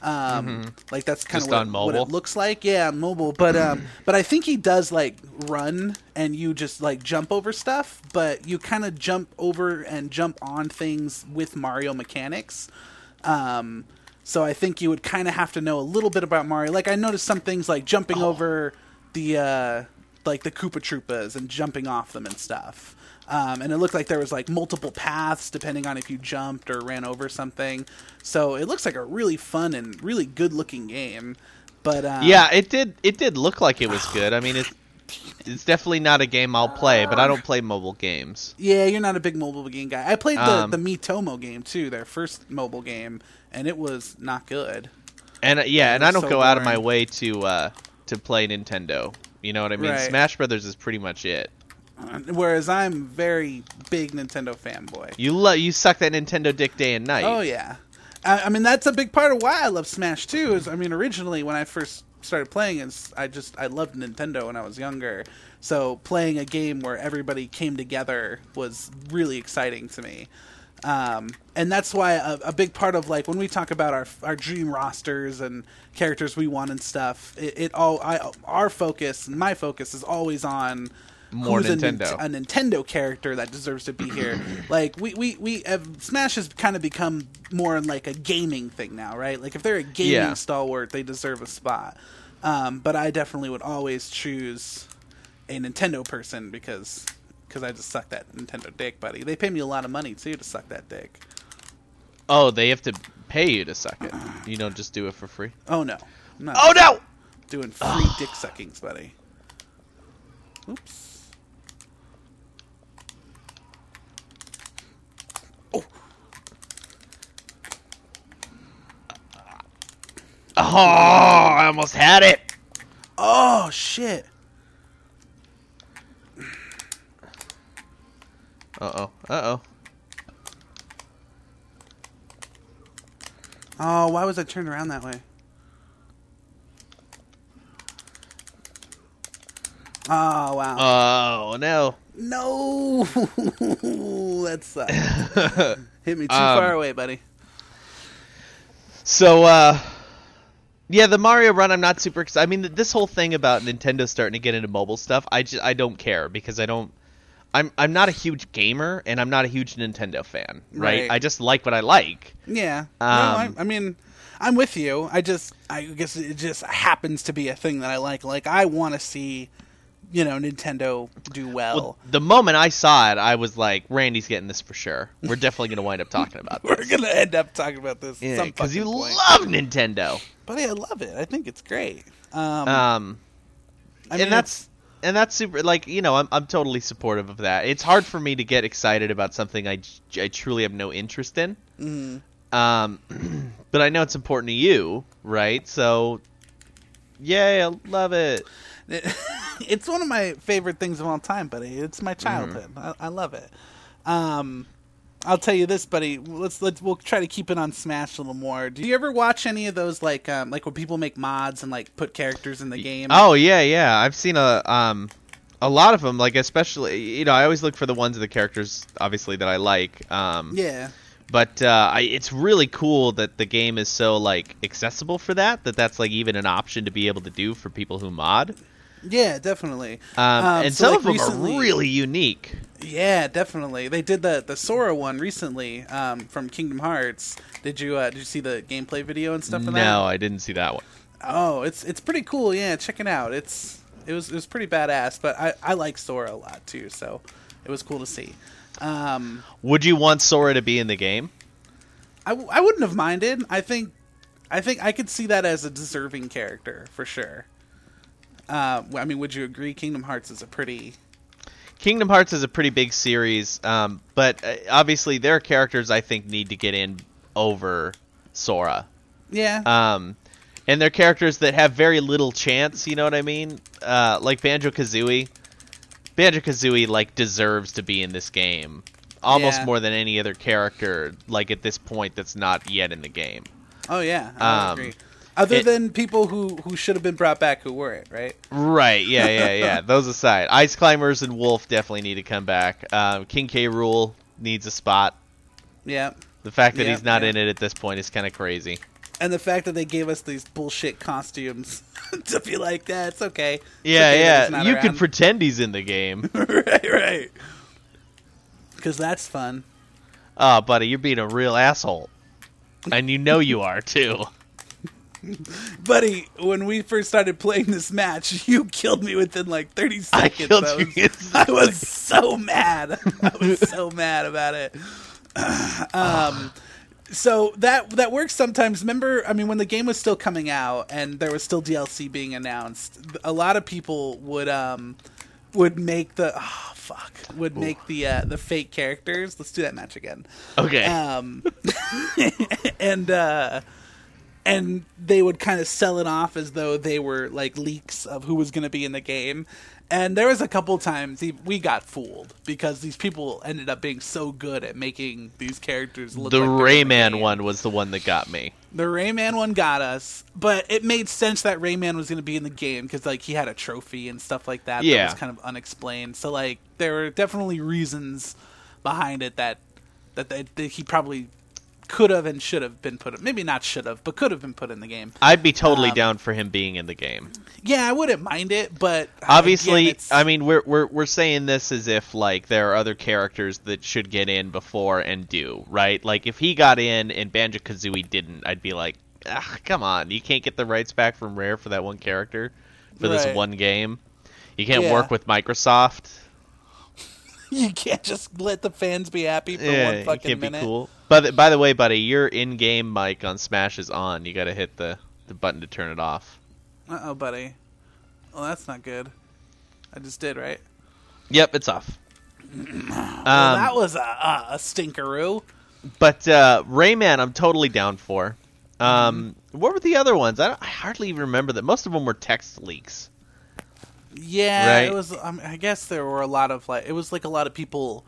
[SPEAKER 2] Um, like that's kind of
[SPEAKER 1] Mm-hmm. Just
[SPEAKER 2] what,
[SPEAKER 1] on
[SPEAKER 2] it- what it
[SPEAKER 1] mobile?
[SPEAKER 2] looks like yeah on mobile but um but i think he does like run and you just like jump over stuff but you kind of jump over and jump on things with mario mechanics um so i think you would kind of have to know a little bit about mario like i noticed some things like jumping over the uh like the koopa troopas and jumping off them and stuff um, and it looked like there was like multiple paths depending on if you jumped or ran over something. So it looks like a really fun and really good looking game. But um,
[SPEAKER 1] Yeah, it did. It did look like it was good. I mean, it's it's definitely not a game I'll play, but I don't play mobile games.
[SPEAKER 2] yeah, you're not a big mobile game guy. I played the
[SPEAKER 1] Um,
[SPEAKER 2] the Mitomo game too, their first mobile game, and it was not good.
[SPEAKER 1] And uh, yeah, and I
[SPEAKER 2] It's
[SPEAKER 1] don't
[SPEAKER 2] so
[SPEAKER 1] go out of my
[SPEAKER 2] boring.
[SPEAKER 1] way to uh, to play Nintendo. You know what I mean?
[SPEAKER 2] Right.
[SPEAKER 1] Smash Brothers is pretty much it.
[SPEAKER 2] Uh, Whereas I'm very big Nintendo fanboy.
[SPEAKER 1] You lo- you suck that Nintendo dick day and night.
[SPEAKER 2] Oh yeah, I, I mean that's a big part of why I love Smash too. Is I mean originally when I first started playing, is I just I loved Nintendo when I was younger. So playing a game where everybody came together was really exciting to me. Um, and that's why a, a big part of like when we talk about our our dream rosters and characters we want and stuff, it, it all I our focus and my focus is always on
[SPEAKER 1] More
[SPEAKER 2] who's uh, a Nin-
[SPEAKER 1] Nintendo.
[SPEAKER 2] A, Nintendo character that deserves to be here. like we we we uh, Smash has kind of become more like a gaming thing now, right? Like if they're a gaming
[SPEAKER 1] Yeah.
[SPEAKER 2] stalwart, they deserve a spot. Um, but I definitely would always choose a Nintendo person because because I just suck that Nintendo dick, buddy. They pay me a lot of money too to suck that dick.
[SPEAKER 1] Oh, they have to pay you to suck it. You don't just do it for free.
[SPEAKER 2] Oh no, I'm not
[SPEAKER 1] Oh no!
[SPEAKER 2] doing free dick suckings, buddy. Oops.
[SPEAKER 1] Oh, I almost had it.
[SPEAKER 2] Oh shit.
[SPEAKER 1] Uh oh. Uh oh.
[SPEAKER 2] Oh, why was I turned around that way? Oh wow.
[SPEAKER 1] Oh no.
[SPEAKER 2] no. [laughs] that
[SPEAKER 1] [laughs]
[SPEAKER 2] sucks. Hit me too
[SPEAKER 1] Um,
[SPEAKER 2] far away, buddy.
[SPEAKER 1] So, uh, yeah, the Mario run, I'm not super excited. I mean, th- this whole thing about Nintendo starting to get into mobile stuff, I just I don't care because I don't. I'm I'm not a huge gamer and I'm not a huge Nintendo fan, right?
[SPEAKER 2] Right.
[SPEAKER 1] I just like what I like.
[SPEAKER 2] Yeah.
[SPEAKER 1] Um,
[SPEAKER 2] no, I, I mean, I'm with you. I just, I guess it just happens to be a thing that I like. Like, I want to see, you know, Nintendo do well.
[SPEAKER 1] Well, the moment I saw it, I was like, Randy's getting this for sure. We're definitely going to wind up talking about
[SPEAKER 2] [laughs] [laughs] We're
[SPEAKER 1] this.
[SPEAKER 2] gonna end up talking about this. at some
[SPEAKER 1] Because you
[SPEAKER 2] fucking point.
[SPEAKER 1] love Nintendo.
[SPEAKER 2] buddy. I love it. I think it's great. Um,
[SPEAKER 1] Um,
[SPEAKER 2] I mean,
[SPEAKER 1] and that's and that's super like you know I'm, I'm totally supportive of that it's hard for me to get excited about something i, j- I truly have no interest in
[SPEAKER 2] Mm-hmm.
[SPEAKER 1] um, [clears throat] but i know it's important to you right so yay i love it
[SPEAKER 2] [laughs] it's one of my favorite things of all time, buddy. It's my
[SPEAKER 1] Mm-hmm.
[SPEAKER 2] childhood. I, I love it. Um, I'll tell you this, buddy. Let's let's we'll try to keep it on Smash a little more. Do you ever watch any of those like um, like where people make mods and like put characters in the game?
[SPEAKER 1] oh yeah yeah i've seen a um a lot of them like especially you know i always look for the ones of the characters obviously that i like um
[SPEAKER 2] yeah.
[SPEAKER 1] but uh, I, it's really cool that the game is so like accessible for that that that's like even an option to be able to do for people who mod
[SPEAKER 2] Yeah, definitely.
[SPEAKER 1] Um, and
[SPEAKER 2] so,
[SPEAKER 1] some
[SPEAKER 2] like,
[SPEAKER 1] of them
[SPEAKER 2] recently-
[SPEAKER 1] are really unique.
[SPEAKER 2] Yeah, definitely. They did the the Sora one recently um, from Kingdom Hearts. Did you uh, did you see the gameplay video and stuff? For that?
[SPEAKER 1] No, I didn't see that one.
[SPEAKER 2] Oh, it's it's pretty cool. Yeah, check it out. It's it was it was pretty badass. But I I like Sora a lot too, so it was cool to see. Um,
[SPEAKER 1] Would you want Sora to be in the game?
[SPEAKER 2] I w- I wouldn't have minded. I think I think I could see that as a deserving character for sure. Uh, I mean, would you agree? Kingdom Hearts is a pretty
[SPEAKER 1] Kingdom Hearts is a pretty big series, um, but uh, obviously their characters I think need to get in over Sora,
[SPEAKER 2] yeah.
[SPEAKER 1] um, and they're characters that have very little chance. You know what I mean? Uh, like Banjo Kazooie. Banjo Kazooie like deserves to be in this game almost
[SPEAKER 2] Yeah.
[SPEAKER 1] more than any other character. Like at this point, that's not yet in the game.
[SPEAKER 2] oh yeah, I would
[SPEAKER 1] um,
[SPEAKER 2] agree. Other
[SPEAKER 1] it-
[SPEAKER 2] than people who who should have been brought back who weren't, right?
[SPEAKER 1] Right. Yeah. Yeah. [laughs] Yeah. Those aside, Ice Climbers and Wolf definitely need to come back. Um, King K. Rule needs a spot.
[SPEAKER 2] Yeah.
[SPEAKER 1] The fact that
[SPEAKER 2] Yeah,
[SPEAKER 1] he's not
[SPEAKER 2] yeah.
[SPEAKER 1] in it at this point is kind of crazy.
[SPEAKER 2] And the fact that they gave us these bullshit costumes [laughs] to be like, that, it's okay. It's
[SPEAKER 1] Yeah.
[SPEAKER 2] okay that he's
[SPEAKER 1] yeah.
[SPEAKER 2] not
[SPEAKER 1] You can
[SPEAKER 2] around."
[SPEAKER 1] pretend he's in the [laughs] game.
[SPEAKER 2] [laughs] right, right. Because that's fun.
[SPEAKER 1] oh, buddy, you're being a real asshole, and you know you are too.
[SPEAKER 2] Buddy, when we first started playing this match, [laughs] you killed me within like
[SPEAKER 1] [laughs]
[SPEAKER 2] 30
[SPEAKER 1] I
[SPEAKER 2] seconds.
[SPEAKER 1] killed
[SPEAKER 2] I
[SPEAKER 1] you.
[SPEAKER 2] was, [laughs] I was so mad. [laughs] I was so mad about it. [clears throat] um, so that that works sometimes. Remember, I mean, when the game was still coming out and there was still DLC being announced, a lot of people would um would make the oh fuck would make the uh, the fake characters. Let's do that match again.
[SPEAKER 1] [laughs] Okay.
[SPEAKER 2] um, [laughs] and uh, and they would kind of sell it off as though they were like leaks of who was going to be in the game. And there was a couple times he- we got fooled because these people ended up being so good at making these characters look
[SPEAKER 1] the
[SPEAKER 2] like they're in the
[SPEAKER 1] Rayman
[SPEAKER 2] game.
[SPEAKER 1] one was the one that got me.
[SPEAKER 2] The Rayman one got us, but it made sense that Rayman was going to be in the game because like he had a trophy and stuff like that.
[SPEAKER 1] Yeah.
[SPEAKER 2] that was kind of unexplained. So like there were definitely reasons behind it that that, that, that he probably could have and should have been put. Maybe not should have, but could have been put in the game.
[SPEAKER 1] I'd be totally
[SPEAKER 2] Um,
[SPEAKER 1] down for him being in the game.
[SPEAKER 2] Yeah, I wouldn't mind it, but
[SPEAKER 1] Obviously,
[SPEAKER 2] again, it's-
[SPEAKER 1] I mean we're we're we're saying this as if like there are other characters that should get in before and do right. Like if he got in and Banjo Kazooie didn't, I'd be like, ah, come on, you can't get the rights back from Rare for that one character for
[SPEAKER 2] Right.
[SPEAKER 1] this one game. You can't
[SPEAKER 2] Yeah.
[SPEAKER 1] work with Microsoft.
[SPEAKER 2] [laughs] you can't just let the fans be happy for one
[SPEAKER 1] you
[SPEAKER 2] fucking
[SPEAKER 1] can't
[SPEAKER 2] minute.
[SPEAKER 1] be cool. But by the way, buddy, your in-game mic on Smash is on. You got to hit the the button to turn it off.
[SPEAKER 2] Uh oh, buddy. Well, that's not good. I just did right.
[SPEAKER 1] Yep, it's off.
[SPEAKER 2] Well,
[SPEAKER 1] Um,
[SPEAKER 2] that was a, a, a stinkeroo.
[SPEAKER 1] But uh, Rayman, I'm totally down for. Um, What were the other ones? I, don't, I hardly even remember that. Most of them were text leaks.
[SPEAKER 2] Yeah,
[SPEAKER 1] Right.
[SPEAKER 2] it was. Um, I guess there were a lot of like it was like a lot of people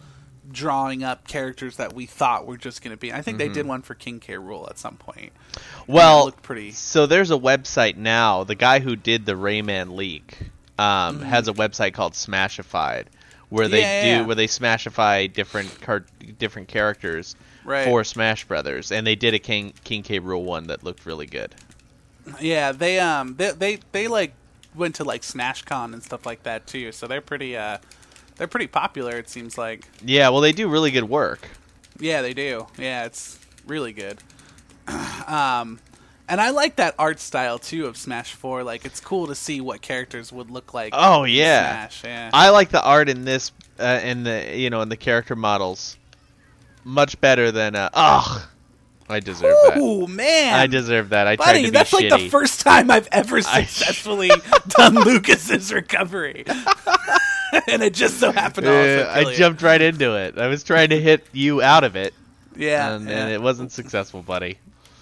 [SPEAKER 2] drawing up characters that we thought were just going to be. I think they did one for King K. Rule at some point.
[SPEAKER 1] Mm-hmm. Well,
[SPEAKER 2] looked pretty-
[SPEAKER 1] So there's a website now. The guy who did the Rayman leak um, has a website called Smashified, where they
[SPEAKER 2] Mm-hmm. Yeah,
[SPEAKER 1] do
[SPEAKER 2] yeah, yeah.
[SPEAKER 1] where they smashify different car- different characters
[SPEAKER 2] Right.
[SPEAKER 1] for Smash Brothers, and they did a King King K Rule one that looked really good.
[SPEAKER 2] Yeah, they um they they, they like went to like SnashCon and stuff like that too. So they're pretty uh they're pretty popular. It seems like.
[SPEAKER 1] Yeah, well, they do really good work.
[SPEAKER 2] Yeah, they do. Yeah, it's really good. [clears throat] um, and I like that art style too of Smash Four. Like, it's cool to see what characters would look like.
[SPEAKER 1] Oh
[SPEAKER 2] in
[SPEAKER 1] yeah,
[SPEAKER 2] Smash. Yeah,
[SPEAKER 1] I like the art in this uh, and the you know in the character models much better than uh ugh. I deserve that.
[SPEAKER 2] Ooh man,
[SPEAKER 1] I deserve that. I tried to
[SPEAKER 2] buddy,
[SPEAKER 1] be
[SPEAKER 2] that's
[SPEAKER 1] shitty.
[SPEAKER 2] like the first time I've
[SPEAKER 1] [laughs]
[SPEAKER 2] ever
[SPEAKER 1] I-
[SPEAKER 2] successfully done Lucas's recovery, [laughs] and it just so happened to also
[SPEAKER 1] Uh,
[SPEAKER 2] kill
[SPEAKER 1] I
[SPEAKER 2] you.
[SPEAKER 1] jumped right into it. I was trying to hit you out of it,
[SPEAKER 2] Yeah,
[SPEAKER 1] and,
[SPEAKER 2] yeah,
[SPEAKER 1] and it wasn't successful, buddy.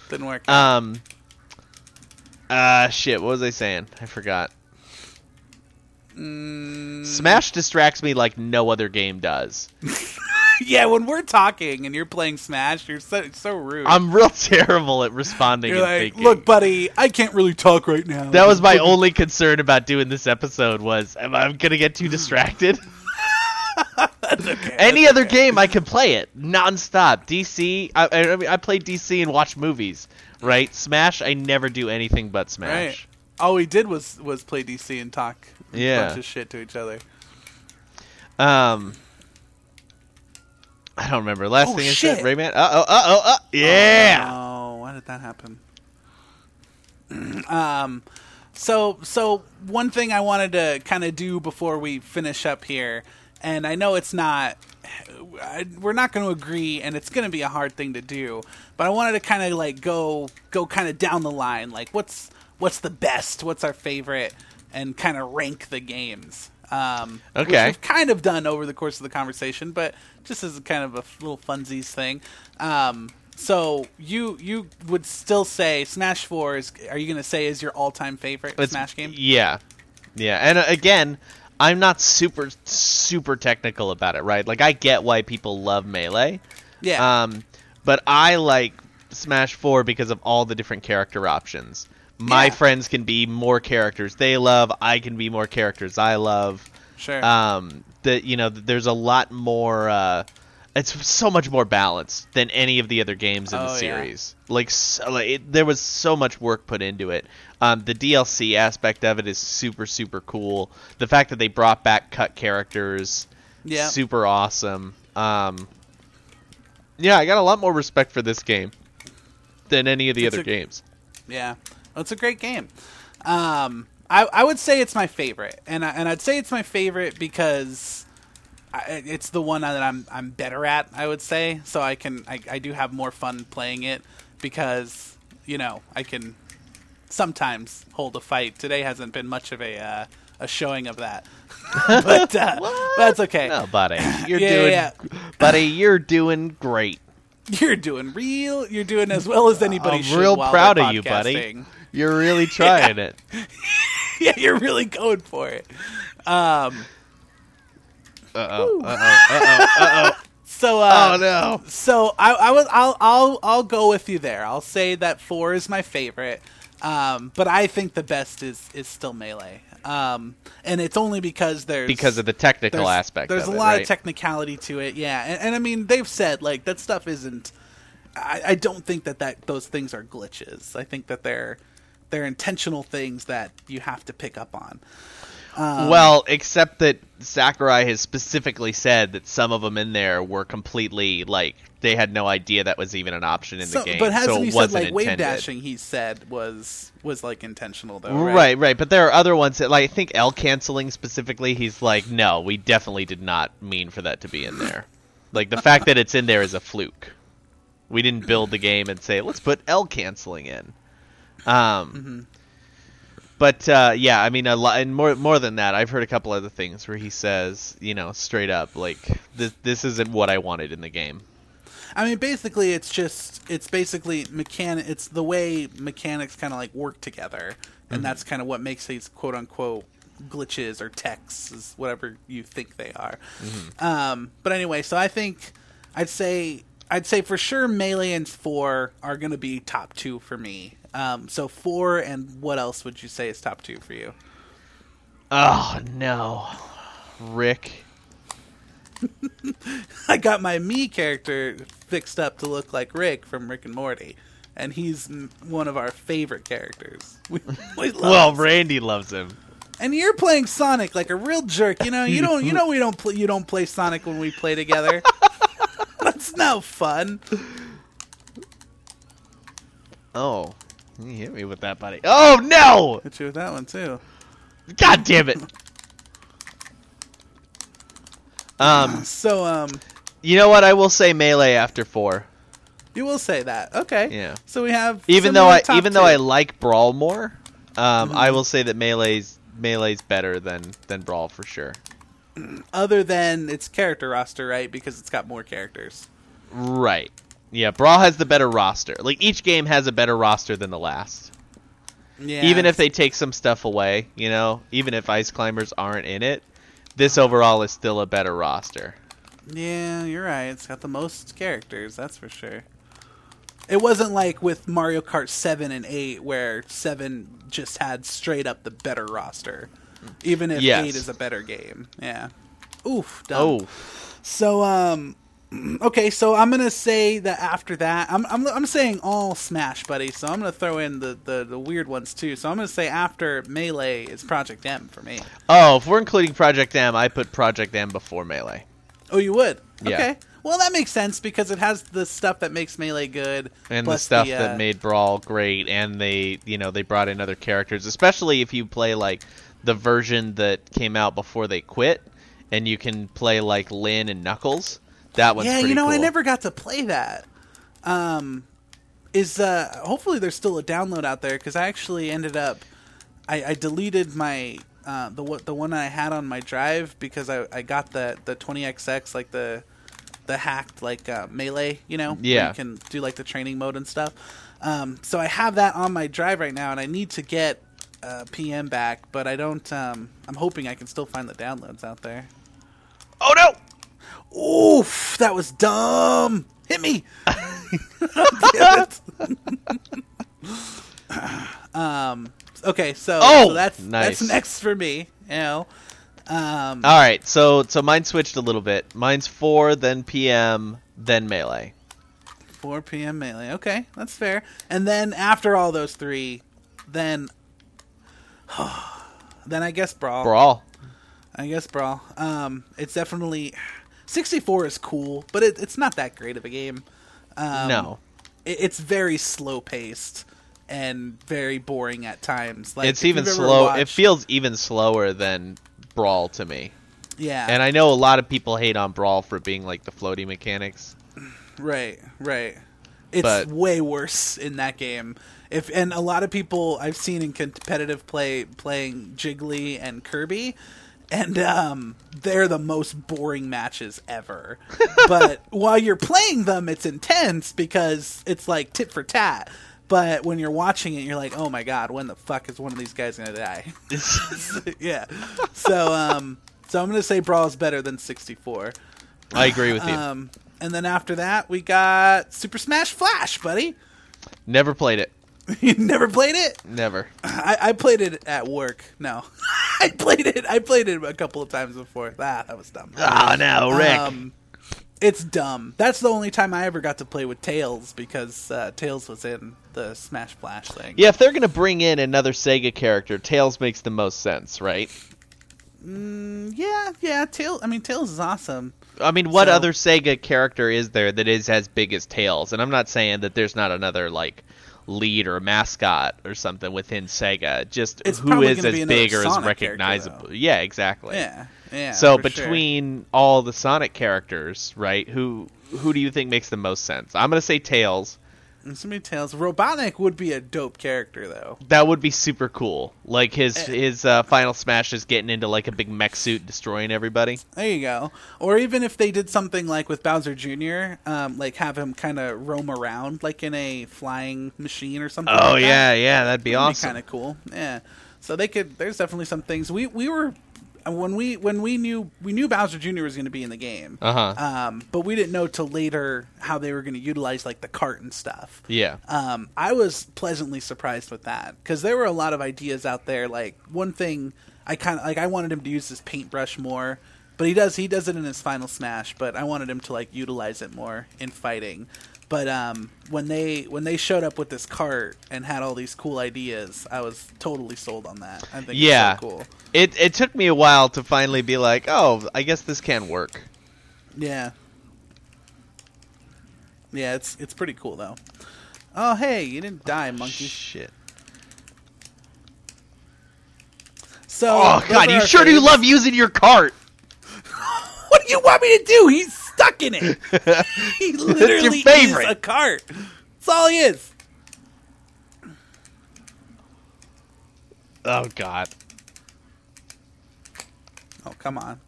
[SPEAKER 2] didn't work.
[SPEAKER 1] Um. Uh, shit. What was I saying? I forgot.
[SPEAKER 2] Mm.
[SPEAKER 1] Smash distracts me like no other game does.
[SPEAKER 2] [laughs] yeah, when we're talking and you're playing Smash, you're so so rude.
[SPEAKER 1] I'm real [laughs] terrible at responding
[SPEAKER 2] you're
[SPEAKER 1] and
[SPEAKER 2] like,
[SPEAKER 1] thinking.
[SPEAKER 2] look, buddy, I can't really talk right now.
[SPEAKER 1] That
[SPEAKER 2] [laughs]
[SPEAKER 1] was my only concern about doing this episode was am I gonna get too
[SPEAKER 2] [laughs]
[SPEAKER 1] distracted? Any other game I can play it nonstop. DC, I, I I mean, I play DC and watch movies, right? Smash, I never do anything but
[SPEAKER 2] Right.
[SPEAKER 1] Smash.
[SPEAKER 2] All we did was was play DC and talk a
[SPEAKER 1] Yeah.
[SPEAKER 2] bunch of shit to each other.
[SPEAKER 1] Um, I don't remember. Last
[SPEAKER 2] Oh,
[SPEAKER 1] thing I
[SPEAKER 2] shit.
[SPEAKER 1] said, Rayman. Uh oh, uh oh, uh yeah.
[SPEAKER 2] Oh, why did that happen? [clears throat] um, so so one thing I wanted to kind of do before we finish up here, and I know it's not, I- we're not going to agree, and it's going to be a hard thing to do, but I wanted to kind of like go go kind of down the line, like what's what's the best, what's our favorite, and kind of rank the games. Um, which
[SPEAKER 1] Okay.
[SPEAKER 2] we've kind of done over the course of the conversation, but just as a kind of a f- little funsies thing. Um, so you you would still say Smash Four is? Are you going to say is your all time favorite
[SPEAKER 1] It's-
[SPEAKER 2] Smash game?
[SPEAKER 1] Yeah, yeah. And uh, again, I'm not super super technical about it, right? Like I get why people love melee.
[SPEAKER 2] Yeah,
[SPEAKER 1] Um, but I like Smash 4 because of all the different character options. My
[SPEAKER 2] Yeah.
[SPEAKER 1] friends can be more characters they love. I can be more characters I love.
[SPEAKER 2] [laughs] sure.
[SPEAKER 1] Um, that you know, th- there's a lot more. Uh, it's so much more balanced than any of the other games in the
[SPEAKER 2] Oh, yeah.
[SPEAKER 1] series. Like, so, like it, there was so much work put into it. Um, the DLC aspect of it is super, super cool. The fact that they brought back cut characters,
[SPEAKER 2] Yeah.
[SPEAKER 1] super awesome. Um, yeah, I got a lot more respect for this game than any of the
[SPEAKER 2] It's
[SPEAKER 1] other
[SPEAKER 2] a-
[SPEAKER 1] games.
[SPEAKER 2] Yeah, Well, it's a great game. Um, I I would say it's my favorite, and I, and I'd say it's my favorite because I, it's the one that I'm I'm better at. I would say so. I can I, I do have more fun playing it because you know I can sometimes hold a fight. Today hasn't been much of a uh, a showing
[SPEAKER 1] [laughs]
[SPEAKER 2] of that, but uh, but that's okay.
[SPEAKER 1] No,
[SPEAKER 2] [laughs]
[SPEAKER 1] buddy, you're
[SPEAKER 2] Yeah,
[SPEAKER 1] doing,
[SPEAKER 2] yeah,
[SPEAKER 1] buddy, you're doing great.
[SPEAKER 2] You're doing real. You're doing as well as anybody.
[SPEAKER 1] I'm
[SPEAKER 2] should
[SPEAKER 1] real
[SPEAKER 2] while
[SPEAKER 1] proud
[SPEAKER 2] they're
[SPEAKER 1] of you, buddy.
[SPEAKER 2] podcasting. [laughs]
[SPEAKER 1] You're really trying it.
[SPEAKER 2] yeah, you're really going for it.
[SPEAKER 1] [laughs]
[SPEAKER 2] Um,
[SPEAKER 1] Uh-oh, uh-oh, uh-oh.
[SPEAKER 2] so uh,
[SPEAKER 1] Oh no.
[SPEAKER 2] so I, I was I'll I'll I'll go with you there. I'll say that four is my favorite, um, but I think the best is is still melee, um, and it's only because there's
[SPEAKER 1] Because of the technical
[SPEAKER 2] there's,
[SPEAKER 1] aspect.
[SPEAKER 2] There's
[SPEAKER 1] of
[SPEAKER 2] a
[SPEAKER 1] it,
[SPEAKER 2] lot
[SPEAKER 1] right?
[SPEAKER 2] of technicality to it, yeah, and, and I mean they've said like that stuff isn't I, I don't think that, that those things are glitches. I think that they're they're intentional things that you have to pick up on.
[SPEAKER 1] Uh. well, except that Sakurai has specifically said that some of them in there were completely like they had no idea that was even an option in
[SPEAKER 2] So,
[SPEAKER 1] the game.
[SPEAKER 2] but hasn't
[SPEAKER 1] so it
[SPEAKER 2] he said
[SPEAKER 1] wasn't
[SPEAKER 2] like wave
[SPEAKER 1] intended.
[SPEAKER 2] dashing? He said was was like intentional though,
[SPEAKER 1] Right.
[SPEAKER 2] right?
[SPEAKER 1] right, But there are other ones that, like, I think L canceling specifically, he's like, no, we definitely did not mean for that to be in there. Like, the fact that it's in there is a fluke. We didn't build the game and say, let's put L canceling in. Um, But, uh, yeah, I mean, a lot, and more, more than that, I've heard a couple other things where he says, you know, straight up, like, this, this isn't what I wanted in the game.
[SPEAKER 2] I mean, basically, it's just it's basically mechanic. It's the way mechanics kind of like work together, and that's kind of what makes these quote unquote glitches or texts, is whatever you think they are. Um, but anyway, so I think I'd say I'd say for sure melee and four are going to be top two for me. Um, so four and what else would you say is top two for you?
[SPEAKER 1] Oh, no. Rick.
[SPEAKER 2] [laughs] I got my me character fixed up to look like Rick from Rick and Morty, and he's m- one of our favorite characters. [laughs] We, we love
[SPEAKER 1] Well,
[SPEAKER 2] him.
[SPEAKER 1] Randy loves him.
[SPEAKER 2] and you're playing Sonic like a real jerk. You know, you don't, you know, we don't, play, you don't play Sonic when we play together. [laughs] That's no fun.
[SPEAKER 1] Oh, you hit me with that, buddy. Oh no!
[SPEAKER 2] Hit you with that one too.
[SPEAKER 1] God damn it! Um,
[SPEAKER 2] So, um,
[SPEAKER 1] you know what? I will say melee after four,
[SPEAKER 2] you will say that, okay?
[SPEAKER 1] Yeah.
[SPEAKER 2] So we have
[SPEAKER 1] even
[SPEAKER 2] similar
[SPEAKER 1] though I
[SPEAKER 2] top
[SPEAKER 1] even though
[SPEAKER 2] two. Mm-hmm.
[SPEAKER 1] I like brawl more. Um, I will say that melee's melee's better than than brawl for sure.
[SPEAKER 2] other than its character roster, right? Because it's got more characters.
[SPEAKER 1] Right? Yeah, brawl has the better roster. Like each game has a better roster than the last.
[SPEAKER 2] Yeah.
[SPEAKER 1] even if they take some stuff away, you know, even if ice climbers aren't in it, this overall is still a better roster.
[SPEAKER 2] Yeah, you're right. It's got the most characters, that's for sure. It wasn't like with Mario Kart 7 and 8 where 7 just had straight up the better roster. Even if
[SPEAKER 1] Yes.
[SPEAKER 2] 8 is a better game. Yeah. Oof, dumb.
[SPEAKER 1] Oh,
[SPEAKER 2] So um [clears throat] okay, so I'm going to say that after that, I'm I'm I'm saying all smash buddy. So I'm going to throw in the, the the weird ones too. So I'm going to say after Melee is Project M for me.
[SPEAKER 1] Oh, if we're including Project M, I put Project M before Melee.
[SPEAKER 2] Oh, you would.
[SPEAKER 1] Yeah.
[SPEAKER 2] Okay. Well, that makes sense because it has the stuff that makes melee good,
[SPEAKER 1] And
[SPEAKER 2] plus
[SPEAKER 1] the stuff
[SPEAKER 2] uh,
[SPEAKER 1] that made Brawl great and they, you know, they brought in other characters, especially if you play like the version that came out before they quit and you can play like Lynn and Knuckles. That one's
[SPEAKER 2] Yeah,
[SPEAKER 1] pretty
[SPEAKER 2] you know, I
[SPEAKER 1] cool.
[SPEAKER 2] never got to play that. Um, is uh, hopefully there's still a download out there because I actually ended up, I, I deleted my uh, the what the one I had on my drive because I, I got the the 20xx like the the hacked like uh, melee, you know, where
[SPEAKER 1] Yeah.
[SPEAKER 2] you can do like the training mode and stuff. Um, so I have that on my drive right now, and I need to get uh, PM back, but I don't. Um, I'm hoping I can still find the downloads out there.
[SPEAKER 1] Oh no!
[SPEAKER 2] Oof, that was dumb.
[SPEAKER 1] [laughs]
[SPEAKER 2] Hit me. [laughs] Damn it. [laughs] um. Okay, so,
[SPEAKER 1] Oh,
[SPEAKER 2] so that's
[SPEAKER 1] nice.
[SPEAKER 2] that's next for me. You know. Um.
[SPEAKER 1] All right, so so mine switched a little bit. Mine's 4, then PM, then Melee.
[SPEAKER 2] 4 p.m. melee. Okay, that's fair. And then after all those three, then. [sighs] Then I guess brawl.
[SPEAKER 1] Brawl.
[SPEAKER 2] I guess brawl. Um, it's definitely 64 is cool, but it, it's not that great of a game. Um,
[SPEAKER 1] no.
[SPEAKER 2] it, it's very slow paced and very boring at times. Like
[SPEAKER 1] it's
[SPEAKER 2] if
[SPEAKER 1] even
[SPEAKER 2] you've ever
[SPEAKER 1] slow. It
[SPEAKER 2] watched-
[SPEAKER 1] feels even slower than Brawl to me.
[SPEAKER 2] yeah,
[SPEAKER 1] And I know a lot of people hate on Brawl for being like the floaty
[SPEAKER 2] [laughs]
[SPEAKER 1] mechanics.
[SPEAKER 2] right, right. It's
[SPEAKER 1] But-
[SPEAKER 2] way worse in that game. If and a lot of people I've seen in competitive play playing Jiggly and Kirby, and um, they're the most boring matches
[SPEAKER 1] [laughs]
[SPEAKER 2] ever. but while you're playing them, it's intense because it's like tit for tat. But when you're watching it, you're like, "Oh my god, when the fuck is one of these guys gonna die?" [laughs] yeah. So um so I'm gonna say Brawl's better than 64.
[SPEAKER 1] I agree with you.
[SPEAKER 2] Um and then after that we got Super Smash Flash, buddy.
[SPEAKER 1] Never played it. [laughs]
[SPEAKER 2] you never played it?
[SPEAKER 1] Never.
[SPEAKER 2] I, I played it at work. No. [laughs] I played it I played it a couple of times before. [clears throat] Ah, that was dumb.
[SPEAKER 1] Oh no, Rick.
[SPEAKER 2] Um it's dumb. That's the only time I ever got to play with Tails because uh, Tails was in the Smash Flash thing.
[SPEAKER 1] Yeah, if they're gonna bring in another Sega character, Tails makes the most sense, right?
[SPEAKER 2] Mm, yeah, yeah. Tails. I mean, Tails is awesome.
[SPEAKER 1] I mean, what
[SPEAKER 2] So-
[SPEAKER 1] other Sega character is there that is as big as Tails? And I'm not saying that there's not another like lead or mascot or something within Sega. Just
[SPEAKER 2] It's
[SPEAKER 1] who
[SPEAKER 2] probably
[SPEAKER 1] is
[SPEAKER 2] gonna be
[SPEAKER 1] as
[SPEAKER 2] another
[SPEAKER 1] big or as
[SPEAKER 2] Sonic
[SPEAKER 1] recognizable?
[SPEAKER 2] character, though.
[SPEAKER 1] yeah, exactly.
[SPEAKER 2] Yeah, yeah.
[SPEAKER 1] so
[SPEAKER 2] for sure.
[SPEAKER 1] between all the Sonic characters, right? Who who do you think makes the most sense? I'm gonna say Tails.
[SPEAKER 2] And so many Tails, Robotnik would be a dope character though.
[SPEAKER 1] That would be super cool. Like his
[SPEAKER 2] Eh.
[SPEAKER 1] his uh, final smash is getting into like a big mech suit, destroying everybody.
[SPEAKER 2] There you go. Or even if they did something like with Bowser Jr., um, like have him kind of roam around like in a flying machine or something.
[SPEAKER 1] Oh
[SPEAKER 2] like that.
[SPEAKER 1] yeah, yeah, that'd be awesome.
[SPEAKER 2] kind of cool. Yeah. So they could. There's definitely some things we we were uh, when we when we knew we knew Bowser Jr. was going to be in the game.
[SPEAKER 1] Uh-huh.
[SPEAKER 2] Um, but we didn't know till later how they were going to utilize like the cart and stuff.
[SPEAKER 1] Yeah.
[SPEAKER 2] Um, I was pleasantly surprised with that because there were a lot of ideas out there. Like one thing, I kind of like I wanted him to use his paintbrush more, but he does he does it in his final smash. But I wanted him to like utilize it more in fighting. But um, when they when they showed up with this cart and had all these cool ideas, I was totally sold on that. I think it's
[SPEAKER 1] yeah.
[SPEAKER 2] so cool.
[SPEAKER 1] It it took me a while to finally be like, oh, I guess this can work.
[SPEAKER 2] Yeah. Yeah, it's it's pretty cool though. Oh hey, you didn't die, monkey.
[SPEAKER 1] Shit.
[SPEAKER 2] So
[SPEAKER 1] Oh
[SPEAKER 2] those
[SPEAKER 1] god,
[SPEAKER 2] are
[SPEAKER 1] you
[SPEAKER 2] our
[SPEAKER 1] sure do
[SPEAKER 2] favorites.
[SPEAKER 1] love using your cart.
[SPEAKER 2] What do you want me to do? He's stuck
[SPEAKER 1] [laughs]
[SPEAKER 2] in it. he literally
[SPEAKER 1] favorite.
[SPEAKER 2] is a cart. That's all he is.
[SPEAKER 1] Oh god.
[SPEAKER 2] Oh come on.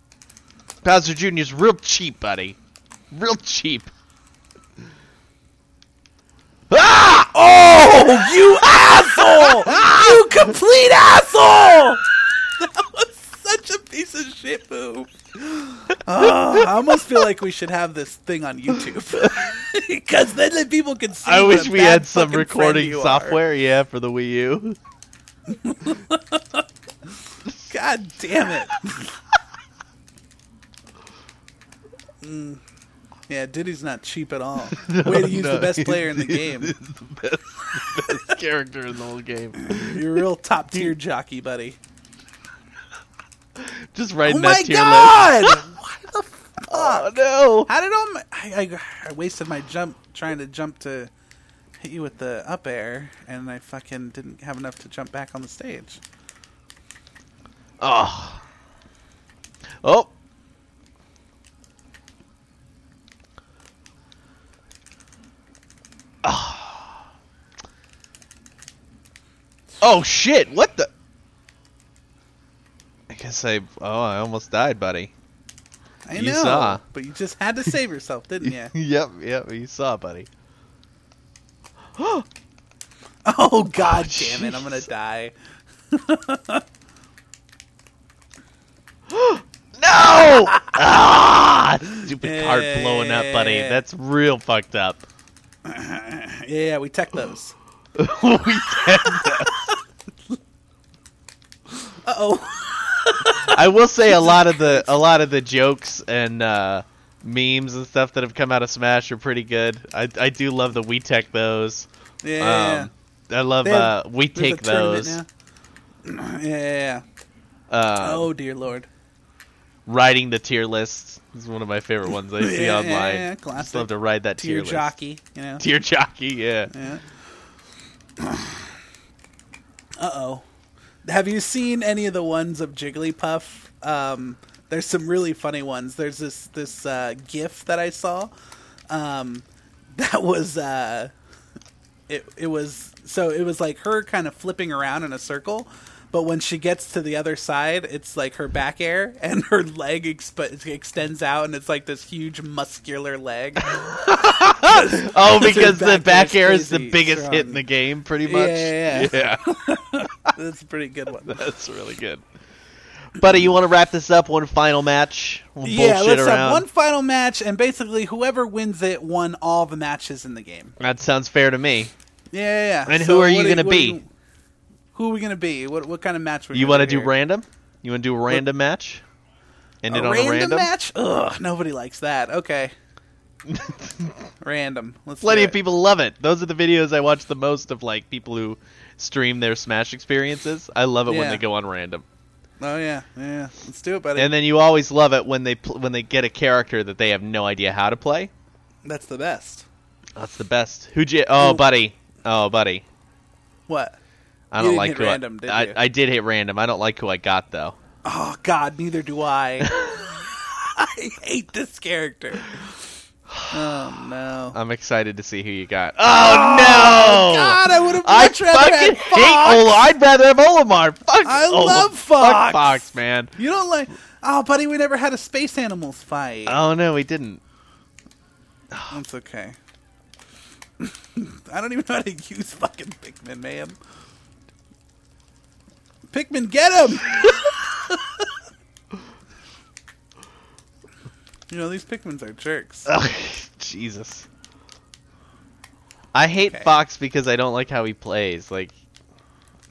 [SPEAKER 1] Bowser Jr.'s real cheap, buddy. Real cheap. Ah! Oh!
[SPEAKER 2] You asshole! you complete asshole! [laughs] That was such a piece of shit move. Oh, I almost feel like we should have this thing on YouTube [laughs] because then the people can see.
[SPEAKER 1] [laughs] I
[SPEAKER 2] what
[SPEAKER 1] wish
[SPEAKER 2] a
[SPEAKER 1] we
[SPEAKER 2] bad
[SPEAKER 1] had some
[SPEAKER 2] fucking friend
[SPEAKER 1] recording
[SPEAKER 2] you are.
[SPEAKER 1] software, yeah, for the Wii [laughs] U.
[SPEAKER 2] God
[SPEAKER 1] [laughs]
[SPEAKER 2] damn it. Mm. Yeah, Diddy's not cheap at all. Way to
[SPEAKER 1] [laughs]
[SPEAKER 2] use
[SPEAKER 1] No,
[SPEAKER 2] the best
[SPEAKER 1] he's-
[SPEAKER 2] player
[SPEAKER 1] [laughs]
[SPEAKER 2] in the
[SPEAKER 1] he's
[SPEAKER 2] game.
[SPEAKER 1] the best, the best character in the whole game.
[SPEAKER 2] You're a real top tier jockey, buddy.
[SPEAKER 1] Just writing
[SPEAKER 2] oh
[SPEAKER 1] that
[SPEAKER 2] my
[SPEAKER 1] tier list.
[SPEAKER 2] god!
[SPEAKER 1] [laughs]
[SPEAKER 2] What the
[SPEAKER 1] Oh
[SPEAKER 2] fuck?
[SPEAKER 1] no!
[SPEAKER 2] How did all my, I, I I wasted my jump trying to jump to hit you with the up air, and I fucking didn't have enough to jump back on the stage.
[SPEAKER 1] Oh. Oh. Ah. Oh shit, what the I guess I oh I almost died, buddy.
[SPEAKER 2] I
[SPEAKER 1] You
[SPEAKER 2] know,
[SPEAKER 1] saw.
[SPEAKER 2] but you just had to save yourself, didn't you?
[SPEAKER 1] [laughs] yep, yep, you saw buddy.
[SPEAKER 2] Oh god damn it, I'm gonna
[SPEAKER 1] Jesus.
[SPEAKER 2] die.
[SPEAKER 1] No! [laughs] ah! Stupid card blowing up, buddy.
[SPEAKER 2] Yeah.
[SPEAKER 1] That's real fucked up.
[SPEAKER 2] Yeah, we tech those.
[SPEAKER 1] [laughs] we can't-
[SPEAKER 2] Uh oh.
[SPEAKER 1] I will say a lot of
[SPEAKER 2] [laughs]
[SPEAKER 1] the a lot of the jokes and uh, memes and stuff that have come out of Smash are pretty good. I, I do love the we tech those.
[SPEAKER 2] Yeah.
[SPEAKER 1] Um, I love
[SPEAKER 2] They have-
[SPEAKER 1] uh, we
[SPEAKER 2] There's a
[SPEAKER 1] take
[SPEAKER 2] tournament
[SPEAKER 1] those.
[SPEAKER 2] now. [clears throat] yeah, yeah, yeah.
[SPEAKER 1] Uh,
[SPEAKER 2] Oh dear lord.
[SPEAKER 1] Riding the tier list is one of my favorite ones
[SPEAKER 2] [laughs]
[SPEAKER 1] I see
[SPEAKER 2] Yeah, yeah,
[SPEAKER 1] online.
[SPEAKER 2] yeah,
[SPEAKER 1] Just
[SPEAKER 2] classic.
[SPEAKER 1] love to ride that
[SPEAKER 2] To
[SPEAKER 1] tier,
[SPEAKER 2] your
[SPEAKER 1] list.
[SPEAKER 2] jockey, you know.
[SPEAKER 1] [laughs] Tier jockey, yeah.
[SPEAKER 2] Yeah. [clears throat] Uh oh. Have you seen any of the ones of Jigglypuff? Um, there's some really funny ones. There's this this uh, GIF that I saw. Um, [laughs] that was uh, it. It was so it was like her kind of flipping around in a circle, but when she gets to the other side, it's like her back air [laughs] and her leg exp- extends out, and it's like this huge muscular leg. [laughs]
[SPEAKER 1] Oh,
[SPEAKER 2] Their
[SPEAKER 1] because the
[SPEAKER 2] back
[SPEAKER 1] back air
[SPEAKER 2] air is
[SPEAKER 1] is the
[SPEAKER 2] crazy
[SPEAKER 1] biggest hit in
[SPEAKER 2] strong.
[SPEAKER 1] the game, pretty
[SPEAKER 2] Yeah,
[SPEAKER 1] much.
[SPEAKER 2] yeah,
[SPEAKER 1] [laughs] yeah.
[SPEAKER 2] That's a pretty good one.
[SPEAKER 1] That's really good. Buddy, you want to wrap this up? One final match? We'll
[SPEAKER 2] Yeah,
[SPEAKER 1] bullshit
[SPEAKER 2] let's
[SPEAKER 1] around.
[SPEAKER 2] have one final match, and basically whoever wins it won all the matches in the game.
[SPEAKER 1] That sounds fair to me.
[SPEAKER 2] Yeah, yeah. yeah.
[SPEAKER 1] And who are you
[SPEAKER 2] what
[SPEAKER 1] gonna
[SPEAKER 2] what are
[SPEAKER 1] be?
[SPEAKER 2] you- who are we gonna be? What what kind of match? we
[SPEAKER 1] You
[SPEAKER 2] want to
[SPEAKER 1] do random? You want to do a random match? End
[SPEAKER 2] A
[SPEAKER 1] it on
[SPEAKER 2] random
[SPEAKER 1] a random?
[SPEAKER 2] match? Ugh, nobody likes that. Okay. Random. Let's do
[SPEAKER 1] [laughs] Plenty
[SPEAKER 2] it.
[SPEAKER 1] of people love it. Those are the videos I watch the most of like people who stream their Smash experiences. I love it when
[SPEAKER 2] Yeah.
[SPEAKER 1] they go on random.
[SPEAKER 2] Oh yeah, yeah. Let's do it, buddy.
[SPEAKER 1] And then you always love it when they pl- when they get a character that they have no idea how to play.
[SPEAKER 2] That's the best.
[SPEAKER 1] That's the best. Who'd you? Oh,
[SPEAKER 2] Ooh.
[SPEAKER 1] buddy. Oh, buddy.
[SPEAKER 2] What?
[SPEAKER 1] I
[SPEAKER 2] You
[SPEAKER 1] don't
[SPEAKER 2] didn't
[SPEAKER 1] like
[SPEAKER 2] hit
[SPEAKER 1] who
[SPEAKER 2] random,
[SPEAKER 1] I,
[SPEAKER 2] did
[SPEAKER 1] I,
[SPEAKER 2] you?
[SPEAKER 1] I did hit random. I don't like who I got though.
[SPEAKER 2] Oh God, neither do I.
[SPEAKER 1] [laughs]
[SPEAKER 2] [laughs] I hate this character. [sighs] Oh no.
[SPEAKER 1] I'm excited to see who you got. Oh, no!
[SPEAKER 2] God, I would have
[SPEAKER 1] I
[SPEAKER 2] much rather
[SPEAKER 1] fucking
[SPEAKER 2] had
[SPEAKER 1] hate
[SPEAKER 2] Fox.
[SPEAKER 1] Ola. I'd rather have Olimar. Fuck.
[SPEAKER 2] I
[SPEAKER 1] Ola-
[SPEAKER 2] love
[SPEAKER 1] Fuck
[SPEAKER 2] Fox.
[SPEAKER 1] Fox, man.
[SPEAKER 2] You don't like? Oh, buddy, we never had a space animals fight.
[SPEAKER 1] Oh no, we didn't.
[SPEAKER 2] That's okay. [laughs] I don't even know how to use fucking Pikmin, man. Pikmin, get him! [laughs] you know, these Pikmins are jerks.
[SPEAKER 1] Ugh, [laughs] Jesus. I hate
[SPEAKER 2] Okay.
[SPEAKER 1] Fox because I don't like how he plays. Like,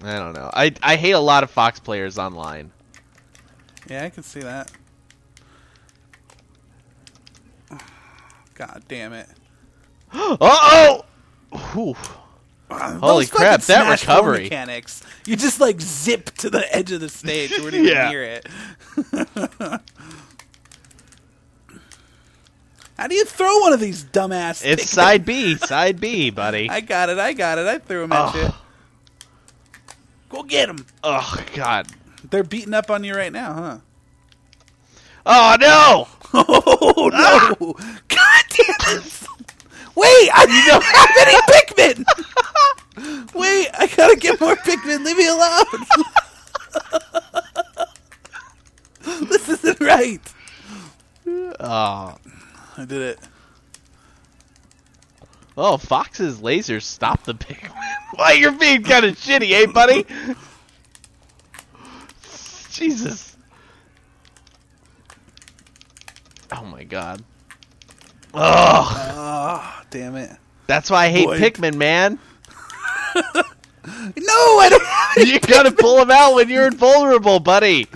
[SPEAKER 1] I don't know. I I hate a lot of Fox players online. [gasps]
[SPEAKER 2] Yeah, I can see that. [sighs] God damn it.
[SPEAKER 1] Uh oh. Whew. Holy
[SPEAKER 2] Those fucking
[SPEAKER 1] crap, that
[SPEAKER 2] Smash four
[SPEAKER 1] recovery.
[SPEAKER 2] Mechanics. You just like zip to the edge of the stage. You weren't even
[SPEAKER 1] Yeah.
[SPEAKER 2] near it. [laughs] How do you throw one of these dumbass?
[SPEAKER 1] It's
[SPEAKER 2] [laughs] Pikmin?
[SPEAKER 1] side B, side B, buddy.
[SPEAKER 2] I got it. I got it. I threw him at you.
[SPEAKER 1] Ugh.
[SPEAKER 2] Go get him.
[SPEAKER 1] Oh God.
[SPEAKER 2] They're beating up on you right now,
[SPEAKER 1] Oh no.
[SPEAKER 2] [laughs] huh? Oh no! God damn it! Wait, I don't have any Pikmin. [laughs] Wait, I gotta get more Pikmin. Leave me alone. [laughs] this isn't right.
[SPEAKER 1] Oh.
[SPEAKER 2] I did it.
[SPEAKER 1] Oh, Fox's lasers stop the big. [laughs] Why you're being kind of shitty, eh, buddy? Jesus. Oh my god. Ugh.
[SPEAKER 2] Ah, damn it.
[SPEAKER 1] That's why I hate
[SPEAKER 2] Boy.
[SPEAKER 1] Pikmin, [laughs] man.
[SPEAKER 2] No, I don't. Have any.
[SPEAKER 1] You gotta pull them out when you're invulnerable, buddy.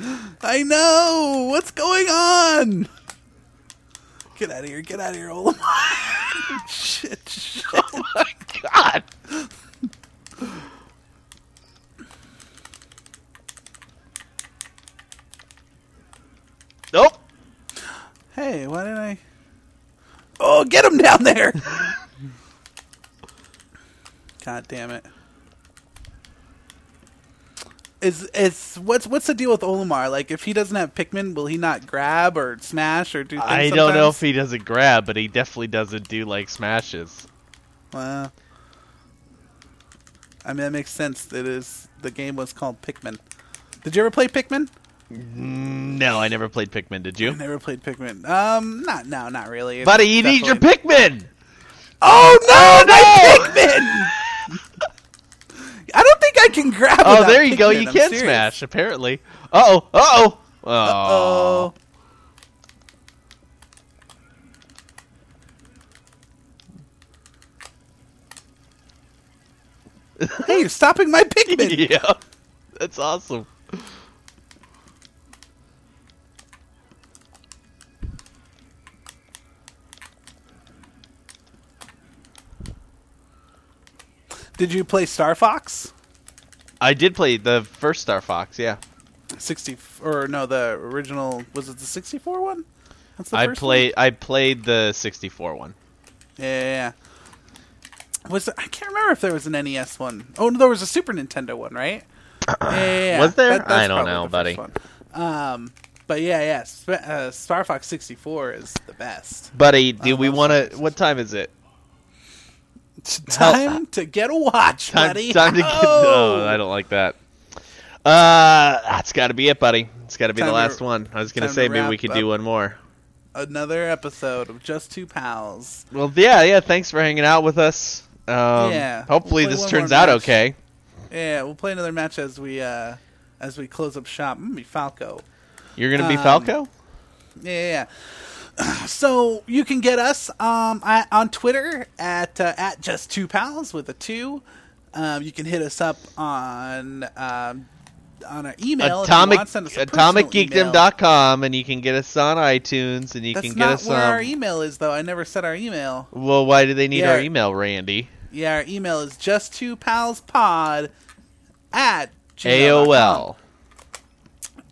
[SPEAKER 2] I know. What's going on? Get out of here. Get out of here, Olamar. [laughs] shit, shit.
[SPEAKER 1] [laughs] My God. Nope.
[SPEAKER 2] Hey, why did I? Oh, get him down there! [laughs] God damn it! Is it's what's what's the deal with Olimar? Like, if he doesn't have Pikmin, will he not grab or smash or do? Things
[SPEAKER 1] I don't know if
[SPEAKER 2] sometimes?
[SPEAKER 1] he doesn't grab, but he definitely doesn't do like smashes.
[SPEAKER 2] Well, I mean that makes sense. It is the game was called Pikmin. Did you ever play Pikmin?
[SPEAKER 1] No, I never played Pikmin. Did
[SPEAKER 2] I
[SPEAKER 1] you,
[SPEAKER 2] never played Pikmin. Um, not no, not really. It's
[SPEAKER 1] buddy? You need your
[SPEAKER 2] definitely-
[SPEAKER 1] Pikmin.
[SPEAKER 2] Oh
[SPEAKER 1] Oh,
[SPEAKER 2] no, my Pikmin! I don't think I can grab.
[SPEAKER 1] Oh,
[SPEAKER 2] without
[SPEAKER 1] there you go.
[SPEAKER 2] Pikmin,
[SPEAKER 1] You
[SPEAKER 2] I'm
[SPEAKER 1] can
[SPEAKER 2] serious.
[SPEAKER 1] smash. Apparently. Uh oh. Uh oh. [laughs]
[SPEAKER 2] Oh, hey, you're stopping my
[SPEAKER 1] [laughs]
[SPEAKER 2] Pikmin.
[SPEAKER 1] yeah, that's awesome.
[SPEAKER 2] Did you play Star Fox
[SPEAKER 1] I did play the first Star Fox. Yeah,
[SPEAKER 2] sixty or no? The original was it the sixty four one? That's the
[SPEAKER 1] I
[SPEAKER 2] first
[SPEAKER 1] played. I played the '64 one.
[SPEAKER 2] one? Yeah, yeah, yeah. Was there, I can't remember if there was an NES one. Oh, no, there was a Super Nintendo
[SPEAKER 1] [clears throat]
[SPEAKER 2] one, right? Yeah, yeah, yeah.
[SPEAKER 1] Was there?
[SPEAKER 2] that's
[SPEAKER 1] I don't
[SPEAKER 2] probably
[SPEAKER 1] know,
[SPEAKER 2] the first one. Um, but yeah, yeah. Sp- uh, Star Fox sixty four is the best.
[SPEAKER 1] Buddy, do
[SPEAKER 2] I
[SPEAKER 1] we
[SPEAKER 2] love
[SPEAKER 1] want to? What time is it?
[SPEAKER 2] [laughs] It's time to get a watch,
[SPEAKER 1] Time,
[SPEAKER 2] buddy.
[SPEAKER 1] time to get.
[SPEAKER 2] Oh!
[SPEAKER 1] Oh, I don't like that. Uh, that's got to be it, buddy. It's got to be
[SPEAKER 2] Time
[SPEAKER 1] the
[SPEAKER 2] to-
[SPEAKER 1] last one. I was gonna
[SPEAKER 2] time to
[SPEAKER 1] say maybe we
[SPEAKER 2] wrap
[SPEAKER 1] could do
[SPEAKER 2] up.
[SPEAKER 1] one more.
[SPEAKER 2] another episode of Just Two Pals.
[SPEAKER 1] Well, yeah, yeah. Thanks for hanging out with us. Um,
[SPEAKER 2] Yeah,
[SPEAKER 1] Hopefully
[SPEAKER 2] we'll play
[SPEAKER 1] this
[SPEAKER 2] one
[SPEAKER 1] turns
[SPEAKER 2] more
[SPEAKER 1] out
[SPEAKER 2] match.
[SPEAKER 1] okay.
[SPEAKER 2] Yeah, we'll play another match as we uh as we close up shop. I'm gonna be Falco.
[SPEAKER 1] You're gonna be
[SPEAKER 2] Um,
[SPEAKER 1] Falco.
[SPEAKER 2] Yeah, yeah, [clears throat] yeah. So you can get us um I, on Twitter at uh, at Just Two Pals with a two. Um, you can hit us up on um, on our email. if you
[SPEAKER 1] Atomic
[SPEAKER 2] want, send us a personal email.
[SPEAKER 1] AtomicGeekdom.com, and you can get us on iTunes, and you
[SPEAKER 2] That's
[SPEAKER 1] can get
[SPEAKER 2] not
[SPEAKER 1] us um,
[SPEAKER 2] where
[SPEAKER 1] on.
[SPEAKER 2] our email is, though. I never said our email.
[SPEAKER 1] well, why do they need
[SPEAKER 2] Yeah.
[SPEAKER 1] our email, Randy?
[SPEAKER 2] Yeah, our email is just two pals pod at gmail.com.
[SPEAKER 1] AOL.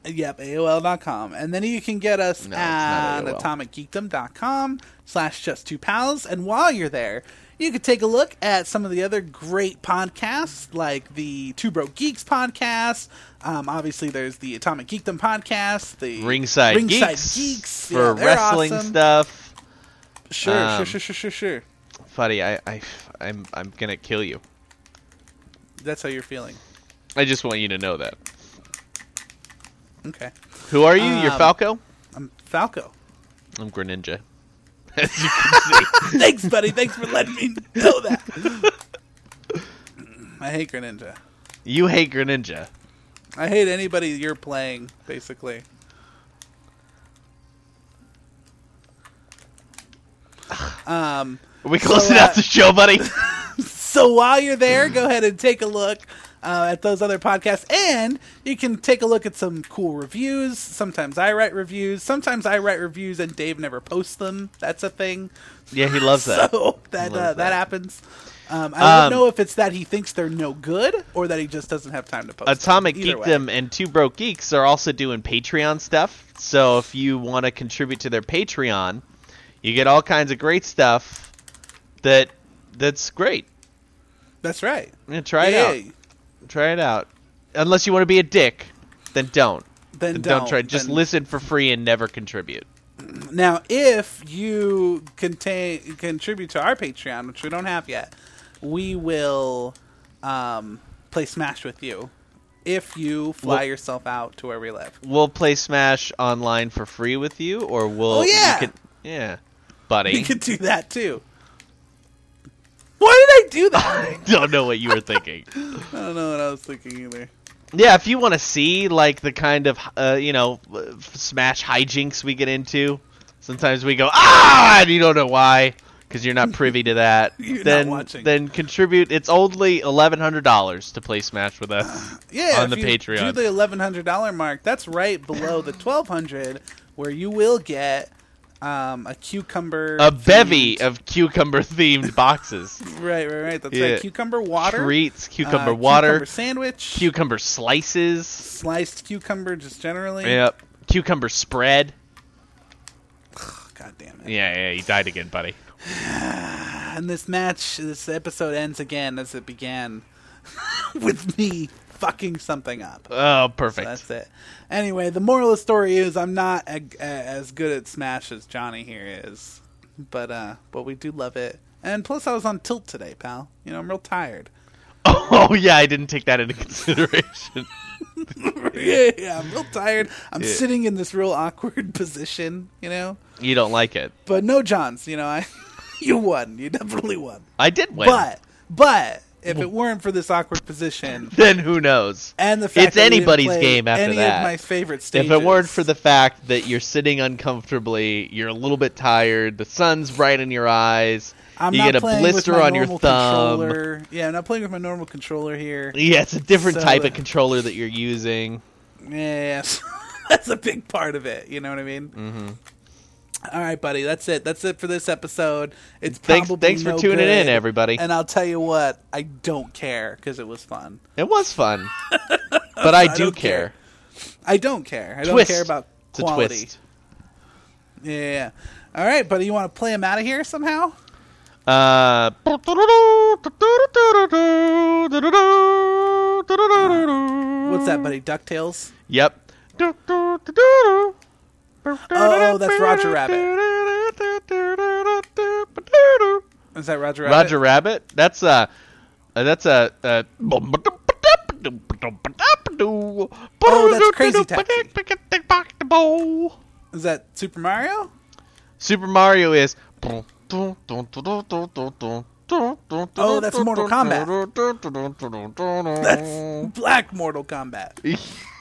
[SPEAKER 2] Yep, AOL.com. And then you can get us
[SPEAKER 1] No, it's not
[SPEAKER 2] at
[SPEAKER 1] AOL.
[SPEAKER 2] atomicgeekdom.com slash just two pals. And while you're there, you can take a look at some of the other great podcasts like the Two Broke Geeks podcast. Um, obviously, there's the Atomic Geekdom podcast, the
[SPEAKER 1] Ringside,
[SPEAKER 2] Ringside
[SPEAKER 1] Geeks,
[SPEAKER 2] Geeks. Yeah,
[SPEAKER 1] for
[SPEAKER 2] they're
[SPEAKER 1] wrestling
[SPEAKER 2] awesome.
[SPEAKER 1] stuff.
[SPEAKER 2] Sure,
[SPEAKER 1] Um,
[SPEAKER 2] sure, sure, sure, sure, sure.
[SPEAKER 1] Buddy, I, I, I'm, I'm gonna kill you.
[SPEAKER 2] That's how you're feeling.
[SPEAKER 1] I just want you to know that.
[SPEAKER 2] Okay.
[SPEAKER 1] Who are you? You're
[SPEAKER 2] Um,
[SPEAKER 1] Falco.
[SPEAKER 2] I'm Falco. [laughs]
[SPEAKER 1] I'm Greninja.
[SPEAKER 2] Thanks, buddy. Thanks for letting me know that.
[SPEAKER 1] [laughs]
[SPEAKER 2] I hate Greninja.
[SPEAKER 1] You hate Greninja.
[SPEAKER 2] I hate anybody you're playing, basically. Um,
[SPEAKER 1] Are we closing
[SPEAKER 2] uh,
[SPEAKER 1] out the show,
[SPEAKER 2] [laughs]
[SPEAKER 1] buddy? [laughs]
[SPEAKER 2] so while you're there, go ahead and take a look uh, at those other podcasts, and you can take a look at some cool reviews. Sometimes I write reviews. Sometimes I write reviews, and Dave never posts them. That's a thing.
[SPEAKER 1] yeah, he loves that.
[SPEAKER 2] [laughs] So that uh,
[SPEAKER 1] Love
[SPEAKER 2] that
[SPEAKER 1] that.
[SPEAKER 2] happens. Um, I
[SPEAKER 1] Um,
[SPEAKER 2] don't know if it's that he thinks they're no good or that he just doesn't have time to post. them.
[SPEAKER 1] Atomic
[SPEAKER 2] Either way.
[SPEAKER 1] Geekdom and Two Broke Geeks are also doing Patreon stuff. So if you want to contribute to their Patreon, you get all kinds of great stuff that that's great.
[SPEAKER 2] That's right.
[SPEAKER 1] Yeah, try it
[SPEAKER 2] Yay.
[SPEAKER 1] out. Try it out. Unless you want to be a dick, then don't.
[SPEAKER 2] Then,
[SPEAKER 1] Then
[SPEAKER 2] don't,
[SPEAKER 1] don't, try. Just
[SPEAKER 2] Then-
[SPEAKER 1] listen for free and never contribute.
[SPEAKER 2] Now, if you contain contribute to our Patreon, which we don't have yet, we will um, play Smash with you. If you fly
[SPEAKER 1] Well-
[SPEAKER 2] yourself out to where we live,
[SPEAKER 1] We'll play Smash online for free with you, or we'll.
[SPEAKER 2] Oh,
[SPEAKER 1] you
[SPEAKER 2] yeah.
[SPEAKER 1] can- yeah, buddy.
[SPEAKER 2] we could do that too. Why did I
[SPEAKER 1] [laughs]
[SPEAKER 2] do that?
[SPEAKER 1] [laughs] don't know what you were thinking.
[SPEAKER 2] I don't know what I was thinking either.
[SPEAKER 1] Yeah, if you want to see like the kind of uh, you know f- Smash hijinks we get into, sometimes we go ah, and you don't know why because you're not privy to that.
[SPEAKER 2] [laughs] You're not
[SPEAKER 1] then
[SPEAKER 2] watching.
[SPEAKER 1] then contribute. It's only eleven hundred dollars to play Smash with
[SPEAKER 2] [sighs]
[SPEAKER 1] us.
[SPEAKER 2] Yeah,
[SPEAKER 1] On
[SPEAKER 2] if
[SPEAKER 1] the
[SPEAKER 2] you
[SPEAKER 1] Patreon.
[SPEAKER 2] do the eleven hundred dollar mark. That's right
[SPEAKER 1] [laughs]
[SPEAKER 2] below the twelve hundred, where you will get um, a cucumber,
[SPEAKER 1] A bevy of cucumber themed boxes.
[SPEAKER 2] right, right, right. That's
[SPEAKER 1] Yeah.
[SPEAKER 2] right, cucumber water,
[SPEAKER 1] Treats,
[SPEAKER 2] uh,
[SPEAKER 1] cucumber water,
[SPEAKER 2] cucumber sandwich,
[SPEAKER 1] cucumber slices.
[SPEAKER 2] sliced cucumber just generally.
[SPEAKER 1] Yep. Cucumber spread.
[SPEAKER 2] Oh, God damn it.
[SPEAKER 1] Yeah, yeah, you died again, buddy.
[SPEAKER 2] And this match, this episode ends again as it began [laughs] with me fucking something up.
[SPEAKER 1] Oh,
[SPEAKER 2] So
[SPEAKER 1] [laughs] perfect.
[SPEAKER 2] that's it. Anyway, the moral of the story is I'm not a, a, as good at Smash as Johnny here is, but uh, but we do love it. And plus, I was on tilt today, pal. You know, I'm
[SPEAKER 1] [laughs]
[SPEAKER 2] real tired. [laughs]
[SPEAKER 1] Oh yeah, I didn't take that into [laughs] consideration.
[SPEAKER 2] yeah, yeah, I'm real tired. I'm
[SPEAKER 1] Yeah.
[SPEAKER 2] sitting in this real awkward [laughs] position, you know.
[SPEAKER 1] you don't like it.
[SPEAKER 2] But no, Johns. You know, I [laughs] you won. You definitely won.
[SPEAKER 1] I did win.
[SPEAKER 2] But but if it weren't for this awkward position
[SPEAKER 1] then who knows?
[SPEAKER 2] and the fact
[SPEAKER 1] it's
[SPEAKER 2] that we didn't
[SPEAKER 1] anybody's
[SPEAKER 2] play
[SPEAKER 1] game after
[SPEAKER 2] any
[SPEAKER 1] that.
[SPEAKER 2] of my favorite
[SPEAKER 1] if
[SPEAKER 2] stages,
[SPEAKER 1] it weren't for the fact that you're sitting uncomfortably, you're a little bit tired, the sun's bright in your eyes,
[SPEAKER 2] I'm
[SPEAKER 1] you
[SPEAKER 2] not
[SPEAKER 1] get a
[SPEAKER 2] playing
[SPEAKER 1] blister
[SPEAKER 2] with my
[SPEAKER 1] on your
[SPEAKER 2] normal
[SPEAKER 1] thumb.
[SPEAKER 2] Controller. Yeah, I'm not playing with my normal controller here. Yeah,
[SPEAKER 1] Yeah, it's a different
[SPEAKER 2] So-
[SPEAKER 1] type of controller that you're using.
[SPEAKER 2] yeah, [laughs] so that's a big part of it. You know what I mean? Mm-hmm. right, buddy. That's it. That's it for this episode. It's
[SPEAKER 1] Thanks-
[SPEAKER 2] probably
[SPEAKER 1] thanks for
[SPEAKER 2] no
[SPEAKER 1] tuning in,
[SPEAKER 2] good,
[SPEAKER 1] everybody.
[SPEAKER 2] And I'll tell you what, I don't care because it was fun.
[SPEAKER 1] It was
[SPEAKER 2] [laughs]
[SPEAKER 1] fun, but I do
[SPEAKER 2] don't care.
[SPEAKER 1] care.
[SPEAKER 2] I don't care. I don't
[SPEAKER 1] Twist.
[SPEAKER 2] care about
[SPEAKER 1] It's a
[SPEAKER 2] quality.
[SPEAKER 1] twist.
[SPEAKER 2] Yeah, yeah, yeah. All right, buddy. You want to play him out of here somehow?
[SPEAKER 1] Uh,
[SPEAKER 2] What's
[SPEAKER 1] What's
[SPEAKER 2] that, buddy? Ducktales.
[SPEAKER 1] Yep.
[SPEAKER 2] oh, that's Roger Is that Roger? Rabbit?
[SPEAKER 1] Roger Rabbit? That's a. Uh, that's a. Uh, oh,
[SPEAKER 2] that's
[SPEAKER 1] [laughs]
[SPEAKER 2] Crazy Taxi. Is that Super Mario?
[SPEAKER 1] Super Mario is.
[SPEAKER 2] Oh,
[SPEAKER 3] Oh,
[SPEAKER 2] that's Mortal Kombat.
[SPEAKER 3] That's
[SPEAKER 2] Black Mortal Kombat.